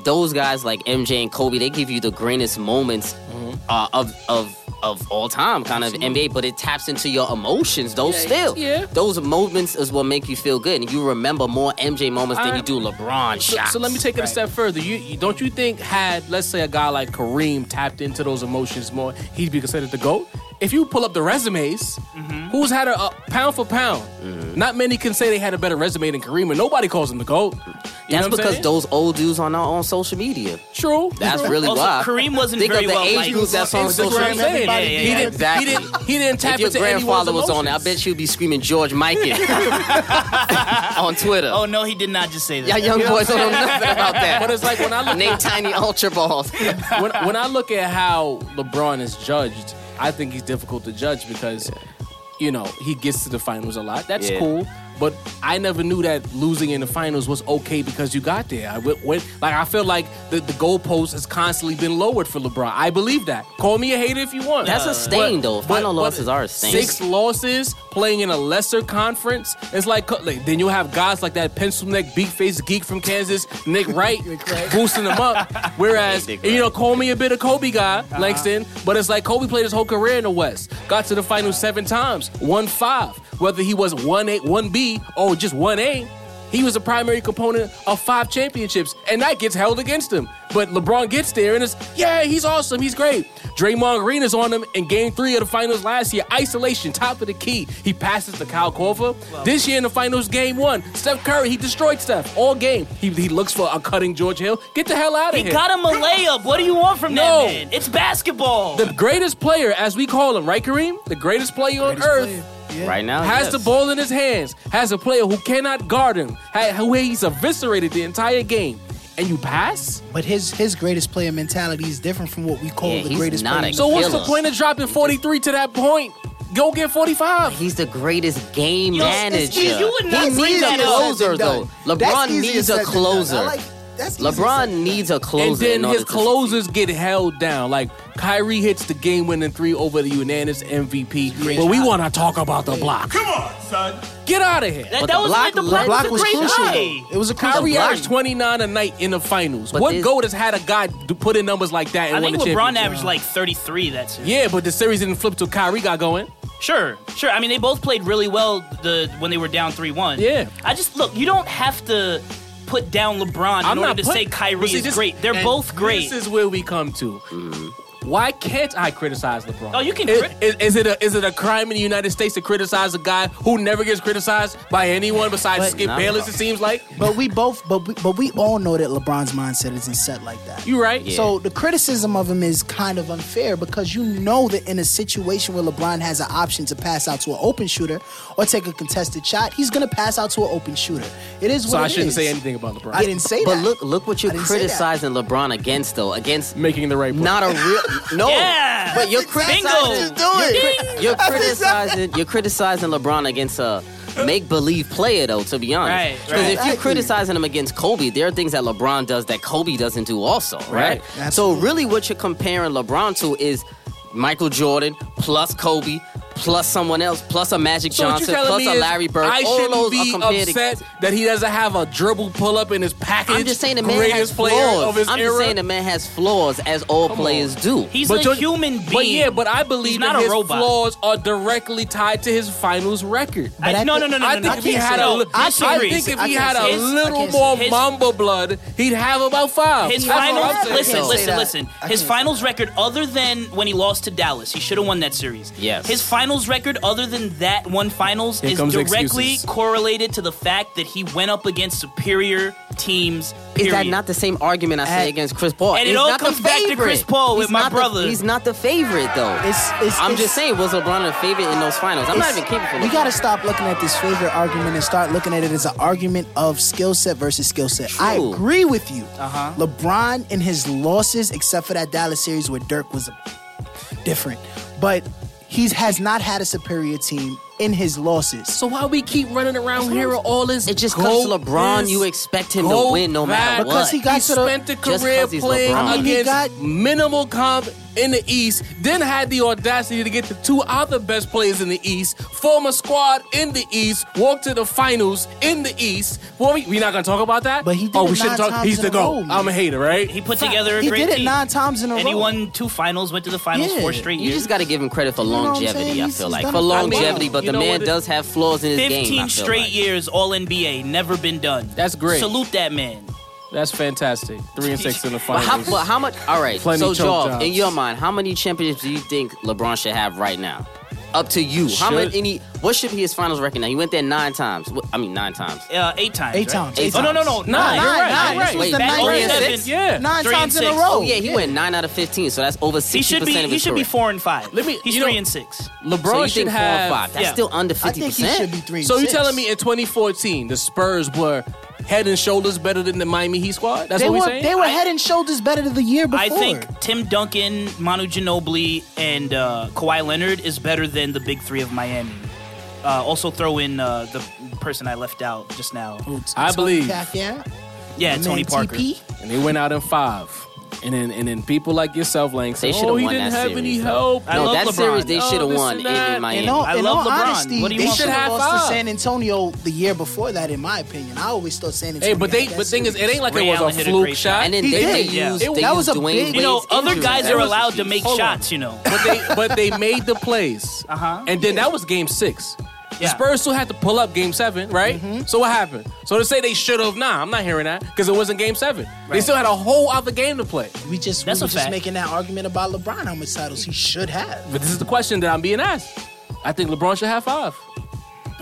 Speaker 5: those guys like MJ and Kobe, they give you the greatest moments
Speaker 1: Mm-hmm.
Speaker 5: uh, of of of all time, kind of NBA. But it taps into your emotions. Those still,
Speaker 1: yeah.
Speaker 5: those moments is what make you feel good, and you remember more MJ moments than
Speaker 1: I-
Speaker 5: you do LeBron
Speaker 1: So,
Speaker 5: shots.
Speaker 1: so let me take it a
Speaker 4: Right.
Speaker 1: step further. You, you don't you think had let's say a guy like Kareem tapped into those emotions more, he'd be considered the goat. If you pull up the resumes,
Speaker 5: Mm-hmm.
Speaker 1: who's had a, a pound for pound? Not many can say they had a better resume than Kareem, and nobody calls him the goat. You know what
Speaker 5: That's
Speaker 1: I'm
Speaker 5: because
Speaker 1: saying?
Speaker 5: those old dudes are not on social media.
Speaker 1: true.
Speaker 5: That's really
Speaker 4: Also,
Speaker 5: why.
Speaker 4: Kareem wasn't
Speaker 5: Think
Speaker 4: very
Speaker 5: of the
Speaker 4: well
Speaker 5: age
Speaker 4: liked.
Speaker 5: group that's on
Speaker 1: Instagram
Speaker 5: social
Speaker 1: and
Speaker 5: media.
Speaker 1: everybody.
Speaker 4: Yeah, yeah,
Speaker 1: He
Speaker 4: yeah.
Speaker 1: didn't.
Speaker 5: Exactly.
Speaker 1: He didn't. He didn't tap
Speaker 5: if your
Speaker 1: into anyone's
Speaker 5: grandfather was on it, I
Speaker 1: emotions.
Speaker 5: bet she'd be screaming George Michael on Twitter.
Speaker 4: Oh no, he did not just say that.
Speaker 5: Y'all young boys don't know nothing about that.
Speaker 1: But it's like when I look
Speaker 5: Nate Tiny Ultra Balls.
Speaker 1: when, when I look at how LeBron is judged, I think he's difficult to judge because, you know, he gets to the finals a lot. That's
Speaker 5: Yeah.
Speaker 1: cool. But I never knew that losing in the finals was okay because you got there. I went, went like I feel like the, the goalpost has constantly been lowered for LeBron. I believe that. Call me a hater if you want.
Speaker 5: That's a stain, though. Final losses are a stain.
Speaker 1: Six losses playing in a lesser conference. It's like, like, then you have guys like that pencil neck, beak faced geek from Kansas, Nick Wright, boosting them up. Whereas
Speaker 5: Nick
Speaker 1: you know,
Speaker 5: Wright.
Speaker 1: call me a bit of Kobe guy, Langston, but it's like Kobe played his whole career in the West. Got to the finals seven times, won five. Whether he was one A, one B, or just one A. He was a primary component of five championships, and that gets held against him. But LeBron gets there, and it's, yeah, he's awesome. He's great. Draymond Green is on him in game three of the finals last year. Isolation, top of the key. He passes to Kyle Korver. this year in the finals, game one, Steph Curry, he destroyed Steph all game. He, he looks for a cutting George Hill. Get the hell out of
Speaker 4: He
Speaker 1: here.
Speaker 4: got him a layup. What do you want from
Speaker 1: No.
Speaker 4: that man? It's basketball.
Speaker 1: The greatest player, as we call him, right, Kareem? The greatest player on earth
Speaker 5: Right now,
Speaker 1: has
Speaker 5: yes.
Speaker 1: the ball in his hands, has a player who cannot guard him, ha- who he's eviscerated the entire game, and you pass?
Speaker 6: But his his greatest player mentality is different from what we call
Speaker 5: Yeah,
Speaker 6: the
Speaker 5: he's
Speaker 6: greatest
Speaker 5: not
Speaker 6: player.
Speaker 5: a-
Speaker 1: So what's the
Speaker 5: Killer.
Speaker 1: point of dropping 43 to that point? Go get 45.
Speaker 5: He's the greatest game
Speaker 4: Yo, it's
Speaker 5: manager.
Speaker 4: easy. You would not
Speaker 5: he
Speaker 4: say
Speaker 5: needs
Speaker 4: that
Speaker 5: a
Speaker 4: out.
Speaker 5: closer, though. LeBron needs a closer. LeBron needs a
Speaker 1: And
Speaker 5: closer. in
Speaker 1: then
Speaker 5: order
Speaker 1: his
Speaker 5: to-
Speaker 1: closers get held down. Like Kyrie hits the game winning three over the unanimous MVP. But we want to talk about the block.
Speaker 2: Come on, son.
Speaker 1: Get out of here.
Speaker 4: that
Speaker 5: but
Speaker 4: that
Speaker 5: the
Speaker 4: was
Speaker 5: block-
Speaker 4: the
Speaker 5: the
Speaker 4: block,
Speaker 5: block
Speaker 4: was,
Speaker 6: was
Speaker 4: a great
Speaker 6: crucial.
Speaker 4: play.
Speaker 6: It was a crucial
Speaker 1: Kyrie
Speaker 5: block.
Speaker 1: averaged 29 a night in the finals.
Speaker 5: But
Speaker 1: what
Speaker 5: this-
Speaker 1: GOAT has had a guy to put in numbers like that and
Speaker 4: I
Speaker 1: won
Speaker 4: think
Speaker 1: the
Speaker 4: LeBron
Speaker 1: championship?
Speaker 4: averaged like 33 that series.
Speaker 1: Yeah, but the series didn't flip till Kyrie got going.
Speaker 4: Sure, sure. I mean, they both played really well the when they were down three one.
Speaker 1: Yeah.
Speaker 4: I just look. You don't have to put down LeBron
Speaker 1: I'm
Speaker 4: in order
Speaker 1: not
Speaker 4: to
Speaker 1: put-
Speaker 4: say Kyrie
Speaker 1: But see,
Speaker 4: is
Speaker 1: this-
Speaker 4: great. They're
Speaker 1: and
Speaker 4: both great. Mm-hmm.
Speaker 1: This is where we come to. Why can't I criticize LeBron?
Speaker 4: Oh, you can
Speaker 1: Is,
Speaker 4: crit-
Speaker 1: is, is it a is it a crime in the United States to criticize a guy who never gets criticized by anyone besides
Speaker 6: But-
Speaker 1: Skip
Speaker 5: Nah.
Speaker 1: Bayless? It seems like
Speaker 6: But we both, but we, but we all know that LeBron's mindset isn't set like that.
Speaker 1: you right.
Speaker 5: Yeah.
Speaker 6: So the criticism of him is kind of unfair because you know that in a situation where LeBron has an option to pass out to an open shooter or take a contested shot, he's gonna pass out to an open shooter. It is what
Speaker 1: So I
Speaker 6: it
Speaker 1: shouldn't
Speaker 6: is.
Speaker 1: say anything about LeBron.
Speaker 6: I didn't say
Speaker 5: But
Speaker 6: that.
Speaker 5: look, look what you're
Speaker 6: I didn't say that.
Speaker 5: criticizing LeBron against, though. Against
Speaker 1: making the right. play.
Speaker 5: not a real no.
Speaker 4: Yeah.
Speaker 5: But you're
Speaker 6: That's exactly
Speaker 5: criticizing.
Speaker 6: what you're doing.
Speaker 5: You're
Speaker 6: That's
Speaker 5: criticizing. You're criticizing LeBron against a make believe player, though. To be honest,
Speaker 4: Right,
Speaker 5: because
Speaker 4: right.
Speaker 5: if you're
Speaker 6: Exactly.
Speaker 5: criticizing him against Kobe, there are things that LeBron does that Kobe doesn't do, also, right?
Speaker 1: Right.
Speaker 5: So
Speaker 6: Absolutely.
Speaker 5: really, what you're comparing LeBron to is Michael Jordan plus Kobe plus someone else plus a Magic
Speaker 1: So what
Speaker 5: Johnson
Speaker 1: you're telling
Speaker 5: plus
Speaker 1: me
Speaker 5: a
Speaker 1: is
Speaker 5: Larry Bird.
Speaker 1: I
Speaker 5: All
Speaker 1: shouldn't
Speaker 5: those
Speaker 1: be
Speaker 5: are compared.
Speaker 1: upset that he doesn't have a dribble pull up in his package.
Speaker 5: I'm just saying the man has
Speaker 1: greatest player of
Speaker 5: flaws.
Speaker 1: his
Speaker 5: I'm
Speaker 1: era.
Speaker 5: just saying the man has flaws, as all players do.
Speaker 4: He's
Speaker 1: But
Speaker 4: a
Speaker 1: you're-
Speaker 4: human being.
Speaker 1: But yeah, but I
Speaker 4: He's
Speaker 1: believe
Speaker 4: not
Speaker 1: that
Speaker 4: a
Speaker 1: his
Speaker 4: robot.
Speaker 1: flaws are directly tied to his finals record.
Speaker 4: I-
Speaker 6: But I
Speaker 4: no, no,
Speaker 6: think-
Speaker 4: no, no,
Speaker 1: I
Speaker 4: no,
Speaker 1: think
Speaker 4: no,
Speaker 1: if he
Speaker 4: no.
Speaker 1: had a,
Speaker 4: No,
Speaker 1: li-
Speaker 4: I
Speaker 1: I
Speaker 4: disagree.
Speaker 1: think if
Speaker 6: I
Speaker 1: he
Speaker 6: can't
Speaker 1: had a
Speaker 6: say-
Speaker 4: I
Speaker 1: little
Speaker 6: can't
Speaker 1: more
Speaker 4: say- his-
Speaker 1: Mamba blood, he'd have about five.
Speaker 4: His
Speaker 1: That's all I'm
Speaker 4: finals,
Speaker 1: saying.
Speaker 4: listen,
Speaker 6: I
Speaker 4: listen,
Speaker 6: can't
Speaker 4: listen.
Speaker 6: say that.
Speaker 4: His
Speaker 6: I can't
Speaker 4: finals record, other than when he lost to Dallas, he should have won that series.
Speaker 5: Yes.
Speaker 4: His finals record, other than that one finals,
Speaker 1: Here
Speaker 4: is
Speaker 1: comes
Speaker 4: directly
Speaker 1: excuses.
Speaker 4: correlated to the fact that he went up against superior teams.
Speaker 5: Is that
Speaker 4: period.
Speaker 5: not the same argument I say
Speaker 6: At-
Speaker 5: against Chris Paul?
Speaker 4: And it
Speaker 5: He's
Speaker 4: all
Speaker 5: not the
Speaker 4: comes back to
Speaker 5: favorite.
Speaker 4: Chris Paul with
Speaker 5: He's
Speaker 4: my
Speaker 5: not the-
Speaker 4: brother.
Speaker 5: he's not the favorite though.
Speaker 6: It's, it's,
Speaker 5: I'm
Speaker 6: it's,
Speaker 5: just saying, was LeBron a favorite in those finals? I'm not even kidding. For
Speaker 6: We
Speaker 5: LeBron.
Speaker 6: gotta stop looking at this favorite argument and start looking at it as an argument of skill set versus skill set. I
Speaker 5: True.
Speaker 6: agree with you. Uh-huh. LeBron and his losses, except for that Dallas series where Dirk was different, but he has not had a superior team in his losses.
Speaker 1: So why we keep running around here with all this?
Speaker 5: It just
Speaker 1: go
Speaker 5: comes to LeBron,
Speaker 1: this,
Speaker 5: you expect him
Speaker 1: go
Speaker 5: to win no matter
Speaker 1: that.
Speaker 5: what.
Speaker 6: Because he got
Speaker 1: he
Speaker 6: to the-
Speaker 1: spent the
Speaker 5: Just
Speaker 1: career
Speaker 5: 'cause he's
Speaker 1: playing
Speaker 5: LeBron. I
Speaker 6: mean, he
Speaker 1: against
Speaker 6: got-
Speaker 1: minimal comp in the East, then had the audacity to get the two other best players in the East, form a squad in the East, walk to the finals in the East. Well, we, we're not gonna talk about that.
Speaker 6: But he did
Speaker 1: oh,
Speaker 6: it
Speaker 1: we shouldn't
Speaker 6: nine
Speaker 1: talk.
Speaker 6: times
Speaker 1: He's
Speaker 6: in
Speaker 1: the
Speaker 6: a
Speaker 1: GOAT.
Speaker 6: row, man.
Speaker 1: I'm a hater, right?
Speaker 4: He put together a
Speaker 6: He
Speaker 4: great
Speaker 6: did it
Speaker 4: team.
Speaker 6: nine times in a
Speaker 4: and he
Speaker 6: row.
Speaker 4: won two finals, went to the finals
Speaker 6: Yeah.
Speaker 4: four straight
Speaker 5: you
Speaker 4: years.
Speaker 5: just got to give him credit for
Speaker 6: know what I'm
Speaker 5: longevity.
Speaker 6: saying?
Speaker 5: I
Speaker 6: He's-
Speaker 5: feel
Speaker 6: he's
Speaker 5: like
Speaker 6: done
Speaker 5: for
Speaker 6: it for a while.
Speaker 5: longevity, but
Speaker 1: You
Speaker 5: the
Speaker 1: know
Speaker 5: man
Speaker 1: what it-
Speaker 5: does have flaws in his game.
Speaker 4: 15
Speaker 5: I feel
Speaker 4: straight
Speaker 5: like.
Speaker 4: years, all NBA, never been done.
Speaker 1: That's great.
Speaker 4: Salute that man.
Speaker 1: That's fantastic. Three and six in the
Speaker 5: But
Speaker 1: finals.
Speaker 5: how, but how much? All right.
Speaker 1: Plenty
Speaker 5: so,
Speaker 1: choke
Speaker 5: Jaw, in
Speaker 1: jobs.
Speaker 5: your mind, how many championships do you think LeBron should have right now? Up to you. How
Speaker 1: Should-
Speaker 5: many? Any? What should be his finals record? Now, he went there nine times. What- I mean, nine times.
Speaker 4: Uh, eight times.
Speaker 6: Eight
Speaker 4: right?
Speaker 6: times, eight
Speaker 4: oh, no, no, no.
Speaker 5: times.
Speaker 1: Nine,
Speaker 4: Nine. You're
Speaker 1: nine,
Speaker 4: right.
Speaker 1: nine.
Speaker 4: You're
Speaker 1: This was
Speaker 5: the
Speaker 4: Back
Speaker 5: ninth
Speaker 4: oh,
Speaker 5: year.
Speaker 4: seven.
Speaker 5: Six?
Speaker 1: Yeah.
Speaker 6: Nine
Speaker 4: Three
Speaker 6: times
Speaker 4: and
Speaker 6: in a
Speaker 4: six.
Speaker 6: row.
Speaker 5: Oh yeah, he went nine out of fifteen, so that's over sixty
Speaker 4: He should be.
Speaker 5: percent of
Speaker 4: He
Speaker 5: his
Speaker 4: should be
Speaker 5: career.
Speaker 4: four and five.
Speaker 1: Let me-
Speaker 4: He's
Speaker 1: you know-
Speaker 4: three and six.
Speaker 1: LeBron
Speaker 5: so you
Speaker 1: should
Speaker 5: think four
Speaker 1: have
Speaker 5: or five? That's
Speaker 4: yeah.
Speaker 5: still under
Speaker 6: I
Speaker 5: fifty
Speaker 6: think he should be
Speaker 5: percent.
Speaker 6: three. and
Speaker 1: So you
Speaker 6: six.
Speaker 1: telling me in 2014 the Spurs were head and shoulders better than the Miami Heat squad? That's
Speaker 6: they
Speaker 1: what
Speaker 6: were
Speaker 1: we're saying.
Speaker 6: they were head and shoulders better than the year before?
Speaker 4: I think Tim Duncan, Manu Ginobili, and uh, Kawhi Leonard is better than the big three of Miami. Uh, also throw in uh, the person I left out just now.
Speaker 1: I believe.
Speaker 6: yeah.
Speaker 4: Yeah, Tony Parker.
Speaker 1: And they went out in five. And then and then people like yourself, Lang,
Speaker 5: They
Speaker 1: say,
Speaker 5: should've
Speaker 1: "Oh, he
Speaker 5: won
Speaker 1: didn't
Speaker 5: that
Speaker 1: have any
Speaker 5: series, though.
Speaker 1: help."
Speaker 4: I
Speaker 5: no,
Speaker 4: love
Speaker 5: that
Speaker 4: LeBron.
Speaker 5: series they
Speaker 1: Oh,
Speaker 5: should have
Speaker 1: this
Speaker 5: won
Speaker 1: and
Speaker 5: in,
Speaker 1: that.
Speaker 5: in
Speaker 1: And
Speaker 5: Miami.
Speaker 6: In all,
Speaker 4: I
Speaker 6: in
Speaker 4: love
Speaker 6: all
Speaker 4: LeBron.
Speaker 6: honesty,
Speaker 4: What do you
Speaker 6: they
Speaker 4: want
Speaker 6: should
Speaker 4: from
Speaker 6: have
Speaker 1: him?
Speaker 6: lost
Speaker 1: Five.
Speaker 6: to San Antonio the year before that, in my opinion. I always thought San Antonio.
Speaker 1: Hey, but they
Speaker 6: had that
Speaker 1: but thing is, it
Speaker 6: series.
Speaker 1: ain't like
Speaker 4: Ray
Speaker 1: it was
Speaker 4: Allen
Speaker 1: a
Speaker 4: hit a
Speaker 1: fluke
Speaker 4: great
Speaker 1: shot.
Speaker 4: shot.
Speaker 5: and then
Speaker 6: He
Speaker 5: they, they
Speaker 6: did.
Speaker 1: Yeah.
Speaker 5: used,
Speaker 1: It-
Speaker 5: they
Speaker 1: that
Speaker 6: was
Speaker 5: used
Speaker 6: a
Speaker 5: Dwayne
Speaker 6: big-
Speaker 5: Wade's
Speaker 4: You know, other
Speaker 5: injury.
Speaker 4: guys
Speaker 5: That
Speaker 4: are
Speaker 5: was a
Speaker 4: allowed to
Speaker 5: huge-
Speaker 4: make
Speaker 1: Hold
Speaker 4: shots.
Speaker 1: on.
Speaker 4: You know,
Speaker 1: but they but they made the plays.
Speaker 4: Uh-huh.
Speaker 1: And then that was game six. The
Speaker 4: Yeah.
Speaker 1: Spurs still had to pull up game seven, right? So what happened? So to say they should have, nah, I'm not hearing that because it wasn't game seven. They
Speaker 4: Right.
Speaker 1: still had a whole other game to play.
Speaker 6: we just
Speaker 4: That's
Speaker 6: we
Speaker 4: a
Speaker 6: were just
Speaker 4: fact.
Speaker 6: making that argument about LeBron how much titles he should have.
Speaker 1: But this is the question that I'm being asked. I think LeBron should have five.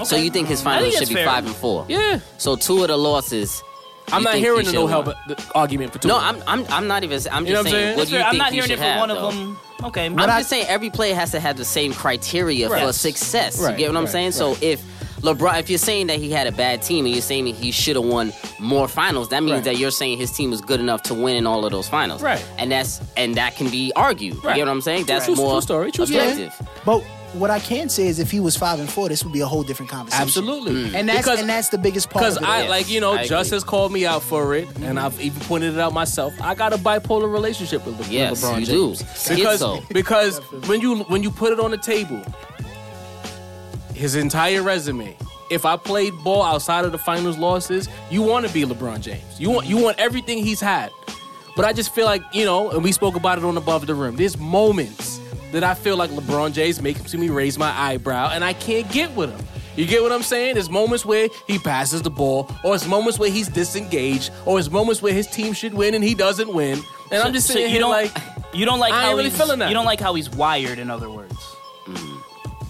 Speaker 5: So you think his
Speaker 4: I
Speaker 5: finals
Speaker 4: think
Speaker 5: should
Speaker 4: it's
Speaker 5: be
Speaker 4: fair.
Speaker 5: five and four?
Speaker 1: Yeah,
Speaker 5: So two of the losses.
Speaker 1: I'm
Speaker 5: you
Speaker 1: not
Speaker 5: think he
Speaker 1: hearing the
Speaker 5: should
Speaker 1: no help
Speaker 5: have won?
Speaker 1: uh, the argument for two.
Speaker 5: No, I'm I'm I'm not even. I'm just
Speaker 1: You know what I'm
Speaker 5: saying.
Speaker 1: saying?
Speaker 5: What
Speaker 1: That's
Speaker 5: do you
Speaker 4: Fair,
Speaker 5: think
Speaker 4: I'm not
Speaker 5: he
Speaker 4: hearing it
Speaker 5: should
Speaker 4: for
Speaker 5: have,
Speaker 4: one
Speaker 5: though?
Speaker 4: of them. Okay,
Speaker 5: I'm
Speaker 4: I-
Speaker 5: just saying every player has to have the same criteria
Speaker 1: Right.
Speaker 5: for success.
Speaker 1: Right,
Speaker 5: You get what I'm
Speaker 1: right,
Speaker 5: saying? So if LeBron, if you're saying that he had a bad team and you're saying that he should have won more finals, that means
Speaker 1: Right.
Speaker 5: that you're saying his team was good enough to win in all of those finals.
Speaker 1: Right.
Speaker 5: And that's and that can be argued.
Speaker 1: Right.
Speaker 5: You get what I'm saying? That's
Speaker 1: True-
Speaker 5: more
Speaker 1: true story, true story.
Speaker 5: objective.
Speaker 6: But what I can say is, if he was five and four, this would be a whole different conversation.
Speaker 1: absolutely,
Speaker 6: and that's
Speaker 1: Because-
Speaker 6: and that's the biggest part.
Speaker 1: Because
Speaker 6: of it.
Speaker 1: I
Speaker 5: Yeah,
Speaker 1: like you know,
Speaker 5: I agree.
Speaker 1: Just has called me out for it, and I've even pointed it out myself. I got a bipolar relationship with, Le- with
Speaker 5: Yes,
Speaker 1: LeBron
Speaker 5: you do.
Speaker 1: James because
Speaker 5: Schizo.
Speaker 1: because when you when you put it on the table, his entire resume. If I played ball outside of the finals losses, you want to be LeBron James. You want you want everything he's had. But I just feel like you know, and we spoke about it on above the rim. There's moments that I feel like LeBron James makes me raise my eyebrow, and I can't get with him. You get what I'm saying? There's moments where he passes the ball, or it's moments where he's disengaged, or it's moments where his team should win and he doesn't win. And I'm just
Speaker 4: so
Speaker 1: sitting
Speaker 4: you
Speaker 1: here
Speaker 4: don't
Speaker 1: like,
Speaker 4: you don't like
Speaker 1: I ain't
Speaker 4: how
Speaker 1: really
Speaker 4: he's,
Speaker 1: feeling that.
Speaker 4: you don't like how he's wired. In other words,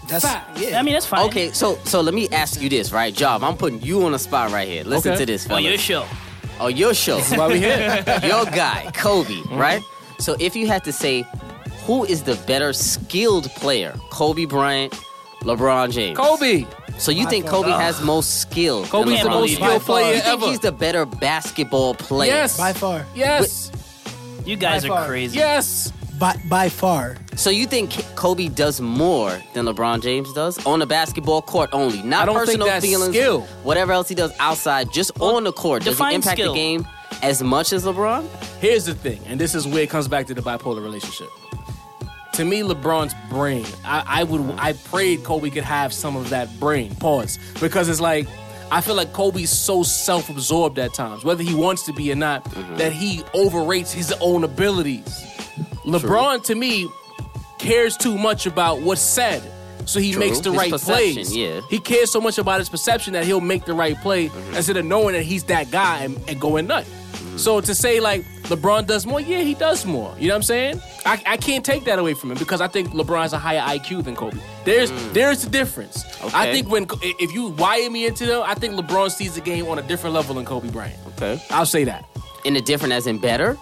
Speaker 6: that's
Speaker 1: fact.
Speaker 6: yeah.
Speaker 4: I mean that's fine.
Speaker 5: Okay, so so let me ask you this, right, Job? I'm putting you on the spot right here. Listen
Speaker 1: Okay.
Speaker 5: to this,
Speaker 4: on
Speaker 5: fellas.
Speaker 4: your show,
Speaker 5: Oh, your show.
Speaker 1: why we here?
Speaker 5: your guy, Kobe,
Speaker 1: Mm-hmm.
Speaker 5: right? So if you had to say who is the better skilled player, Kobe Bryant, LeBron James?
Speaker 1: Kobe.
Speaker 5: So you think Kobe has most skill? than
Speaker 1: Kobe's the
Speaker 5: LeBron
Speaker 1: most
Speaker 5: James?
Speaker 1: skilled player
Speaker 5: You think
Speaker 1: ever.
Speaker 5: he's the better basketball player?
Speaker 1: Yes.
Speaker 6: by far,
Speaker 1: Yes.
Speaker 4: you guys
Speaker 6: By
Speaker 4: are
Speaker 6: far.
Speaker 4: crazy.
Speaker 1: Yes.
Speaker 6: by by far.
Speaker 5: So you think Kobe does more than LeBron James does on the basketball court only? Not
Speaker 1: I don't think
Speaker 5: personal
Speaker 1: that's
Speaker 5: feelings,
Speaker 1: skill.
Speaker 5: whatever else he does outside, just on the court. Does
Speaker 4: define
Speaker 5: he impact
Speaker 4: skill.
Speaker 5: the game as much as LeBron?
Speaker 1: Here's the thing, and this is where it comes back to the bipolar relationship. To me, LeBron's brain, I, I would, I prayed Kobe could have some of that brain. Pause, because it's like I feel like Kobe's so self-absorbed at times, whether he wants to be or not,
Speaker 5: Mm-hmm.
Speaker 1: that he overrates his own abilities. LeBron, to me, cares too much about what's said, so he
Speaker 5: True.
Speaker 1: makes the
Speaker 5: His
Speaker 1: right
Speaker 5: perception,
Speaker 1: plays.
Speaker 5: yeah.
Speaker 1: He cares so much about his perception that he'll make the right play
Speaker 5: Mm-hmm.
Speaker 1: instead of knowing that he's that guy and, and going nuts. So to say like LeBron does more, yeah, he does more. You know what I'm saying? I, I can't take that away from him because I think LeBron has a higher IQ than Kobe. There's there's the difference. I
Speaker 5: Mm. Okay.
Speaker 1: think when if you wire me into them, I think LeBron sees the game on a different level than Kobe Bryant.
Speaker 5: Okay.
Speaker 1: I'll say that.
Speaker 5: In a different, as in better?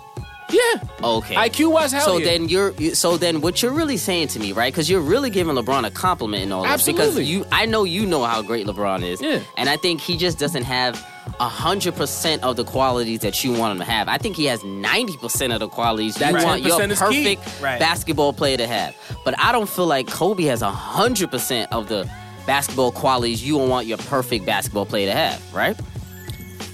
Speaker 1: Yeah.
Speaker 5: Okay.
Speaker 1: IQ wise, hell
Speaker 5: So
Speaker 1: yeah.
Speaker 5: then you're you- so then what you're really saying to me, right? Because you're really giving LeBron a compliment and all this because
Speaker 1: Absolutely.
Speaker 5: you I know you know how great LeBron is,
Speaker 1: Yeah.
Speaker 5: and I think he just doesn't have hundred percent of the qualities that you want him to have. I think he has ninety percent of the qualities
Speaker 1: That
Speaker 5: you want your
Speaker 1: 10% is key.
Speaker 5: perfect
Speaker 4: Right.
Speaker 5: basketball player to have. But I don't feel like Kobe has hundred percent of the basketball qualities you want your perfect basketball player to have, right?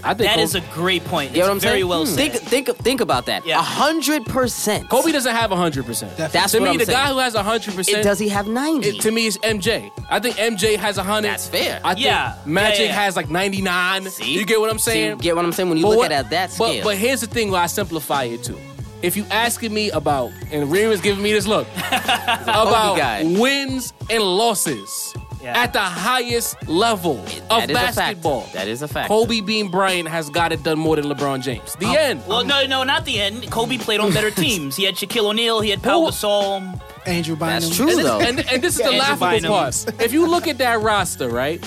Speaker 1: I think
Speaker 4: That
Speaker 1: Kobe,
Speaker 4: is a great point.
Speaker 5: You know
Speaker 4: It's
Speaker 5: what I'm
Speaker 4: very
Speaker 5: saying?
Speaker 1: Hmm.
Speaker 4: well said.
Speaker 5: think, think think about that.
Speaker 4: Yeah.
Speaker 5: hundred percent.
Speaker 1: Kobe doesn't have hundred percent.
Speaker 5: That's
Speaker 1: to
Speaker 5: what
Speaker 1: me
Speaker 5: I'm
Speaker 1: the
Speaker 5: saying.
Speaker 1: guy who has hundred percent.
Speaker 5: It, does he have ninety?
Speaker 1: It, to me, it's MJ. I think MJ has a hundred.
Speaker 5: That's fair.
Speaker 1: I think
Speaker 4: Yeah.
Speaker 1: Magic
Speaker 4: Yeah, yeah.
Speaker 1: has like ninety nine.
Speaker 5: See?
Speaker 1: you get what I'm
Speaker 5: See,
Speaker 1: saying?
Speaker 5: you get what I'm saying when you
Speaker 1: But
Speaker 5: look
Speaker 1: what-
Speaker 5: at it at that
Speaker 1: but-
Speaker 5: scale.
Speaker 1: But, here's the thing where I simplify it to. If you asking me about, and Reema's giving me this look about
Speaker 5: guy.
Speaker 1: wins and losses
Speaker 4: Yeah.
Speaker 1: at the highest level of
Speaker 5: that is a fact.
Speaker 1: basketball,
Speaker 5: That is a fact. Um,
Speaker 1: Kobe Bean Bryant has got it done more than LeBron James. The end.
Speaker 4: well, no, no, not the end. Kobe played on better teams. He had Shaquille O'Neal. He had Pau
Speaker 1: Who-
Speaker 4: Gasol.
Speaker 6: Andrew Bynum.
Speaker 5: That's true
Speaker 1: And this,
Speaker 5: though.
Speaker 1: and, and this is the
Speaker 4: Andrew
Speaker 1: laughable
Speaker 4: Bynum.
Speaker 1: part. If you look at that roster, right?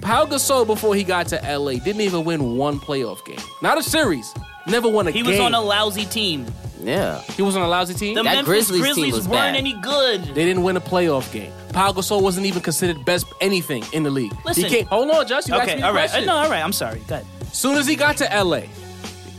Speaker 1: Pau Gasol before he got to LA didn't even win one playoff game, not a series. Never won a
Speaker 4: He
Speaker 1: game.
Speaker 4: was on a lousy team.
Speaker 5: yeah.
Speaker 1: he was on a lousy team.
Speaker 4: The
Speaker 5: That Grizzlies
Speaker 4: Memphis
Speaker 5: team
Speaker 4: Grizzlies
Speaker 5: was
Speaker 4: weren't
Speaker 5: bad.
Speaker 4: any good.
Speaker 1: they didn't win a playoff game. Pau Gasol wasn't even considered best anything in the league.
Speaker 4: Listen.
Speaker 1: he can't, hold on, Just you asked
Speaker 4: Okay,
Speaker 1: me a
Speaker 4: all right. Uh,
Speaker 1: question.
Speaker 4: No, all right. I'm sorry. Go ahead.
Speaker 1: Soon as he got to LA,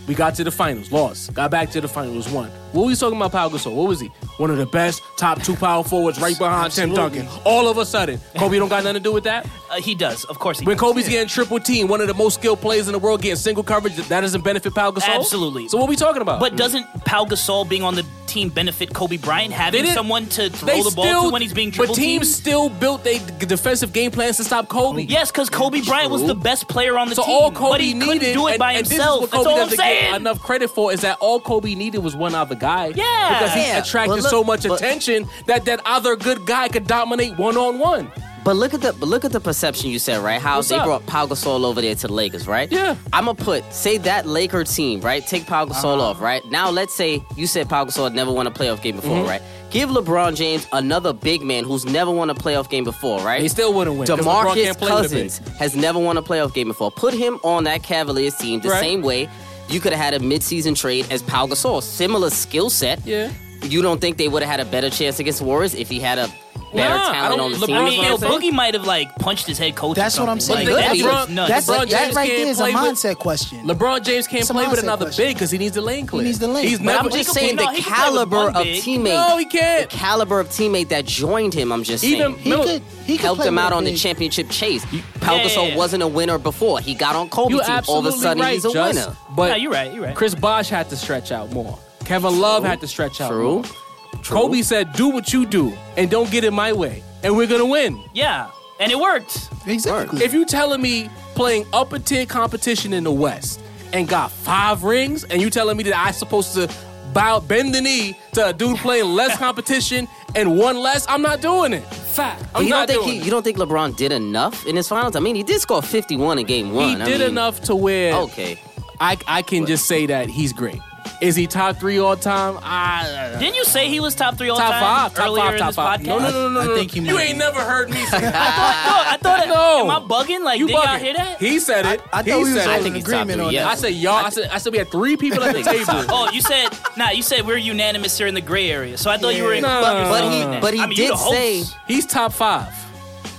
Speaker 1: We got to the finals, lost. Got back to the finals, won. What were we talking about, Pau Gasol? What was he? One of the best top two power forwards, right behind
Speaker 6: Absolutely.
Speaker 1: Tim Duncan. All of a sudden, Kobe don't got nothing to do with that.
Speaker 4: Uh, he does, of course. He
Speaker 1: When
Speaker 4: does.
Speaker 1: Kobe's getting triple team, one of the most skilled players in the world, getting single coverage, that doesn't benefit Pau Gasol.
Speaker 4: Absolutely.
Speaker 1: So what we talking about?
Speaker 4: But doesn't Pau Gasol being on the team benefit Kobe Bryant having
Speaker 1: didn't-
Speaker 4: someone to throw
Speaker 1: they
Speaker 4: the ball
Speaker 1: still,
Speaker 4: to when he's being
Speaker 1: but
Speaker 4: triple
Speaker 1: teams
Speaker 4: teamed?
Speaker 1: still built their defensive game plans to stop Kobe.
Speaker 4: Yes, because Kobe Bryant was the best player on the
Speaker 1: So
Speaker 4: team,
Speaker 1: all Kobe
Speaker 4: but he
Speaker 1: needed,
Speaker 4: couldn't do it
Speaker 1: and,
Speaker 4: by
Speaker 1: and This is what
Speaker 4: himself.
Speaker 1: Kobe
Speaker 4: That's all I'm
Speaker 1: doesn't get
Speaker 4: saying.
Speaker 1: enough credit for is that all Kobe needed was one other guy.
Speaker 4: Yeah.
Speaker 1: because he
Speaker 5: Yeah,
Speaker 1: attracted
Speaker 5: but look-
Speaker 1: so much
Speaker 5: but-
Speaker 1: attention that that other good guy could dominate one on one.
Speaker 5: But look at the but look at the perception you said, right? How
Speaker 1: What's
Speaker 5: they
Speaker 1: up?
Speaker 5: brought Pau Gasol over there to the Lakers, right?
Speaker 1: Yeah.
Speaker 5: I'ma put say that Laker team, right? Take Pau Gasol
Speaker 1: Uh-huh.
Speaker 5: off, right? Now let's say you said Pau Gasol had never won a playoff game before,
Speaker 1: Mm-hmm.
Speaker 5: right? Give LeBron James another big man who's never won a playoff game before, right?
Speaker 1: He still wouldn't win, 'cause LeBron
Speaker 5: DeMarcus
Speaker 1: can't play with a
Speaker 5: Cousins has never won a playoff game before. Put him on that Cavaliers team the
Speaker 1: Right.
Speaker 5: same way you could have had a midseason trade as Pau Gasol, similar skill set.
Speaker 1: Yeah.
Speaker 5: You don't think they would have had a better chance against the Warriors if he had a better
Speaker 1: Nah, I
Speaker 5: talent
Speaker 1: don't-
Speaker 5: on the
Speaker 1: LeBron's
Speaker 5: team?
Speaker 4: I
Speaker 1: That's
Speaker 4: mean,
Speaker 1: what
Speaker 4: yo,
Speaker 1: I'm saying.
Speaker 4: Boogie might have like punched his head coach.
Speaker 6: That's
Speaker 4: or
Speaker 6: what I'm
Speaker 4: something.
Speaker 6: saying.
Speaker 5: But
Speaker 4: Like,
Speaker 5: they-
Speaker 4: that was
Speaker 1: LeBron-
Speaker 4: nuts.
Speaker 6: That's
Speaker 1: LeBron
Speaker 6: that
Speaker 1: James
Speaker 6: right
Speaker 1: can't
Speaker 6: there is a
Speaker 1: play with-
Speaker 6: mindset question.
Speaker 1: LeBron James can't
Speaker 6: It's a
Speaker 1: play with
Speaker 6: mindset
Speaker 1: another
Speaker 6: question.
Speaker 1: big because he needs the lane clear.
Speaker 6: needs the lane.
Speaker 1: He's
Speaker 6: But
Speaker 5: But
Speaker 1: never.
Speaker 5: I'm just
Speaker 4: he
Speaker 5: saying
Speaker 4: could-
Speaker 5: the
Speaker 4: no, he could play with
Speaker 5: caliber
Speaker 4: one
Speaker 5: of
Speaker 4: big.
Speaker 5: teammate.
Speaker 1: No, he can't.
Speaker 5: The caliber of teammate that joined him. I'm just
Speaker 1: Even-
Speaker 5: saying.
Speaker 6: he
Speaker 1: Miller-
Speaker 6: could he could
Speaker 5: helped
Speaker 6: play
Speaker 5: him
Speaker 6: with
Speaker 5: out
Speaker 6: a
Speaker 5: on the
Speaker 6: big-
Speaker 5: championship chase. Pau
Speaker 4: Yeah,
Speaker 5: Gasol
Speaker 4: yeah.
Speaker 5: wasn't a winner before. He got on Kobe
Speaker 1: you
Speaker 5: team. All of a
Speaker 1: absolutely
Speaker 5: sudden,
Speaker 1: right,
Speaker 5: he's a
Speaker 1: Just,
Speaker 5: winner.
Speaker 1: But
Speaker 4: No, you're right, you're right.
Speaker 1: Chris Bosh had to stretch out more. Kevin Love had to stretch out
Speaker 5: True.
Speaker 1: more. Kobe said, "Do what you do, and don't get in my way, and we're gonna win."
Speaker 4: Yeah, and it worked.
Speaker 6: Exactly.
Speaker 1: If you telling me playing upper tier competition in the West and got five rings, and you telling me that I supposed to bow bend the knee to a dude playing less competition and one less, I'm not doing it. Fact.
Speaker 5: But
Speaker 1: I'm
Speaker 5: you
Speaker 1: not
Speaker 5: don't think
Speaker 1: doing
Speaker 5: he,
Speaker 1: it.
Speaker 5: you don't think LeBron did enough in his finals? I mean, he did score 51 in game one.
Speaker 1: He
Speaker 5: I
Speaker 1: did
Speaker 5: mean, Oh,
Speaker 1: enough to where
Speaker 5: Okay.
Speaker 1: I I can just say that he's great. Is he top three all time? I,
Speaker 4: Didn't you say he was top three all
Speaker 1: top
Speaker 4: time
Speaker 1: five, top
Speaker 4: earlier
Speaker 1: five,
Speaker 4: in
Speaker 1: top
Speaker 4: this
Speaker 1: five.
Speaker 4: podcast?
Speaker 1: No, no, no, no,
Speaker 6: I
Speaker 1: no.
Speaker 6: think he
Speaker 1: you
Speaker 6: might
Speaker 1: ain't
Speaker 6: be.
Speaker 1: never heard me say that.
Speaker 4: I thought.
Speaker 1: No.
Speaker 4: Am I bugging? Like,
Speaker 1: You
Speaker 4: did y'all
Speaker 1: bugging.
Speaker 4: hear that?
Speaker 1: He said it.
Speaker 6: I
Speaker 1: he
Speaker 6: thought we was
Speaker 1: said
Speaker 6: all
Speaker 1: it.
Speaker 6: in
Speaker 5: think he's top
Speaker 6: agreement
Speaker 5: three,
Speaker 6: on
Speaker 5: yeah.
Speaker 1: I
Speaker 6: that.
Speaker 1: said y'all. I, said I said we had three people at the table.
Speaker 4: Oh, you said nah. You said we're unanimous here in the gray area. So I thought you were.
Speaker 1: Yeah.
Speaker 4: including
Speaker 1: But-
Speaker 4: yourself
Speaker 5: But
Speaker 4: in
Speaker 5: he,
Speaker 4: that.
Speaker 5: but he
Speaker 4: I mean, you
Speaker 5: did
Speaker 4: the host.
Speaker 5: say.
Speaker 1: He's top five.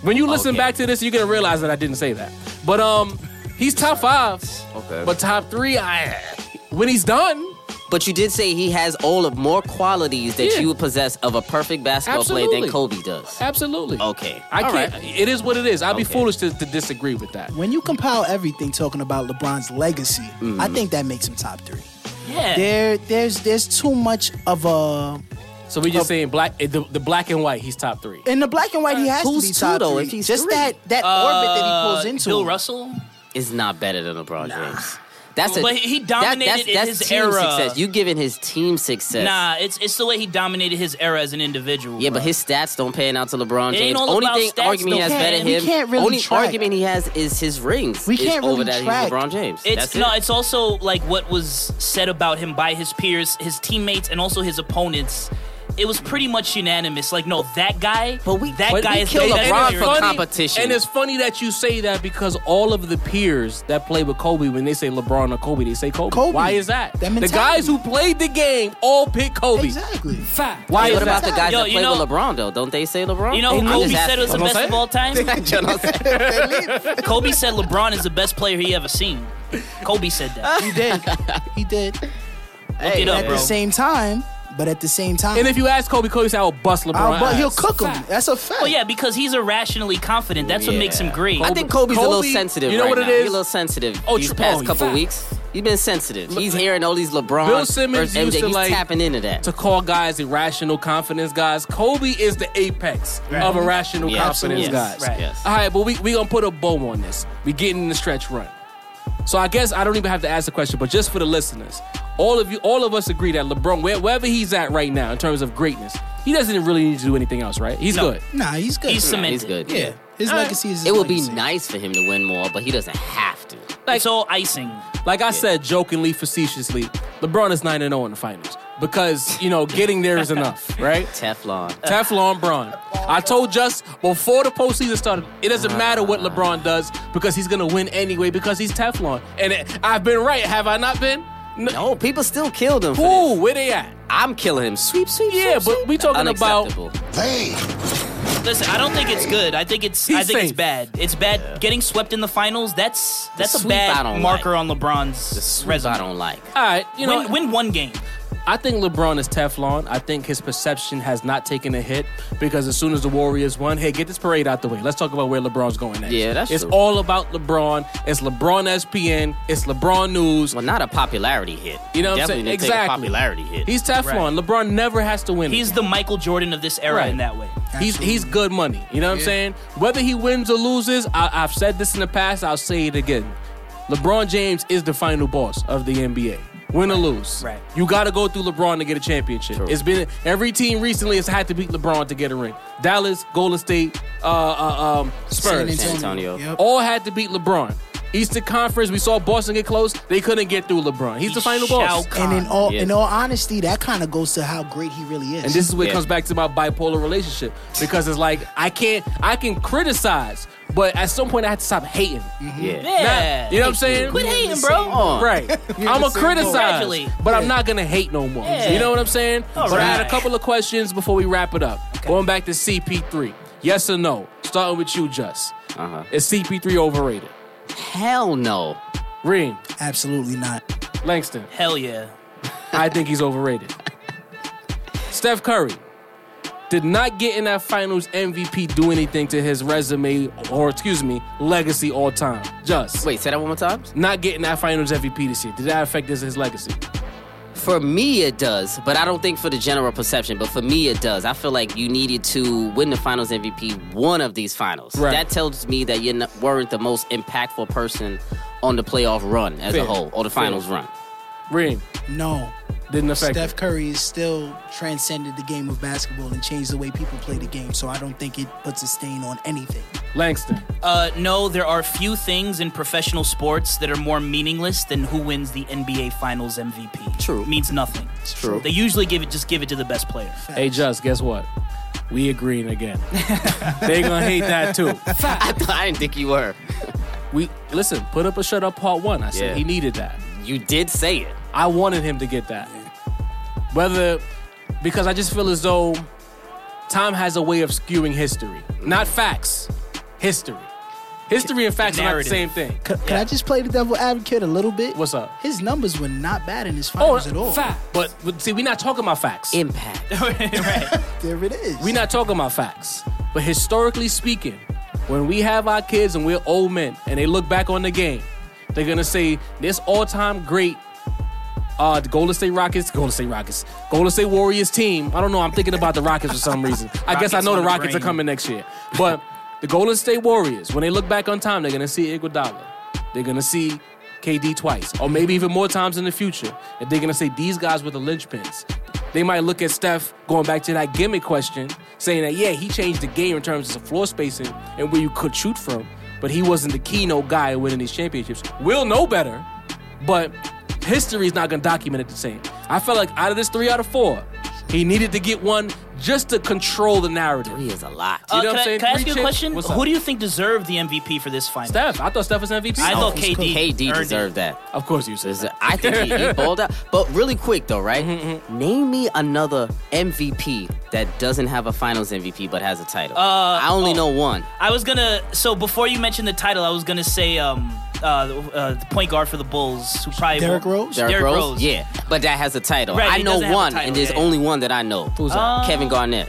Speaker 1: When you listen
Speaker 5: Okay.
Speaker 1: back to this, you're gonna realize that I didn't say that. But um, he's top five.
Speaker 5: Okay.
Speaker 1: But top three, I when he's done,
Speaker 5: But you did say he has all of more qualities that
Speaker 1: Yeah.
Speaker 5: you possess of a perfect basketball player than
Speaker 1: Absolutely.
Speaker 5: Kobe does.
Speaker 1: absolutely.
Speaker 5: Okay.
Speaker 1: I
Speaker 5: All
Speaker 1: can't.
Speaker 5: right.
Speaker 1: It is what it is. I'd be
Speaker 5: Okay.
Speaker 1: foolish to, to disagree with that.
Speaker 6: When you compile everything talking about LeBron's legacy, I think that makes him top three.
Speaker 4: Yeah.
Speaker 6: There, there's, there's too much of a
Speaker 1: So we're
Speaker 6: Oh.
Speaker 1: just saying black, eh, the, the black and white. He's top three.
Speaker 6: in the black and white. He has
Speaker 5: Who's
Speaker 6: to be
Speaker 5: two,
Speaker 6: top
Speaker 5: though,
Speaker 6: three.
Speaker 5: if he's
Speaker 6: Just
Speaker 5: three?
Speaker 6: that that orbit that he pulls into.
Speaker 4: Uh, Bill Russell.
Speaker 5: is not better than LeBron James. That's a,
Speaker 4: But he dominated in his
Speaker 5: team
Speaker 4: era.
Speaker 5: Success. You giving his team success.
Speaker 4: Nah, it's it's the way he dominated his era as an individual.
Speaker 5: Yeah, but
Speaker 4: bro.
Speaker 5: his stats don't pan out to LeBron
Speaker 4: It ain't
Speaker 5: James.
Speaker 4: all
Speaker 5: Only
Speaker 4: about
Speaker 5: thing
Speaker 4: stats,
Speaker 5: argument he
Speaker 4: though.
Speaker 5: has better
Speaker 6: We
Speaker 5: him.
Speaker 6: can't really
Speaker 5: only
Speaker 6: track.
Speaker 5: argument he has is his rings.
Speaker 6: We
Speaker 5: It's
Speaker 6: can't
Speaker 5: over
Speaker 6: really
Speaker 5: that he's
Speaker 6: track.
Speaker 5: LeBron James.
Speaker 4: It's
Speaker 5: That's
Speaker 4: no,
Speaker 5: it.
Speaker 4: it's also like what was said about him by his peers, his teammates, and also his opponents. It was pretty much unanimous. Like, no, that guy,
Speaker 5: But we-
Speaker 4: that
Speaker 5: but
Speaker 4: guy
Speaker 5: we
Speaker 4: is
Speaker 5: killed
Speaker 4: the best
Speaker 5: LeBron
Speaker 4: player.
Speaker 5: for competition.
Speaker 1: And it's funny that you say that because all of the peers that play with Kobe, when they say LeBron or Kobe, they say Kobe.
Speaker 6: Kobe.
Speaker 1: Why is that?
Speaker 6: That
Speaker 1: the
Speaker 6: mentality.
Speaker 1: guys who played the game all pick Kobe.
Speaker 6: Exactly.
Speaker 1: Fact. Why
Speaker 5: What
Speaker 1: is
Speaker 5: about
Speaker 1: that?
Speaker 5: the guys
Speaker 4: Yo,
Speaker 5: that
Speaker 4: you
Speaker 5: play
Speaker 4: know-
Speaker 5: with LeBron though? Don't they say LeBron?
Speaker 4: You know who
Speaker 5: I'm
Speaker 4: Kobe
Speaker 5: just
Speaker 4: said was the
Speaker 5: asking.
Speaker 1: I'm
Speaker 4: best
Speaker 1: saying.
Speaker 4: of all time?
Speaker 5: You know what I'm saying?
Speaker 4: Kobe said LeBron is the best player he ever seen. Kobe said that.
Speaker 6: He did. he did.
Speaker 4: Look it up,
Speaker 6: At the
Speaker 4: bro.
Speaker 6: same time, but at the same time,
Speaker 1: And if you ask Kobe, Kobe said, "I'll bust LeBron."
Speaker 6: I'll- but he'll
Speaker 1: ass."
Speaker 6: cook him.
Speaker 1: Fact.
Speaker 6: That's a fact.
Speaker 4: Well, yeah, because he's irrationally confident. That's what makes him great.
Speaker 5: I think Kobe's a little
Speaker 1: Kobe,
Speaker 5: sensitive.
Speaker 1: you know
Speaker 5: right
Speaker 1: what it
Speaker 5: now. He's
Speaker 1: is?
Speaker 5: a little sensitive.
Speaker 1: Oh,
Speaker 5: these
Speaker 1: tr-
Speaker 5: past
Speaker 1: oh,
Speaker 5: couple
Speaker 1: fact.
Speaker 5: weeks, he's been sensitive. He's hearing all these LeBron.
Speaker 1: Bill Simmons
Speaker 5: or- and
Speaker 1: used to
Speaker 5: he's
Speaker 1: like
Speaker 5: tapping into that.
Speaker 1: to call guys irrational confidence guys. Kobe is the apex of irrational
Speaker 5: Yeah.
Speaker 1: confidence
Speaker 5: Yes.
Speaker 1: guys.
Speaker 4: Right.
Speaker 5: Yes.
Speaker 1: All right, but we we gonna put a bow on this. We getting in the stretch run. So I guess I don't even have to ask the question, but just for the listeners, all of you, all of us agree that LeBron, where, wherever he's at right now in terms of greatness, he doesn't really need to do anything else, right? He's
Speaker 4: No.
Speaker 1: good.
Speaker 6: nah, he's good.
Speaker 4: He's cemented.
Speaker 5: He's good.
Speaker 6: yeah, his legacy is. His
Speaker 5: It would be
Speaker 6: legacy.
Speaker 5: nice for him to win more, but he doesn't have to.
Speaker 4: it's all icing.
Speaker 1: Like I said, jokingly, facetiously, LeBron is nine and zero in the finals because you know getting there is enough, right?
Speaker 5: Teflon.
Speaker 1: Uh, Teflon Braun. I told just before the postseason started, it doesn't matter what LeBron does because he's gonna win anyway because he's Teflon. And it- I've been right, have I not been? No.
Speaker 5: No, people still killed him. For this.
Speaker 1: Ooh, where they at?
Speaker 5: I'm killing him. Sweep, sweep,
Speaker 1: Yeah,
Speaker 5: sweep,
Speaker 1: but
Speaker 5: sweep.
Speaker 1: we talking about-
Speaker 5: Unacceptable.
Speaker 3: They
Speaker 4: Listen, I don't think it's good. I think it's
Speaker 1: He's
Speaker 4: I think it's
Speaker 1: safe.
Speaker 4: bad. It's bad getting swept in the finals. That's that's a
Speaker 5: sweep I
Speaker 4: bad
Speaker 5: don't
Speaker 4: marker
Speaker 5: like.
Speaker 4: on LeBron's
Speaker 5: the sweep
Speaker 4: resume.
Speaker 5: I don't like.
Speaker 1: All right, you know,
Speaker 4: win, win one game.
Speaker 1: I think LeBron is Teflon. I think his perception has not taken a hit because as soon as the Warriors won, hey, get this parade out the way. Let's talk about where LeBron's going next.
Speaker 5: Yeah, that's
Speaker 1: it's
Speaker 5: true.
Speaker 1: all about LeBron. It's LeBron SPN. It's LeBron News.
Speaker 5: Well, not a popularity hit.
Speaker 1: You know what I'm
Speaker 5: Definitely
Speaker 1: saying?
Speaker 5: didn't take
Speaker 1: Exactly.
Speaker 5: a popularity hit.
Speaker 1: He's Teflon. LeBron never has to win.
Speaker 4: He's the Michael Jordan of this era
Speaker 1: Right.
Speaker 4: in that way.
Speaker 1: He's he's good money. You know what I'm saying? Whether he wins or loses, I, I've said this in the past. I'll say it again. LeBron James is the final boss of the NBA. Win or lose,
Speaker 4: Right.
Speaker 1: You got to go through LeBron to get a championship. It's been every team recently has had to beat LeBron to get a ring. Dallas, Golden State, uh, uh, um,
Speaker 6: San
Speaker 1: Spurs,
Speaker 5: San
Speaker 6: Antonio.
Speaker 5: Antonio.
Speaker 6: Yep.
Speaker 1: all had to beat LeBron. Eastern Conference, we saw Boston get close. They couldn't get through LeBron. He's the final
Speaker 4: Shao
Speaker 1: boss.
Speaker 4: Kahn.
Speaker 6: And in all
Speaker 5: Ah, Yeah.
Speaker 6: in all honesty, that kind of goes to how great he really is.
Speaker 1: And this is where it
Speaker 5: Yeah.
Speaker 1: comes back to my bipolar relationship because it's like I can't, I can criticize, but at some point I have to stop hating.
Speaker 5: yeah.
Speaker 4: Mm-hmm. yeah.
Speaker 1: Not- you know what I'm saying?
Speaker 4: Quit hating, bro.
Speaker 5: Come on.
Speaker 1: Right. I'm gonna
Speaker 4: Congratulate.
Speaker 1: criticize, but I'm not gonna hate no more.
Speaker 4: Yeah.
Speaker 1: You know what I'm saying?
Speaker 4: All
Speaker 1: but I had a
Speaker 4: right.
Speaker 1: couple of questions before we wrap it up. Going back to CP3, yes or no? Starting with you, Just.
Speaker 5: Uh-huh.
Speaker 1: Is CP3 overrated?
Speaker 5: Hell no.
Speaker 1: Reem
Speaker 6: Absolutely not.
Speaker 1: Langston,
Speaker 4: Hell yeah.
Speaker 1: I think he's overrated. Steph Curry did not get in that finals MVP do anything to his resume or excuse me, legacy all time. Just
Speaker 5: Wait, say that one more time.
Speaker 1: not getting that finals MVP this year. Did that affect his, his legacy?
Speaker 5: For me, it does, but I don't think for the general perception. But for me, it does. I feel like you needed to win the Finals MVP one of these Finals.
Speaker 1: Right.
Speaker 5: That tells me that you n- weren't the most impactful person on the playoff run as
Speaker 1: Fair.
Speaker 5: a whole, or the Finals run.
Speaker 1: Reem
Speaker 6: No.
Speaker 1: didn't affect
Speaker 6: Steph
Speaker 1: it.
Speaker 6: Curry is still transcended the game of basketball and changed the way people play the game. So I don't think it puts a stain on anything.
Speaker 1: Langston.
Speaker 4: Uh, no, there are few things in professional sports that are more meaningless than who wins the NBA Finals MVP.
Speaker 5: True.
Speaker 4: means nothing. It's
Speaker 5: true.
Speaker 4: They usually give it, just give it to the best player. Uh,
Speaker 1: Hey, Just, guess what? We agreeing again. they gonna hate that too.
Speaker 5: I, th- I didn't think you were.
Speaker 1: We listen. Put up a shut up part one. I said
Speaker 5: Yeah.
Speaker 1: he needed that.
Speaker 5: You did say it.
Speaker 1: I wanted him to get that. Whether because I just feel as though time has a way of skewing history, not facts. History, history and facts are not the
Speaker 4: Narrative.
Speaker 1: same thing.
Speaker 6: Could, could I just play the devil advocate a little bit?
Speaker 1: What's up?
Speaker 6: His numbers were not bad in his
Speaker 1: Oh,
Speaker 6: finals at all.
Speaker 1: fact. But, but see, we're not talking about facts.
Speaker 5: Impact.
Speaker 4: right.
Speaker 6: There it is.
Speaker 1: We're not talking about facts, but historically speaking, when we have our kids and we're old men and they look back on the game, they're gonna say this all-time great uh the Golden State Rockets, Golden State Rockets, Golden State Warriors team. I don't know, I'm thinking about the Rockets for some reason. I guess I
Speaker 4: Rockets
Speaker 1: know the
Speaker 4: on the
Speaker 1: Rockets are
Speaker 4: brain.
Speaker 1: coming next year. But the Golden State Warriors, when they look back on time, they're gonna see Iguodala. They're gonna see KD twice, or maybe even more times in the future. And they're gonna say these guys were the linchpins. They might look at Steph going back to that gimmick question, saying that yeah, he changed the game in terms of floor spacing and where you could shoot from, but he wasn't the keynote guy in winning these championships. We'll know better, but history is not gonna document it the same. I felt like out of this three out of four, he needed to get one just to control the narrative.
Speaker 5: He is a lot.
Speaker 1: You
Speaker 4: Uh,
Speaker 1: know what
Speaker 4: can,
Speaker 1: I'm
Speaker 4: I,
Speaker 1: saying?
Speaker 4: can I ask
Speaker 1: Three
Speaker 4: you a
Speaker 1: chips.
Speaker 4: question?
Speaker 1: What's
Speaker 4: Who
Speaker 1: up?
Speaker 4: do you think deserved the MVP for this final?
Speaker 1: Steph, I thought Steph was MVP.
Speaker 4: I thought
Speaker 6: Steph was
Speaker 4: KD.
Speaker 5: KD
Speaker 4: earned it.
Speaker 5: deserved that.
Speaker 1: of course you said
Speaker 5: Is
Speaker 1: that.
Speaker 5: it- I think he, he balled out. But really quick though, right?
Speaker 1: Mm-hmm,
Speaker 5: Name me another MVP that doesn't have a Finals MVP but has a title.
Speaker 1: Uh,
Speaker 5: I only
Speaker 1: oh.
Speaker 5: know one.
Speaker 4: I was gonna. So before you mentioned the title, I was gonna say um uh, uh the point guard for the Bulls who probably
Speaker 6: Derrick
Speaker 4: won-
Speaker 6: Rose?
Speaker 5: Derrick
Speaker 4: Derrick
Speaker 5: Rose?
Speaker 4: Rose.
Speaker 5: Yeah, but that has a title.
Speaker 4: Right,
Speaker 5: I
Speaker 4: he
Speaker 5: know
Speaker 4: doesn't have a
Speaker 5: one,
Speaker 4: title,
Speaker 5: and there's
Speaker 4: yeah, Um,
Speaker 5: only one that I know. Uh,
Speaker 1: Who's that?
Speaker 5: Kevin Garnett.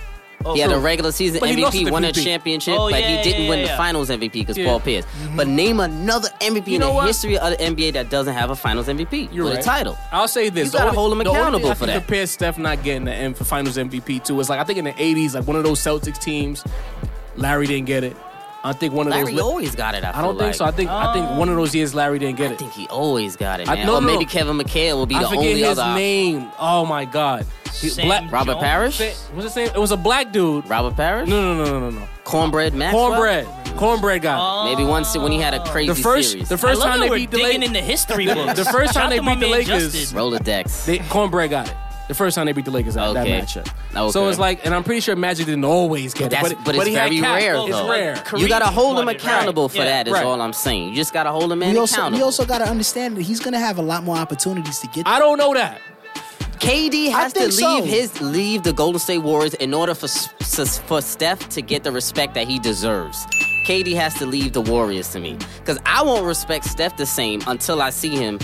Speaker 5: he had a regular season
Speaker 1: But he lost
Speaker 5: MVP,
Speaker 1: the
Speaker 5: won a
Speaker 1: MVP.
Speaker 5: championship,
Speaker 4: Oh,
Speaker 5: but
Speaker 4: yeah,
Speaker 5: he didn't
Speaker 4: yeah,
Speaker 5: win
Speaker 4: yeah. Mm-hmm.
Speaker 5: the Finals MVP because
Speaker 1: Yeah.
Speaker 5: Paul Pierce. But name another MVP in
Speaker 1: know
Speaker 5: the
Speaker 1: what?
Speaker 5: history of the NBA that doesn't have a Finals MVP
Speaker 1: You're
Speaker 5: with
Speaker 1: right.
Speaker 5: a title.
Speaker 1: I'll say this:
Speaker 5: You gotta
Speaker 1: The only-
Speaker 5: hold him
Speaker 1: the only thing
Speaker 5: accountable
Speaker 1: I
Speaker 5: for
Speaker 1: can
Speaker 5: that.
Speaker 1: Compare Steph not getting the M for Finals MVP to is like I think in the '80s, like one of those Celtics teams, Larry didn't get it. I think one of
Speaker 5: Larry
Speaker 1: those.
Speaker 5: always got it. I,
Speaker 1: I don't
Speaker 5: feel
Speaker 1: think so. I
Speaker 5: like.
Speaker 1: think I think one of those years Larry didn't get
Speaker 5: I
Speaker 1: it.
Speaker 5: think he always got it.
Speaker 1: I-
Speaker 5: Man.
Speaker 1: no,
Speaker 5: or
Speaker 1: no.
Speaker 5: maybe Kevin McHale will be
Speaker 1: I
Speaker 5: the
Speaker 1: forget
Speaker 5: only
Speaker 1: his
Speaker 5: other.
Speaker 1: name. Oh my god, He-
Speaker 4: Sam
Speaker 1: black.
Speaker 5: Robert
Speaker 4: Jones?
Speaker 5: Parrish,
Speaker 1: What's his name? It was a black dude.
Speaker 5: Robert Parrish,
Speaker 1: No, no, no, no, no, no.
Speaker 5: Cornbread Maxwell,
Speaker 1: Cornbread, cornbread guy.
Speaker 5: Maybe once when he had a crazy
Speaker 1: the first,
Speaker 5: series.
Speaker 1: the
Speaker 4: I
Speaker 1: first
Speaker 4: love
Speaker 1: time
Speaker 4: how
Speaker 1: they
Speaker 4: we're
Speaker 1: beat the
Speaker 4: digging
Speaker 1: Lakers,
Speaker 4: in the history books.
Speaker 1: the first
Speaker 4: Shout
Speaker 1: time they
Speaker 4: to my
Speaker 1: beat the
Speaker 4: man
Speaker 1: Lakers,
Speaker 4: Justin.
Speaker 5: Rolodex.
Speaker 1: They, Cornbread got it. The first time they beat the Lakers out that
Speaker 5: Okay.
Speaker 1: matchup.
Speaker 5: Okay.
Speaker 1: So it's like, and I'm pretty sure Magic didn't always get
Speaker 5: That's-
Speaker 1: it, but,
Speaker 5: but it's
Speaker 1: he had
Speaker 5: very
Speaker 1: cap.
Speaker 5: rare,
Speaker 1: It's
Speaker 5: though.
Speaker 1: rare.
Speaker 5: You gotta hold him
Speaker 4: Right.
Speaker 5: accountable for
Speaker 4: Yeah.
Speaker 5: that. Is
Speaker 1: Right.
Speaker 5: all I'm saying. You just gotta hold him man
Speaker 6: We also,
Speaker 5: accountable.
Speaker 6: we also got to understand that he's going to have a lot more opportunities to get
Speaker 1: I don't know that.
Speaker 5: KD has to
Speaker 6: think
Speaker 5: leave
Speaker 6: so.
Speaker 5: his leave the Golden State Warriors in order for S- S- for Steph to get the respect that he deserves. KD has to leave the Warriors to me because I won't respect Steph the same until I see him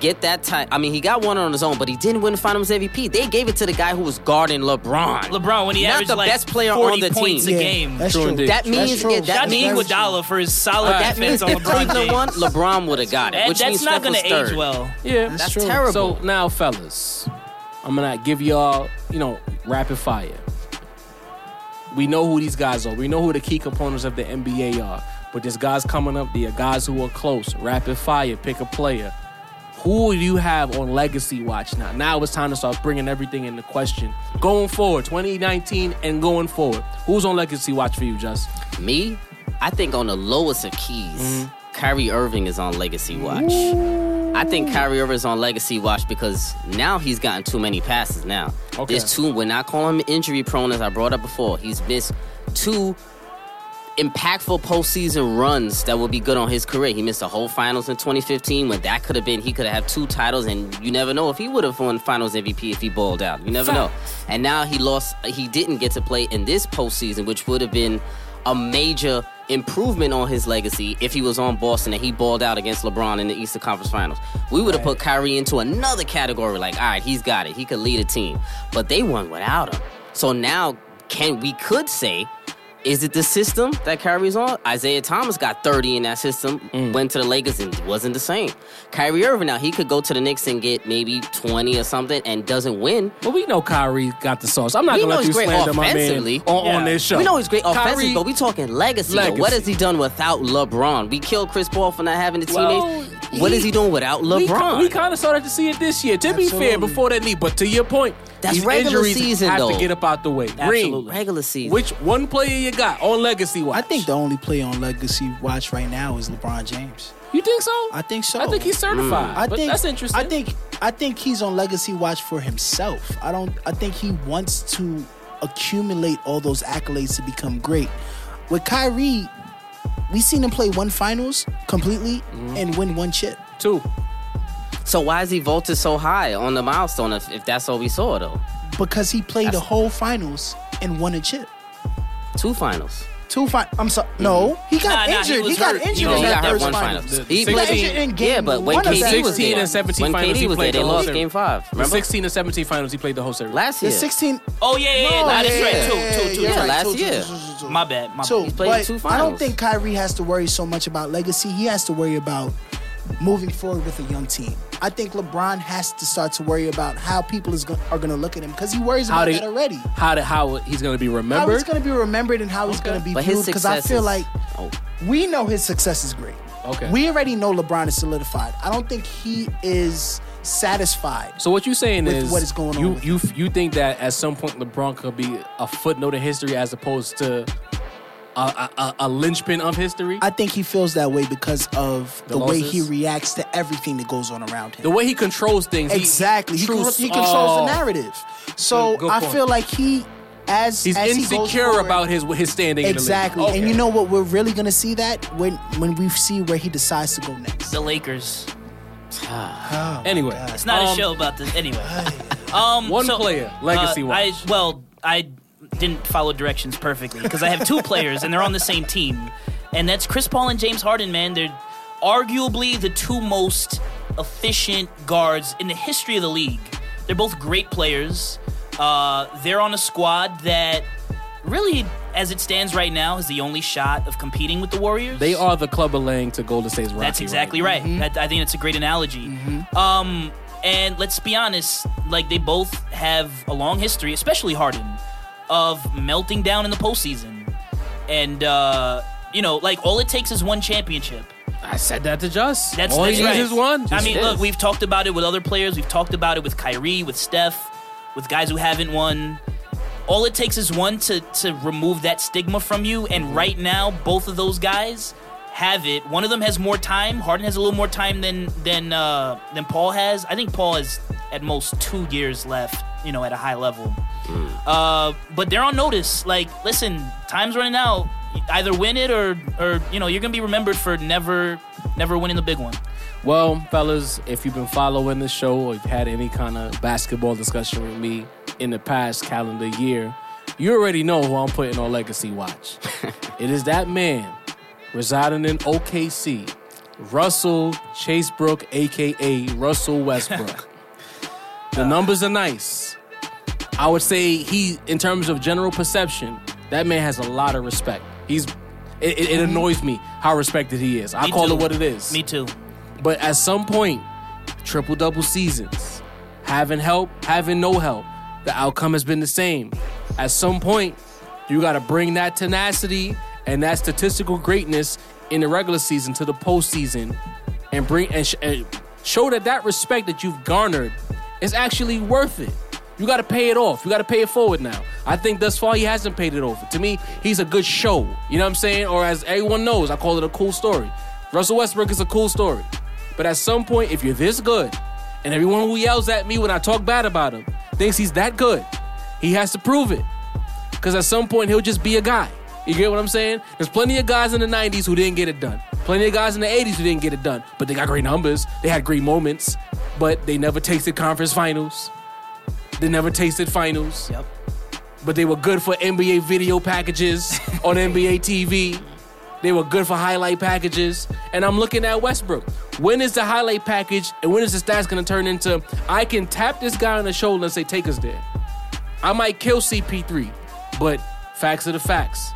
Speaker 5: get that time. I mean, he got one on his own, but he didn't win the Finals MVP. They gave it to the guy who was guarding LeBron.
Speaker 4: LeBron when he
Speaker 5: Not
Speaker 4: averaged
Speaker 5: the
Speaker 4: like
Speaker 5: best player
Speaker 4: 40
Speaker 5: on the
Speaker 4: points
Speaker 5: team.
Speaker 4: a
Speaker 6: Yeah,
Speaker 4: game.
Speaker 6: That's
Speaker 1: True
Speaker 6: true.
Speaker 1: indeed.
Speaker 5: That means-
Speaker 6: that's true.
Speaker 5: yeah, that
Speaker 4: Shout out to
Speaker 5: means-
Speaker 6: That's true.
Speaker 4: Iguodala for his solid
Speaker 5: that means
Speaker 4: defense on
Speaker 5: if
Speaker 4: LeBron
Speaker 5: Cleveland
Speaker 4: James.
Speaker 5: won, LeBron would have got it,
Speaker 4: That-
Speaker 5: which
Speaker 4: that's
Speaker 5: means
Speaker 4: not
Speaker 5: Steph
Speaker 4: going
Speaker 5: was
Speaker 4: to
Speaker 5: third.
Speaker 4: age well.
Speaker 1: Yeah,
Speaker 6: That's
Speaker 5: That's
Speaker 6: true.
Speaker 5: terrible.
Speaker 1: So now, fellas, I'm gonna give y'all, you know, rapid fire. We know who these guys are. We know who the key components of the NBA are. But there's guys coming up. There are guys who are close. Rapid fire. Pick a player. Who do you have on legacy watch now? Now it's time to start bringing everything into question. Going forward, 2019 and going forward, who's on legacy watch for you, Just?
Speaker 5: Me, I think on the lowest of keys,
Speaker 4: Mm-hmm.
Speaker 5: Kyrie Irving is on legacy watch. I think Kyrie Irving is on legacy watch because now he's gotten too many passes. Now
Speaker 1: Okay.
Speaker 5: there's two. When I call him injury prone, as I brought up before, he's missed two impactful postseason runs that will be good on his career. He missed the whole finals in 2015 when that could have been he could have had two titles and you never know if he would have won finals MVP if he balled out. You never know. And now he lost he didn't get to play in this postseason, which would have been a major improvement on his legacy if he was on Boston and he balled out against LeBron in the Eastern Conference Finals. We would have put Kyrie into another category, like, all right, he's got it. He could lead a team. But they won without him. So now can we could say is it the system that carries on? Isaiah Thomas got 30 in that system,
Speaker 1: Mm.
Speaker 5: went to the Lakers and wasn't the same. Kyrie Irving now he could go to the Knicks and get maybe 20 or something and doesn't win.
Speaker 1: Well, we know Kyrie got the sauce. I'm not
Speaker 5: We
Speaker 1: gonna
Speaker 5: know
Speaker 1: let you
Speaker 5: he's great
Speaker 1: slander my man
Speaker 5: offensively.
Speaker 1: on, on
Speaker 4: Yeah.
Speaker 1: this show.
Speaker 5: We know he's great offensive,
Speaker 1: Kyrie-
Speaker 5: but we talking legacy. though. What
Speaker 1: Legacy.
Speaker 5: has he done without LeBron? We killed Chris Paul for not having the
Speaker 1: Well,
Speaker 5: teammates. what
Speaker 1: he-
Speaker 5: is he doing without
Speaker 1: We-
Speaker 5: LeBron?
Speaker 1: We, kind of started to see it this year. To be fair,
Speaker 6: Absolutely.
Speaker 1: before that knee, but to your point,
Speaker 5: That's
Speaker 1: these
Speaker 5: regular
Speaker 1: injuries
Speaker 5: season,
Speaker 1: have to
Speaker 5: though.
Speaker 1: get up out the way.
Speaker 4: Absolutely.
Speaker 1: Ring,
Speaker 5: Regular season.
Speaker 1: which one player you got on legacy watch?
Speaker 6: I think the only player on legacy watch right now is LeBron James.
Speaker 1: you think so.
Speaker 6: I think so. Mm.
Speaker 1: I think he's certified.
Speaker 6: I
Speaker 1: but
Speaker 6: think
Speaker 1: that's interesting.
Speaker 6: I think I think he's on legacy watch for himself. I don't. I think he wants to accumulate all those accolades to become great. With Kyrie, we seen him play one finals completely
Speaker 1: Mm-hmm.
Speaker 6: and win one chip.
Speaker 1: too.
Speaker 5: so why is he vaulted so high on the milestone if, if that's all we saw though?
Speaker 6: because he played the whole finals and won a chip.
Speaker 5: Two finals.
Speaker 6: Two fi- I'm sorry. No,
Speaker 1: Mm-hmm.
Speaker 6: he got
Speaker 4: Nah, nah, he
Speaker 6: injured.
Speaker 4: was
Speaker 6: he got
Speaker 4: hurt.
Speaker 6: injured
Speaker 5: No,
Speaker 6: in
Speaker 5: he
Speaker 6: that
Speaker 5: got hurt
Speaker 6: first
Speaker 5: one
Speaker 6: finals.
Speaker 5: finals.
Speaker 1: The-
Speaker 5: He
Speaker 1: the
Speaker 5: played
Speaker 1: 16
Speaker 6: in game
Speaker 5: yeah, but when
Speaker 6: one of
Speaker 5: KD
Speaker 6: that
Speaker 5: was there,
Speaker 1: 16 and 17
Speaker 5: when
Speaker 1: finals,
Speaker 5: KD
Speaker 1: he
Speaker 5: was there,
Speaker 1: played
Speaker 5: they
Speaker 1: the whole
Speaker 5: lost
Speaker 1: series.
Speaker 5: Game Five.
Speaker 1: The
Speaker 5: Remember
Speaker 1: 16 and 17 finals, he played the whole series.
Speaker 5: last
Speaker 6: The
Speaker 5: year?
Speaker 6: 16.
Speaker 4: Oh yeah, yeah, yeah.
Speaker 6: No,
Speaker 4: Nah, that's
Speaker 6: yeah,
Speaker 4: right. Two,
Speaker 6: yeah,
Speaker 4: two, two.
Speaker 6: you're
Speaker 5: Yeah,
Speaker 6: right.
Speaker 5: last
Speaker 6: Two, two,
Speaker 5: year.
Speaker 6: two, two, two, two.
Speaker 4: My bad. My
Speaker 6: So,
Speaker 4: bad.
Speaker 5: played
Speaker 6: but
Speaker 5: two
Speaker 6: I don't
Speaker 5: finals.
Speaker 6: think Kyrie has to worry so much about legacy. He has to worry about moving forward with a young team. I think LeBron has to start to worry about how people is go- are going to look at him because he worries
Speaker 1: How
Speaker 6: about
Speaker 1: they
Speaker 6: that already.
Speaker 1: How the, how he's gonna be
Speaker 6: How
Speaker 1: remembered?
Speaker 6: he's going to be remembered and how he's going to be
Speaker 5: But his
Speaker 6: viewed because I
Speaker 5: success
Speaker 6: feel
Speaker 5: is-
Speaker 6: like
Speaker 5: Oh.
Speaker 6: we know his success is great.
Speaker 1: Okay.
Speaker 6: We already know LeBron is solidified. I don't think he is satisfied.
Speaker 1: so what you saying
Speaker 6: With
Speaker 1: is
Speaker 6: what is going on
Speaker 1: You
Speaker 6: with
Speaker 1: you you think that at some point LeBron could be a footnote in history as opposed to a a, a, a linchpin of history?
Speaker 6: I think he feels that way because of
Speaker 1: The
Speaker 6: the, way he
Speaker 1: losses?
Speaker 6: reacts to everything that goes on around him.
Speaker 1: the way he controls things, he-
Speaker 6: exactly. He,
Speaker 1: truths uh,
Speaker 6: con- he controls
Speaker 1: all.
Speaker 6: the narrative. So
Speaker 1: Good- good
Speaker 6: I
Speaker 1: point.
Speaker 6: feel like he, as
Speaker 1: He's
Speaker 6: as he goes
Speaker 1: insecure
Speaker 6: forward-
Speaker 1: about his his standing. in the league.
Speaker 6: Exactly,
Speaker 1: Okay.
Speaker 6: and you know what? We're really gonna see that when when we see where he decides to go next.
Speaker 4: the Lakers.
Speaker 1: Anyway,
Speaker 6: Oh
Speaker 4: It's not
Speaker 1: Um,
Speaker 4: a show about this anyway. um,
Speaker 1: One
Speaker 4: so,
Speaker 1: player, legacy
Speaker 4: uh,
Speaker 1: watch.
Speaker 4: I, well, I didn't follow directions perfectly because I have two players and they're on the same team, and that's Chris Paul and James Harden. Man, they're arguably the two most efficient guards in the history of the league. They're both great players. Uh, they're on a squad that really, as it stands right now, is the only shot of competing with the Warriors.
Speaker 1: They are the club of Lang to Golden State's Rocky. Mm-hmm.
Speaker 4: That's exactly
Speaker 1: right.
Speaker 4: right. That, I think it's a great analogy. Um, and let's be honest, like they both have a long history, especially Harden, of melting down in the postseason. And uh, you know, like all it takes is one championship.
Speaker 1: I said that to Just.
Speaker 4: That's
Speaker 1: all
Speaker 4: that's
Speaker 1: he
Speaker 4: right.
Speaker 1: needs is one.
Speaker 4: I mean,
Speaker 5: it
Speaker 4: look,
Speaker 5: is.
Speaker 4: we've talked about it with other players. We've talked about it with Kyrie, with Steph, with guys who haven't won. All it takes is one to to remove that stigma from you. And right now, both of those guys have it. One of them has more time. Harden has a little more time than than uh, than Paul has. I think Paul has at most two years left. You know, at a high level. Uh, but they're on notice. Like, listen, time's running out. Either win it or, or you know, you're gonna be remembered for never, never winning the big one.
Speaker 1: Well, fellas, if you've been following the show or you've had any kind of basketball discussion with me in the past calendar year, you already know who I'm putting on Legacy Watch. it is that man residing in OKC, Russell Chasebrook, aka Russell Westbrook. the numbers are nice. I would say he, in terms of general perception, that man has a lot of respect. He's it, it, it annoys me how respected he is. I
Speaker 4: Mm-hmm. Me
Speaker 1: call
Speaker 4: too.
Speaker 1: it what it is.
Speaker 4: Me too.
Speaker 1: But at some point, triple double seasons, having help, having no help, the outcome has been the same. At some point, you got to bring that tenacity and that statistical greatness in the regular season to the postseason, and bring and, sh- and show that that respect that you've garnered is actually worth it. You got to pay it off. You got to pay it forward now. I think thus far he hasn't paid it over. To me, he's a good show. You know what I'm saying? Or as everyone knows, I call it a cool story. Russell Westbrook is a cool story. But at some point, if you're this good, and everyone who yells at me when I talk bad about him thinks he's that good, he has to prove it. Because at some point, he'll just be a guy. You get what I'm saying? There's plenty of guys in the 90s who didn't get it done. Plenty of guys in the 80s who didn't get it done. But they got great numbers. They had great moments. But they never tasted conference finals. They never tasted finals.
Speaker 4: Yep.
Speaker 1: But they were good for NBA video packages on NBA TV. They were good for highlight packages. And I'm looking at Westbrook. When is the highlight package and when is the stats going to turn into I can tap this guy on the shoulder and say, take us there? I might kill CP3, but facts are the facts.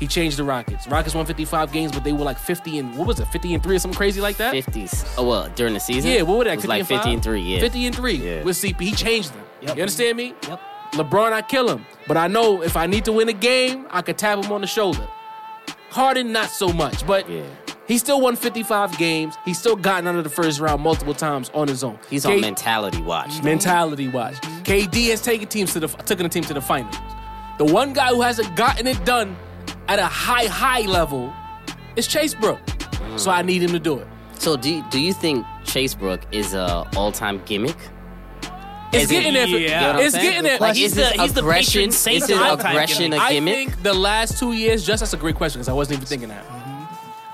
Speaker 1: He changed the Rockets. Rockets won 55 games, but they were like 50 and what was it, 50 and 3 or something crazy like that?
Speaker 5: 50s. Oh, well, during the season?
Speaker 1: Yeah, what would that?
Speaker 5: It was like
Speaker 1: 50 and
Speaker 5: 50
Speaker 1: five?
Speaker 5: and 3, yeah.
Speaker 1: 50 and 3
Speaker 5: Yeah.
Speaker 1: with CP. He changed them.
Speaker 4: Yep.
Speaker 1: You understand me?
Speaker 4: Yep.
Speaker 1: LeBron, I kill him. But I know if I need to win a game, I could tap him on the shoulder. Harden, not so much. But
Speaker 5: Yeah.
Speaker 1: he still won 55 games. He's still gotten out of the first round multiple times on his own.
Speaker 5: He's
Speaker 1: K- Mm-hmm.
Speaker 5: on mentality watch.
Speaker 1: mentality wise. KD has taken teams to the taken the team to the finals. The one guy who hasn't gotten it done at a high, high level is Chase Brook. So I need him to do it.
Speaker 5: So do you, do you think Chasebrook is a all-time gimmick?
Speaker 1: It's
Speaker 5: Is it-
Speaker 1: getting there. for-
Speaker 4: Yeah. You know what I'm
Speaker 1: It's
Speaker 5: saying?
Speaker 1: getting there.
Speaker 5: Like,
Speaker 4: He's
Speaker 5: is
Speaker 4: the-
Speaker 5: this
Speaker 4: he's the
Speaker 5: aggression?
Speaker 4: patron saint
Speaker 5: is
Speaker 4: of
Speaker 5: it
Speaker 4: all time
Speaker 5: aggression
Speaker 4: gimmick.
Speaker 5: a gimmick?
Speaker 1: I think the last two years, just that's a great question because I wasn't even thinking that.
Speaker 5: Mm-hmm.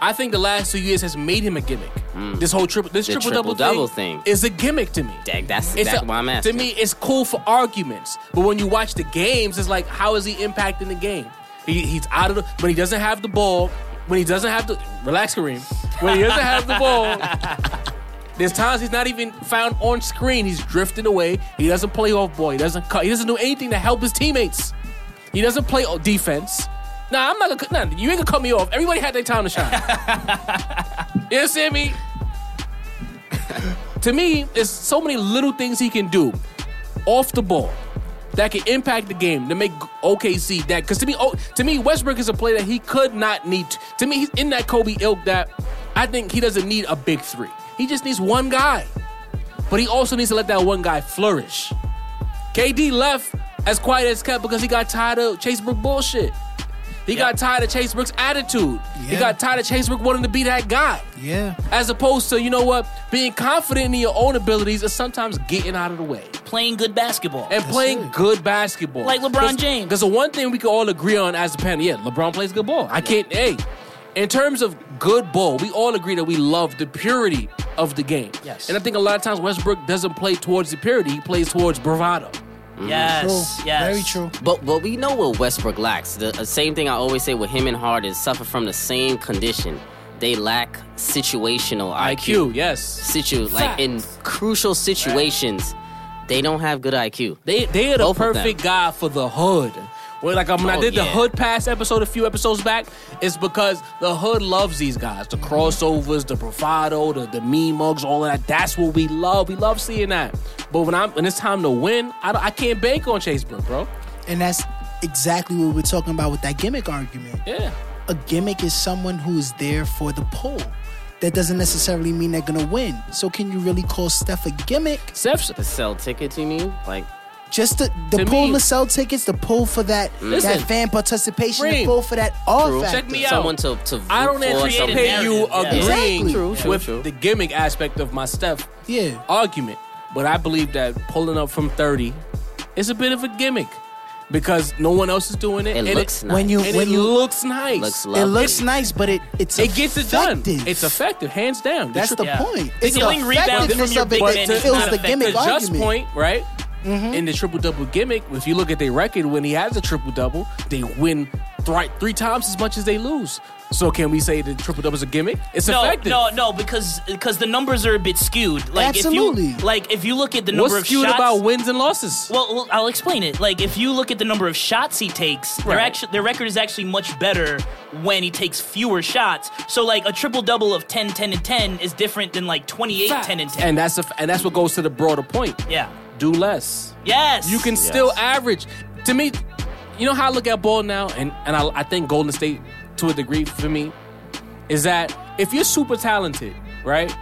Speaker 1: I think the last two years has made him a gimmick. This whole triple, this
Speaker 5: Mm. The
Speaker 1: triple double
Speaker 5: triple-double
Speaker 1: thing,
Speaker 5: thing.
Speaker 1: is a gimmick to me.
Speaker 5: Dang, that's
Speaker 1: It's
Speaker 5: exactly
Speaker 1: a-
Speaker 5: why I'm asking.
Speaker 1: To me, it's cool for arguments, but when you watch the games, it's like, how is he impacting the game? He, he's out of the when he doesn't have the ball. When he doesn't have the relax, Kareem. When he doesn't have the ball, there's times he's not even found on screen. He's drifting away. He doesn't play off ball. He doesn't cut. He doesn't do anything to help his teammates. He doesn't play o- defense. Nah, I'm not gonna. cut- Nah, you ain't gonna cut me off. Everybody had their time to shine. you understand me? to me, there's so many little things he can do off the ball that can impact the game to make OKC that. Because to me, oh, to me, Westbrook is a player that he could not need. To, to me, he's in that Kobe ilk that I think he doesn't need a big three. He just needs one guy, but he also needs to let that one guy flourish. KD left as quiet as kept because he got tired of Chase Brook bullshit. He got tired of Chase Brook's attitude. He
Speaker 6: Yeah.
Speaker 1: got tired of Chase Brook wanting to be that guy
Speaker 6: Yeah.
Speaker 1: as opposed to you know what being confident in your own abilities is sometimes getting out of the way
Speaker 4: Playing good basketball.
Speaker 1: and playing
Speaker 6: it.
Speaker 1: good basketball
Speaker 4: Like LeBron James.
Speaker 1: because the one thing we can all agree on as a panel yeah lebron plays good ball i can't hey in terms of good ball we all agree that we love the purity of the game
Speaker 4: Yes.
Speaker 1: and i think a lot of times westbrook doesn't play towards the purity he plays towards bravado
Speaker 6: True.
Speaker 4: Yes. Yes.
Speaker 6: Very true.
Speaker 5: But but we know what Westbrook lacks. The uh, same thing I always say with him and Harden suffer from the same condition. They lack situational IQ.
Speaker 1: iq yes
Speaker 5: Situ like in crucial situations, they don't have good IQ.
Speaker 1: They they are the
Speaker 5: Both of them.
Speaker 1: perfect guy for the hood. Well, like um, when I
Speaker 5: Oh,
Speaker 1: did the
Speaker 5: yeah.
Speaker 1: hood pass episode a few episodes back, it's because the hood loves these guys. The crossovers, the bravado, the, the mean mugs, all of that. That's what we love. We love seeing that. But when I'm when it's time to win, I, don't- I can't bank on Chase Brook, bro.
Speaker 6: And that's exactly what we're talking about with that gimmick argument.
Speaker 1: Yeah.
Speaker 6: a gimmick is someone who is there for the poll. That doesn't necessarily mean they're gonna win. So can you really call Steph a gimmick?
Speaker 1: Steph's
Speaker 5: To sell tickets, you mean? Like
Speaker 6: Just the, the
Speaker 1: To
Speaker 6: pull
Speaker 1: me-
Speaker 6: to sell tickets, the pull for that
Speaker 1: Listen.
Speaker 6: that fan participation,
Speaker 1: Reem.
Speaker 6: the pull for that all
Speaker 5: True.
Speaker 6: factor.
Speaker 1: Check me out.
Speaker 5: someone to to
Speaker 1: I don't
Speaker 5: root for,
Speaker 4: create a
Speaker 1: anticipate you
Speaker 4: narrative. Yeah.
Speaker 1: agreeing
Speaker 6: Exactly. True,
Speaker 5: true,
Speaker 1: with
Speaker 5: true.
Speaker 1: the gimmick aspect of my Steph
Speaker 6: Yeah.
Speaker 1: argument, but I believe that pulling up from thirty is a bit of a gimmick. because no one else is doing it.
Speaker 5: It
Speaker 1: and
Speaker 5: looks nice.
Speaker 6: when you
Speaker 1: and
Speaker 6: when
Speaker 1: it
Speaker 6: you
Speaker 1: looks nice.
Speaker 5: Looks
Speaker 6: it
Speaker 5: lovely.
Speaker 6: looks nice, but it it's
Speaker 1: it gets it done.
Speaker 6: effective.
Speaker 1: It's effective, hands down.
Speaker 6: That's the
Speaker 1: tri-
Speaker 4: Yeah.
Speaker 6: point.
Speaker 4: The
Speaker 6: It's
Speaker 4: yelling
Speaker 6: the
Speaker 4: rebound from
Speaker 6: effectiveness
Speaker 4: your
Speaker 6: of
Speaker 4: big
Speaker 6: it
Speaker 1: man
Speaker 6: that
Speaker 1: is
Speaker 6: kills
Speaker 4: not
Speaker 6: the
Speaker 4: effective.
Speaker 6: gimmick
Speaker 1: to Just
Speaker 6: argument. Mm-hmm.
Speaker 1: point, right? In the triple double gimmick, if you look at their record, when he has a triple double, they win thri- three times as much as they lose. So can we say the triple double is a gimmick? It's
Speaker 4: No,
Speaker 1: effective.
Speaker 4: no, no, because because the numbers are a bit skewed. Like
Speaker 6: Absolutely.
Speaker 4: if you like if you look at the number
Speaker 1: What's
Speaker 4: of
Speaker 1: skewed
Speaker 4: shots
Speaker 1: about wins and losses?
Speaker 4: Well, well, I'll explain it. Like if you look at the number of shots he takes, their
Speaker 1: Right.
Speaker 4: actually their record is actually much better when he takes fewer shots. So like a triple double of 10, 10, and 10 is different than like 28, 10, and 10.
Speaker 1: And that's a, f- and that's what goes to the broader point.
Speaker 4: yeah.
Speaker 1: Do less.
Speaker 4: Yes.
Speaker 1: You can still average. To me, you know how I look at ball now, and, and I, I think Golden State to a degree for me, is that if you're super talented, right?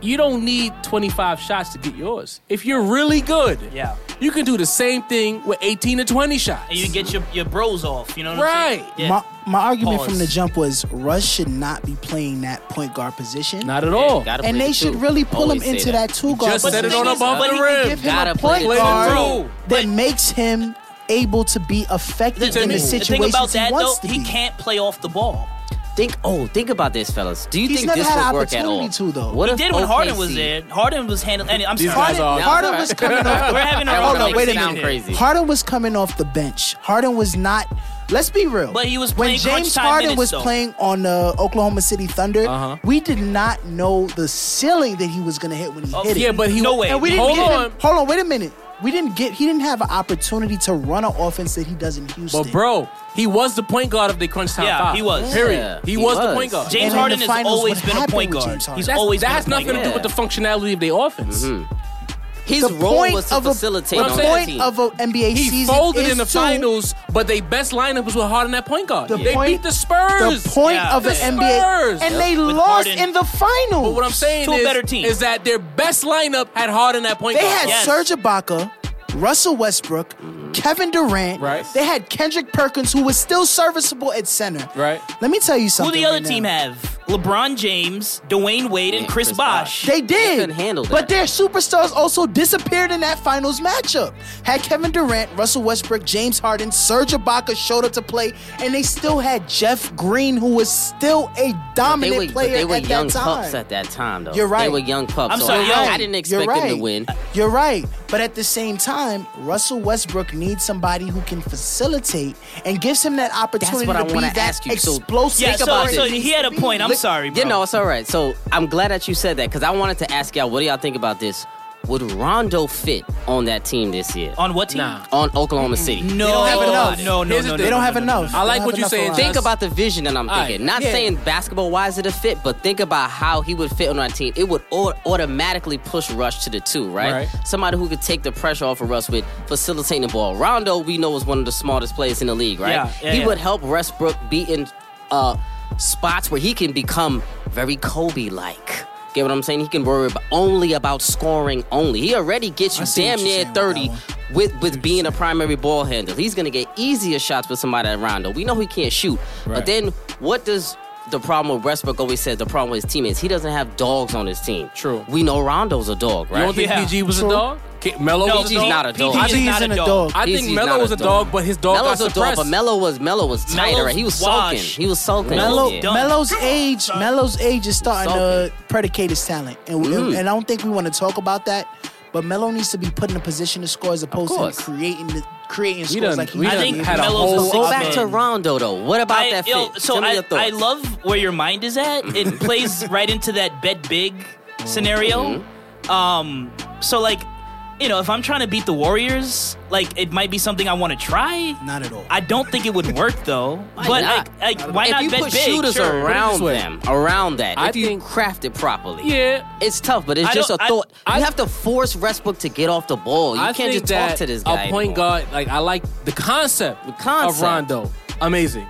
Speaker 1: You don't need 25 shots to get yours. If you're really good,
Speaker 4: Yeah.
Speaker 1: you can do the same thing with 18 to 20 shots.
Speaker 4: And you get your, your bros off. You know what I'm saying?
Speaker 1: Right.
Speaker 4: Yeah.
Speaker 6: My, my argument
Speaker 4: Pause.
Speaker 6: from the jump was Russ should not be playing that point guard position.
Speaker 1: Not at all.
Speaker 5: Gotta
Speaker 6: and
Speaker 5: play
Speaker 6: they
Speaker 5: the
Speaker 6: should
Speaker 5: two.
Speaker 6: really pull him
Speaker 5: Always say
Speaker 6: into
Speaker 5: that.
Speaker 6: that two guard.
Speaker 1: just
Speaker 4: But
Speaker 1: said
Speaker 4: the
Speaker 1: it
Speaker 4: thing
Speaker 1: on
Speaker 4: is-
Speaker 1: above
Speaker 4: but
Speaker 1: the
Speaker 4: he can
Speaker 1: rim.
Speaker 6: give him
Speaker 5: Gotta
Speaker 6: a
Speaker 5: play the
Speaker 6: point
Speaker 5: two.
Speaker 1: Play the
Speaker 6: guard
Speaker 1: two.
Speaker 6: that makes him able to be effective in the
Speaker 4: the thing
Speaker 6: situation
Speaker 4: about
Speaker 6: he
Speaker 4: that though,
Speaker 6: wants to
Speaker 4: he
Speaker 6: be.
Speaker 4: can't play off the ball.
Speaker 5: Think, oh, think about this, fellas. Do you
Speaker 6: He's
Speaker 5: think
Speaker 6: never
Speaker 5: this
Speaker 6: had an
Speaker 5: will work at all?
Speaker 6: opportunity to, though.
Speaker 5: What
Speaker 4: He
Speaker 5: if
Speaker 4: did when Harden was
Speaker 5: OKC
Speaker 4: there. Harden was handling. and I'm
Speaker 1: These
Speaker 4: sorry.
Speaker 1: guys are-
Speaker 6: Harden
Speaker 5: Now,
Speaker 6: was coming off.
Speaker 4: We're having our
Speaker 5: That
Speaker 4: own
Speaker 5: would
Speaker 6: Hold on,
Speaker 5: make
Speaker 6: wait a
Speaker 5: it sound
Speaker 4: conversation.
Speaker 5: crazy.
Speaker 6: Harden was coming off the bench. Harden was not. Let's be real.
Speaker 4: But he was
Speaker 6: when
Speaker 4: playing crunch
Speaker 6: James
Speaker 4: time
Speaker 6: Harden
Speaker 4: minutes,
Speaker 6: was
Speaker 4: though.
Speaker 6: playing on the Oklahoma City Thunder. We did not know the ceiling that he was going to hit when he hit it.
Speaker 1: Yeah, but he
Speaker 4: No way.
Speaker 6: and we didn't
Speaker 1: hold
Speaker 6: get
Speaker 1: on.
Speaker 6: him. Hold on, wait a minute. We didn't get. He didn't have an opportunity to run an offense that he does in Houston.
Speaker 1: But bro, he was the point guard of the crunch time
Speaker 4: Yeah,
Speaker 1: five.
Speaker 4: he was.
Speaker 1: Period.
Speaker 5: Yeah,
Speaker 1: he,
Speaker 5: he
Speaker 1: was, the
Speaker 5: was.
Speaker 1: point guard.
Speaker 4: James
Speaker 6: And in
Speaker 4: Harden
Speaker 6: the
Speaker 4: has
Speaker 6: finals,
Speaker 4: always
Speaker 6: what
Speaker 4: been a
Speaker 6: happened
Speaker 4: point
Speaker 6: with
Speaker 4: guard.
Speaker 6: James Harden?
Speaker 4: He's
Speaker 1: That's-
Speaker 4: always
Speaker 1: that
Speaker 4: been a
Speaker 1: has
Speaker 4: point
Speaker 1: nothing to
Speaker 4: guard.
Speaker 1: do with the functionality of their offense.
Speaker 5: His
Speaker 6: the
Speaker 5: role
Speaker 6: point
Speaker 5: was to
Speaker 6: of a-
Speaker 5: facilitate
Speaker 1: What
Speaker 5: on
Speaker 1: I'm
Speaker 5: that
Speaker 1: saying-
Speaker 5: team.
Speaker 6: point of an NBA
Speaker 1: He
Speaker 6: season
Speaker 1: folded
Speaker 6: is
Speaker 1: in the
Speaker 6: to-
Speaker 1: finals, but they best lineup was with Harden at point guard.
Speaker 6: The
Speaker 1: they
Speaker 6: point-
Speaker 1: beat the Spurs.
Speaker 6: The point
Speaker 4: Yeah.
Speaker 6: of an
Speaker 4: The
Speaker 1: Spurs.
Speaker 6: NBA, and they
Speaker 4: With
Speaker 6: lost
Speaker 4: Harden.
Speaker 6: in the finals.
Speaker 1: But what I'm saying
Speaker 4: To a
Speaker 1: is,
Speaker 4: better team.
Speaker 1: is that their best lineup had Harden at point
Speaker 6: They
Speaker 1: guard.
Speaker 6: had
Speaker 4: Yes.
Speaker 6: Serge Ibaka, Russell Westbrook, Kevin Durant.
Speaker 1: Right.
Speaker 6: They had Kendrick Perkins, who was still serviceable at center.
Speaker 1: Right.
Speaker 6: Let me tell you
Speaker 4: Who
Speaker 6: something.
Speaker 4: the other
Speaker 6: right now.
Speaker 4: team have? LeBron James, Dwayne Wade, and
Speaker 5: Yeah,
Speaker 4: Chris,
Speaker 5: Chris
Speaker 4: Bosh.
Speaker 6: They did.
Speaker 5: couldn't handle that.
Speaker 6: But their superstars also disappeared in that finals matchup. Had Kevin Durant, Russell Westbrook, James Harden, Serge Ibaka showed up to play, and they still had Jeff Green, who was still a
Speaker 5: they
Speaker 6: dominant
Speaker 5: were, but
Speaker 6: player
Speaker 5: they were
Speaker 6: at
Speaker 5: young
Speaker 6: that
Speaker 5: pups
Speaker 6: time.
Speaker 5: at that time, though.
Speaker 6: You're
Speaker 5: They
Speaker 6: right.
Speaker 5: were young pups.
Speaker 4: I'm
Speaker 5: so
Speaker 4: sorry,
Speaker 5: I-
Speaker 4: you're
Speaker 5: I
Speaker 4: right.
Speaker 5: didn't
Speaker 6: You're
Speaker 5: expect
Speaker 6: right.
Speaker 5: them to win.
Speaker 6: You're right. But at the same time, Russell Westbrook needs somebody who can facilitate and gives him that opportunity
Speaker 5: what I
Speaker 6: to be
Speaker 5: wanna
Speaker 6: that
Speaker 5: ask you. So
Speaker 6: explosive.
Speaker 4: yeah,
Speaker 5: Think
Speaker 4: so,
Speaker 5: about
Speaker 4: so
Speaker 5: this.
Speaker 4: he had a point. I'm sorry, bro.
Speaker 5: You know, it's all right. So I'm glad that you said that because I wanted to ask y'all, what do y'all think about this? Would Rondo fit on that team this year?
Speaker 4: on what team?
Speaker 1: Nah.
Speaker 5: On Oklahoma City.
Speaker 4: No,
Speaker 6: don't have enough.
Speaker 4: no, no,
Speaker 1: Here's
Speaker 4: no,
Speaker 1: the thing.
Speaker 4: no,
Speaker 6: They
Speaker 4: no,
Speaker 6: don't have
Speaker 4: no, no, no.
Speaker 6: enough.
Speaker 1: I like
Speaker 6: They don't
Speaker 1: what you're
Speaker 6: have enough
Speaker 1: saying.
Speaker 6: for
Speaker 5: Think
Speaker 6: us.
Speaker 5: about the vision that I'm
Speaker 1: All right,
Speaker 5: thinking. Not
Speaker 1: yeah.
Speaker 5: saying basketball wise it a fit, but think about how he would fit on our team. It would au- automatically push Rush to the two, right?
Speaker 1: Right.
Speaker 5: Somebody who could take the pressure off of Russ with facilitating the ball. Rondo, we know, is one of the smartest players in the league, right?
Speaker 4: Yeah, yeah,
Speaker 5: he
Speaker 4: yeah.
Speaker 5: would help Westbrook be in uh, spots where he can become very Kobe like. Get what I'm saying? He can worry about, only about scoring only. He already gets you
Speaker 6: see
Speaker 5: damn
Speaker 6: what you're
Speaker 5: near
Speaker 6: saying with
Speaker 5: 30
Speaker 6: that one.
Speaker 5: with with being a primary ball handler. He's gonna get easier shots with somebody at Rondo. We know he can't shoot,
Speaker 1: Right.
Speaker 5: but then what does the problem with Westbrook always says the problem with his teammates? He doesn't have dogs on his team.
Speaker 1: True.
Speaker 5: We know Rondo's a dog,
Speaker 1: You
Speaker 5: right?
Speaker 1: don't think
Speaker 4: Yeah.
Speaker 1: PG was a dog? K- Melo
Speaker 4: No,
Speaker 1: was a
Speaker 5: PG's
Speaker 1: dog?
Speaker 5: not a dog.
Speaker 4: PG
Speaker 6: I
Speaker 4: is
Speaker 6: think he's
Speaker 4: not
Speaker 6: an
Speaker 4: a
Speaker 6: adult.
Speaker 4: dog.
Speaker 1: I
Speaker 5: He's-
Speaker 1: think
Speaker 5: he's
Speaker 1: Melo
Speaker 5: not
Speaker 1: was a dog, but his dog
Speaker 5: Melo's
Speaker 1: got
Speaker 5: a dog,
Speaker 1: suppressed.
Speaker 5: but Melo was Melo was tighter. Right? He was
Speaker 4: Melo's
Speaker 5: sulking.
Speaker 4: wash.
Speaker 5: He was sulking.
Speaker 6: Melo,
Speaker 5: Yeah.
Speaker 6: Melo's age, Melo's age is starting
Speaker 5: Something.
Speaker 6: to predicate his talent, and, and- and I don't think we want to talk about that. But Melo needs to be put in a position to score as opposed to
Speaker 5: course.
Speaker 6: creating the, creating scores
Speaker 1: done-
Speaker 6: like he
Speaker 1: we
Speaker 6: does.
Speaker 1: done
Speaker 4: think
Speaker 1: had a
Speaker 4: Melo's
Speaker 1: whole
Speaker 4: a
Speaker 5: Go
Speaker 4: six
Speaker 1: up-
Speaker 5: back
Speaker 4: man.
Speaker 5: to Rondo though. What about
Speaker 4: I,
Speaker 5: that fit?
Speaker 4: yo, so
Speaker 5: Tell me
Speaker 4: I,
Speaker 5: your thoughts.
Speaker 4: I love where your mind is at. It plays right into that bet big scenario.
Speaker 6: Mm-hmm.
Speaker 4: Um, so like, you know, if I'm trying to beat the Warriors, like it might be something I want to try.
Speaker 6: Not at all.
Speaker 4: I don't think it would work though. but
Speaker 5: not?
Speaker 4: like, like why
Speaker 5: if
Speaker 4: not
Speaker 5: you
Speaker 4: bet
Speaker 5: put
Speaker 4: big?
Speaker 5: shooters
Speaker 4: Sure.
Speaker 5: around
Speaker 1: way.
Speaker 5: them, around that,
Speaker 1: I
Speaker 5: if you
Speaker 1: think-
Speaker 5: craft it properly,
Speaker 1: Yeah.
Speaker 5: It's tough, but it's
Speaker 4: I
Speaker 5: just a
Speaker 4: don't- I-
Speaker 5: thought.
Speaker 1: I-
Speaker 5: you have to force Westbrook to get off the ball. You
Speaker 1: I
Speaker 5: can't
Speaker 1: think
Speaker 5: just
Speaker 1: that
Speaker 5: talk to this guy.
Speaker 1: A point
Speaker 5: anymore.
Speaker 1: guard, like I like the concept,
Speaker 5: The concept.
Speaker 1: of Rondo, amazing.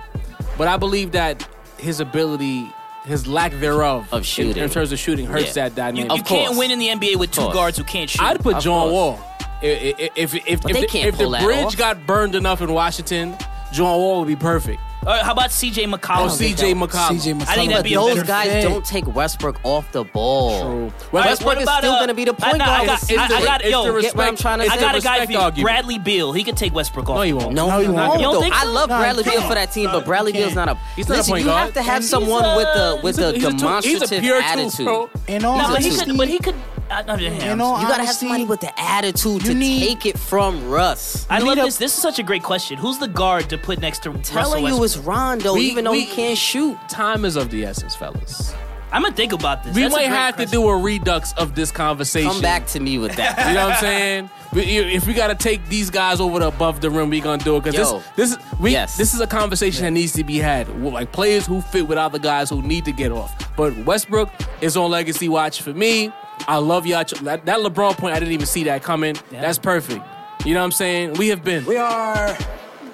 Speaker 1: But I believe that his ability, his lack thereof
Speaker 5: Of
Speaker 1: in- in,
Speaker 5: shooting.
Speaker 1: terms of shooting, hurts
Speaker 5: Yeah.
Speaker 1: that dynamic.
Speaker 4: You,
Speaker 5: Of
Speaker 4: you
Speaker 5: course.
Speaker 4: can't win in the NBA with two
Speaker 5: course.
Speaker 4: guards who can't shoot.
Speaker 1: I'd put
Speaker 5: Of
Speaker 1: John
Speaker 5: course.
Speaker 1: Wall. I- I- If if if, if,
Speaker 5: they
Speaker 1: the,
Speaker 5: can't
Speaker 1: if the
Speaker 5: pull that
Speaker 1: bridge
Speaker 5: off.
Speaker 1: got burned enough in Washington, John Wall would be perfect.
Speaker 4: Or how about CJ McCollum?
Speaker 1: Oh, CJ McCollum.
Speaker 6: CJ McCollum.
Speaker 4: I think that'd be a
Speaker 5: Those
Speaker 4: better
Speaker 5: guys
Speaker 6: fit.
Speaker 5: don't take Westbrook off the ball.
Speaker 1: True.
Speaker 5: Well,
Speaker 1: All right,
Speaker 5: Westbrook
Speaker 4: what
Speaker 5: is
Speaker 4: about,
Speaker 5: still
Speaker 4: uh,
Speaker 5: going to be the
Speaker 4: I-
Speaker 5: point
Speaker 4: no, I
Speaker 5: guard.
Speaker 4: got-
Speaker 1: It's the-
Speaker 4: I- I got-
Speaker 1: it's
Speaker 4: yo,
Speaker 1: the
Speaker 4: get what
Speaker 1: respect,
Speaker 5: I'm trying to
Speaker 1: it's
Speaker 5: say.
Speaker 4: I
Speaker 1: the
Speaker 4: got a guy for
Speaker 1: respect
Speaker 4: you,
Speaker 1: argument.
Speaker 4: Bradley Beal. He could take Westbrook off.
Speaker 1: No, you
Speaker 4: the
Speaker 1: won't.
Speaker 5: No,
Speaker 6: No,
Speaker 5: he
Speaker 6: he
Speaker 5: won't.
Speaker 6: won't.
Speaker 4: You don't
Speaker 5: though.
Speaker 4: think
Speaker 5: I
Speaker 4: so?
Speaker 5: love
Speaker 6: No,
Speaker 5: Bradley
Speaker 6: he
Speaker 5: Beal
Speaker 6: can't.
Speaker 5: for that team, but Bradley
Speaker 6: He
Speaker 5: Beal's not a.
Speaker 1: He's not a
Speaker 5: Listen,
Speaker 1: point
Speaker 5: you
Speaker 1: guard.
Speaker 5: have to have
Speaker 4: He's
Speaker 5: someone
Speaker 4: a-
Speaker 5: with a with
Speaker 1: he's a-
Speaker 5: a
Speaker 1: he's a two-
Speaker 5: demonstrative
Speaker 1: he's a pure two,
Speaker 5: attitude.
Speaker 1: bro.
Speaker 6: In all
Speaker 4: No, but he
Speaker 5: He's a
Speaker 6: honesty,
Speaker 4: could. But he could. uh, I, no, yeah,
Speaker 6: in all
Speaker 5: You gotta have
Speaker 6: honesty,
Speaker 5: somebody with the attitude
Speaker 6: you
Speaker 5: to
Speaker 6: need-
Speaker 5: take it from Russ.
Speaker 4: I
Speaker 6: You
Speaker 4: love
Speaker 6: need a-
Speaker 4: this. This is such a great question. Who's the guard to put next to Russell
Speaker 5: Telling you
Speaker 4: Westbrook?
Speaker 5: it's Rondo,
Speaker 1: We-
Speaker 5: even though
Speaker 1: we-
Speaker 5: he can't shoot.
Speaker 1: Time is of the essence, fellas.
Speaker 4: I'm gonna think about this.
Speaker 1: We
Speaker 4: That's a
Speaker 1: might
Speaker 4: great
Speaker 1: have to
Speaker 4: question.
Speaker 1: do a redux of this conversation.
Speaker 5: Come back to me with
Speaker 1: You
Speaker 5: that.
Speaker 1: know what I'm saying? We- you- If we gotta take these guys over the above the rim, we gonna do it because
Speaker 5: Yo.
Speaker 1: this this we
Speaker 5: Yes.
Speaker 1: this is a conversation that needs to be had. Well, Like players who fit with other guys who need to get off. But Westbrook is on legacy watch for me. I love y'all. That, that LeBron point, I didn't even see that coming.
Speaker 4: Yeah.
Speaker 1: That's perfect. You know what I'm saying? We have been.
Speaker 3: We are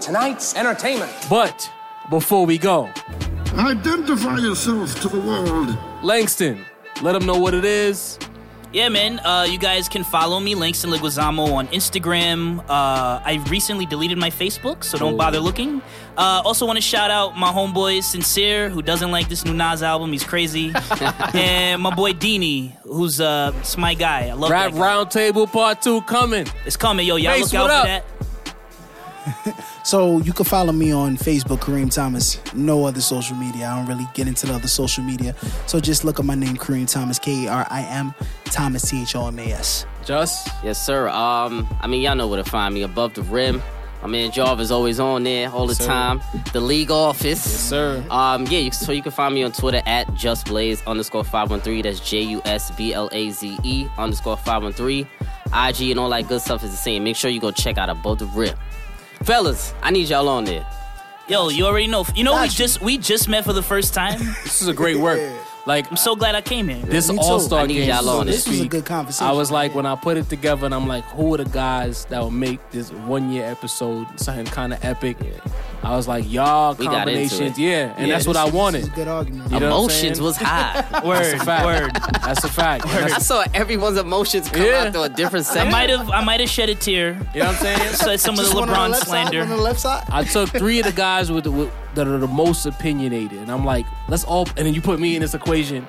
Speaker 3: tonight's entertainment.
Speaker 1: But before we go,
Speaker 7: Identify yourself to the world.
Speaker 1: Langston, let them know what it is.
Speaker 4: Yeah, man. Uh, you guys can follow me, Langston Leguizamo, on Instagram. Uh, I recently deleted my Facebook, so don't bother looking. Uh, also, want to shout out my homeboy Sincere, who doesn't like this new Nas album. He's crazy, and my boy Dini, who's uh, it's my guy. I love
Speaker 1: Rap
Speaker 4: that. guy.
Speaker 1: Roundtable Part Two coming.
Speaker 4: It's coming, yo. Y'all
Speaker 1: Mace,
Speaker 4: look out
Speaker 1: what
Speaker 4: for
Speaker 1: up?
Speaker 4: that.
Speaker 6: So you can follow me on Facebook, Kareem Thomas. No other social media. I don't really get into the other social media. So just look up my name, Kareem Thomas, K E R I M Thomas T H O M A S.
Speaker 1: Just
Speaker 5: yes, sir. Um, I mean, y'all know where to find me. Above the rim. My man Jarvis always on there all the
Speaker 1: sir.
Speaker 5: time. The league office. Yes,
Speaker 1: sir.
Speaker 5: Um, yeah, you, so you can find me on Twitter at justblaze underscore 513. That's J U S B L A Z E underscore 513. IG and all that good stuff is the same. Make sure you go check out Above the Rim. Fellas, I need y'all on there.
Speaker 4: Yo, you already know. You know, we
Speaker 6: Gotcha.
Speaker 4: just we just met for the first time.
Speaker 1: this is a great work. Like
Speaker 4: I'm so glad I came here.
Speaker 1: this
Speaker 6: Me too.
Speaker 1: All Star
Speaker 5: I need
Speaker 1: game.
Speaker 5: y'all
Speaker 1: so
Speaker 5: on
Speaker 1: to
Speaker 5: this.
Speaker 6: This was a
Speaker 1: speak,
Speaker 6: good conversation.
Speaker 1: I was like, when I put it together, and I'm like, who are the guys that will make this one year episode something kind of epic? I was like, y'all
Speaker 5: We got into
Speaker 1: combinations,
Speaker 5: it.
Speaker 1: yeah, and
Speaker 5: Yeah,
Speaker 1: that's what
Speaker 5: this
Speaker 1: I
Speaker 6: This
Speaker 1: wanted.
Speaker 6: is a good argument.
Speaker 1: You know what I'm
Speaker 5: Emotions
Speaker 1: saying?
Speaker 5: was high.
Speaker 1: That's a
Speaker 4: word,
Speaker 1: fact.
Speaker 4: word.
Speaker 1: That's a fact. And
Speaker 5: I
Speaker 1: that's-
Speaker 5: saw everyone's emotions come
Speaker 1: Yeah.
Speaker 5: out through a different
Speaker 4: I
Speaker 5: section.
Speaker 4: might have I might have shed a tear.
Speaker 1: you know what I'm saying?
Speaker 4: Said some of
Speaker 6: Just
Speaker 4: the
Speaker 6: one on
Speaker 4: LeBron
Speaker 6: left side,
Speaker 4: slander.
Speaker 6: one on the left side.
Speaker 1: I took three of the guys with, with that are the most opinionated, and I'm like, let's all. And then you put me in this equation.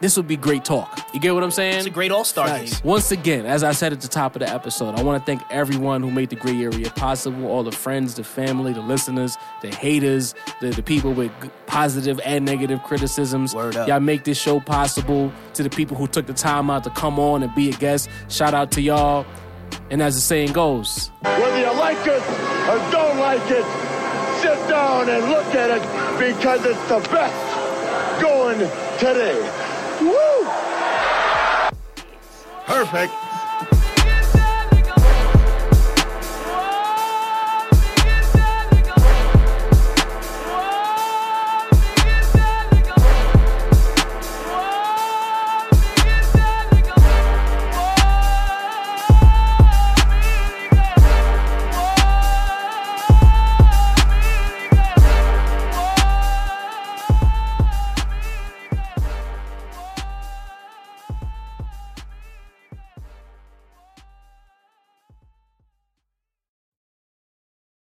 Speaker 1: This would be great talk. You get what I'm saying?
Speaker 4: It's a great All Star game.
Speaker 1: Once again, as I said at the top of the episode, I want to thank everyone who made the Gray Area possible all the friends, the family, the listeners, the haters, the, the people with g- positive and negative criticisms.
Speaker 6: Word up.
Speaker 1: Y'all make this show possible. To the people who took the time out to come on and be a guest, shout out to y'all. And as the saying goes,
Speaker 8: Whether you like it or don't like it, sit down and look at it because it's the best going today. Woo!
Speaker 7: Perfect.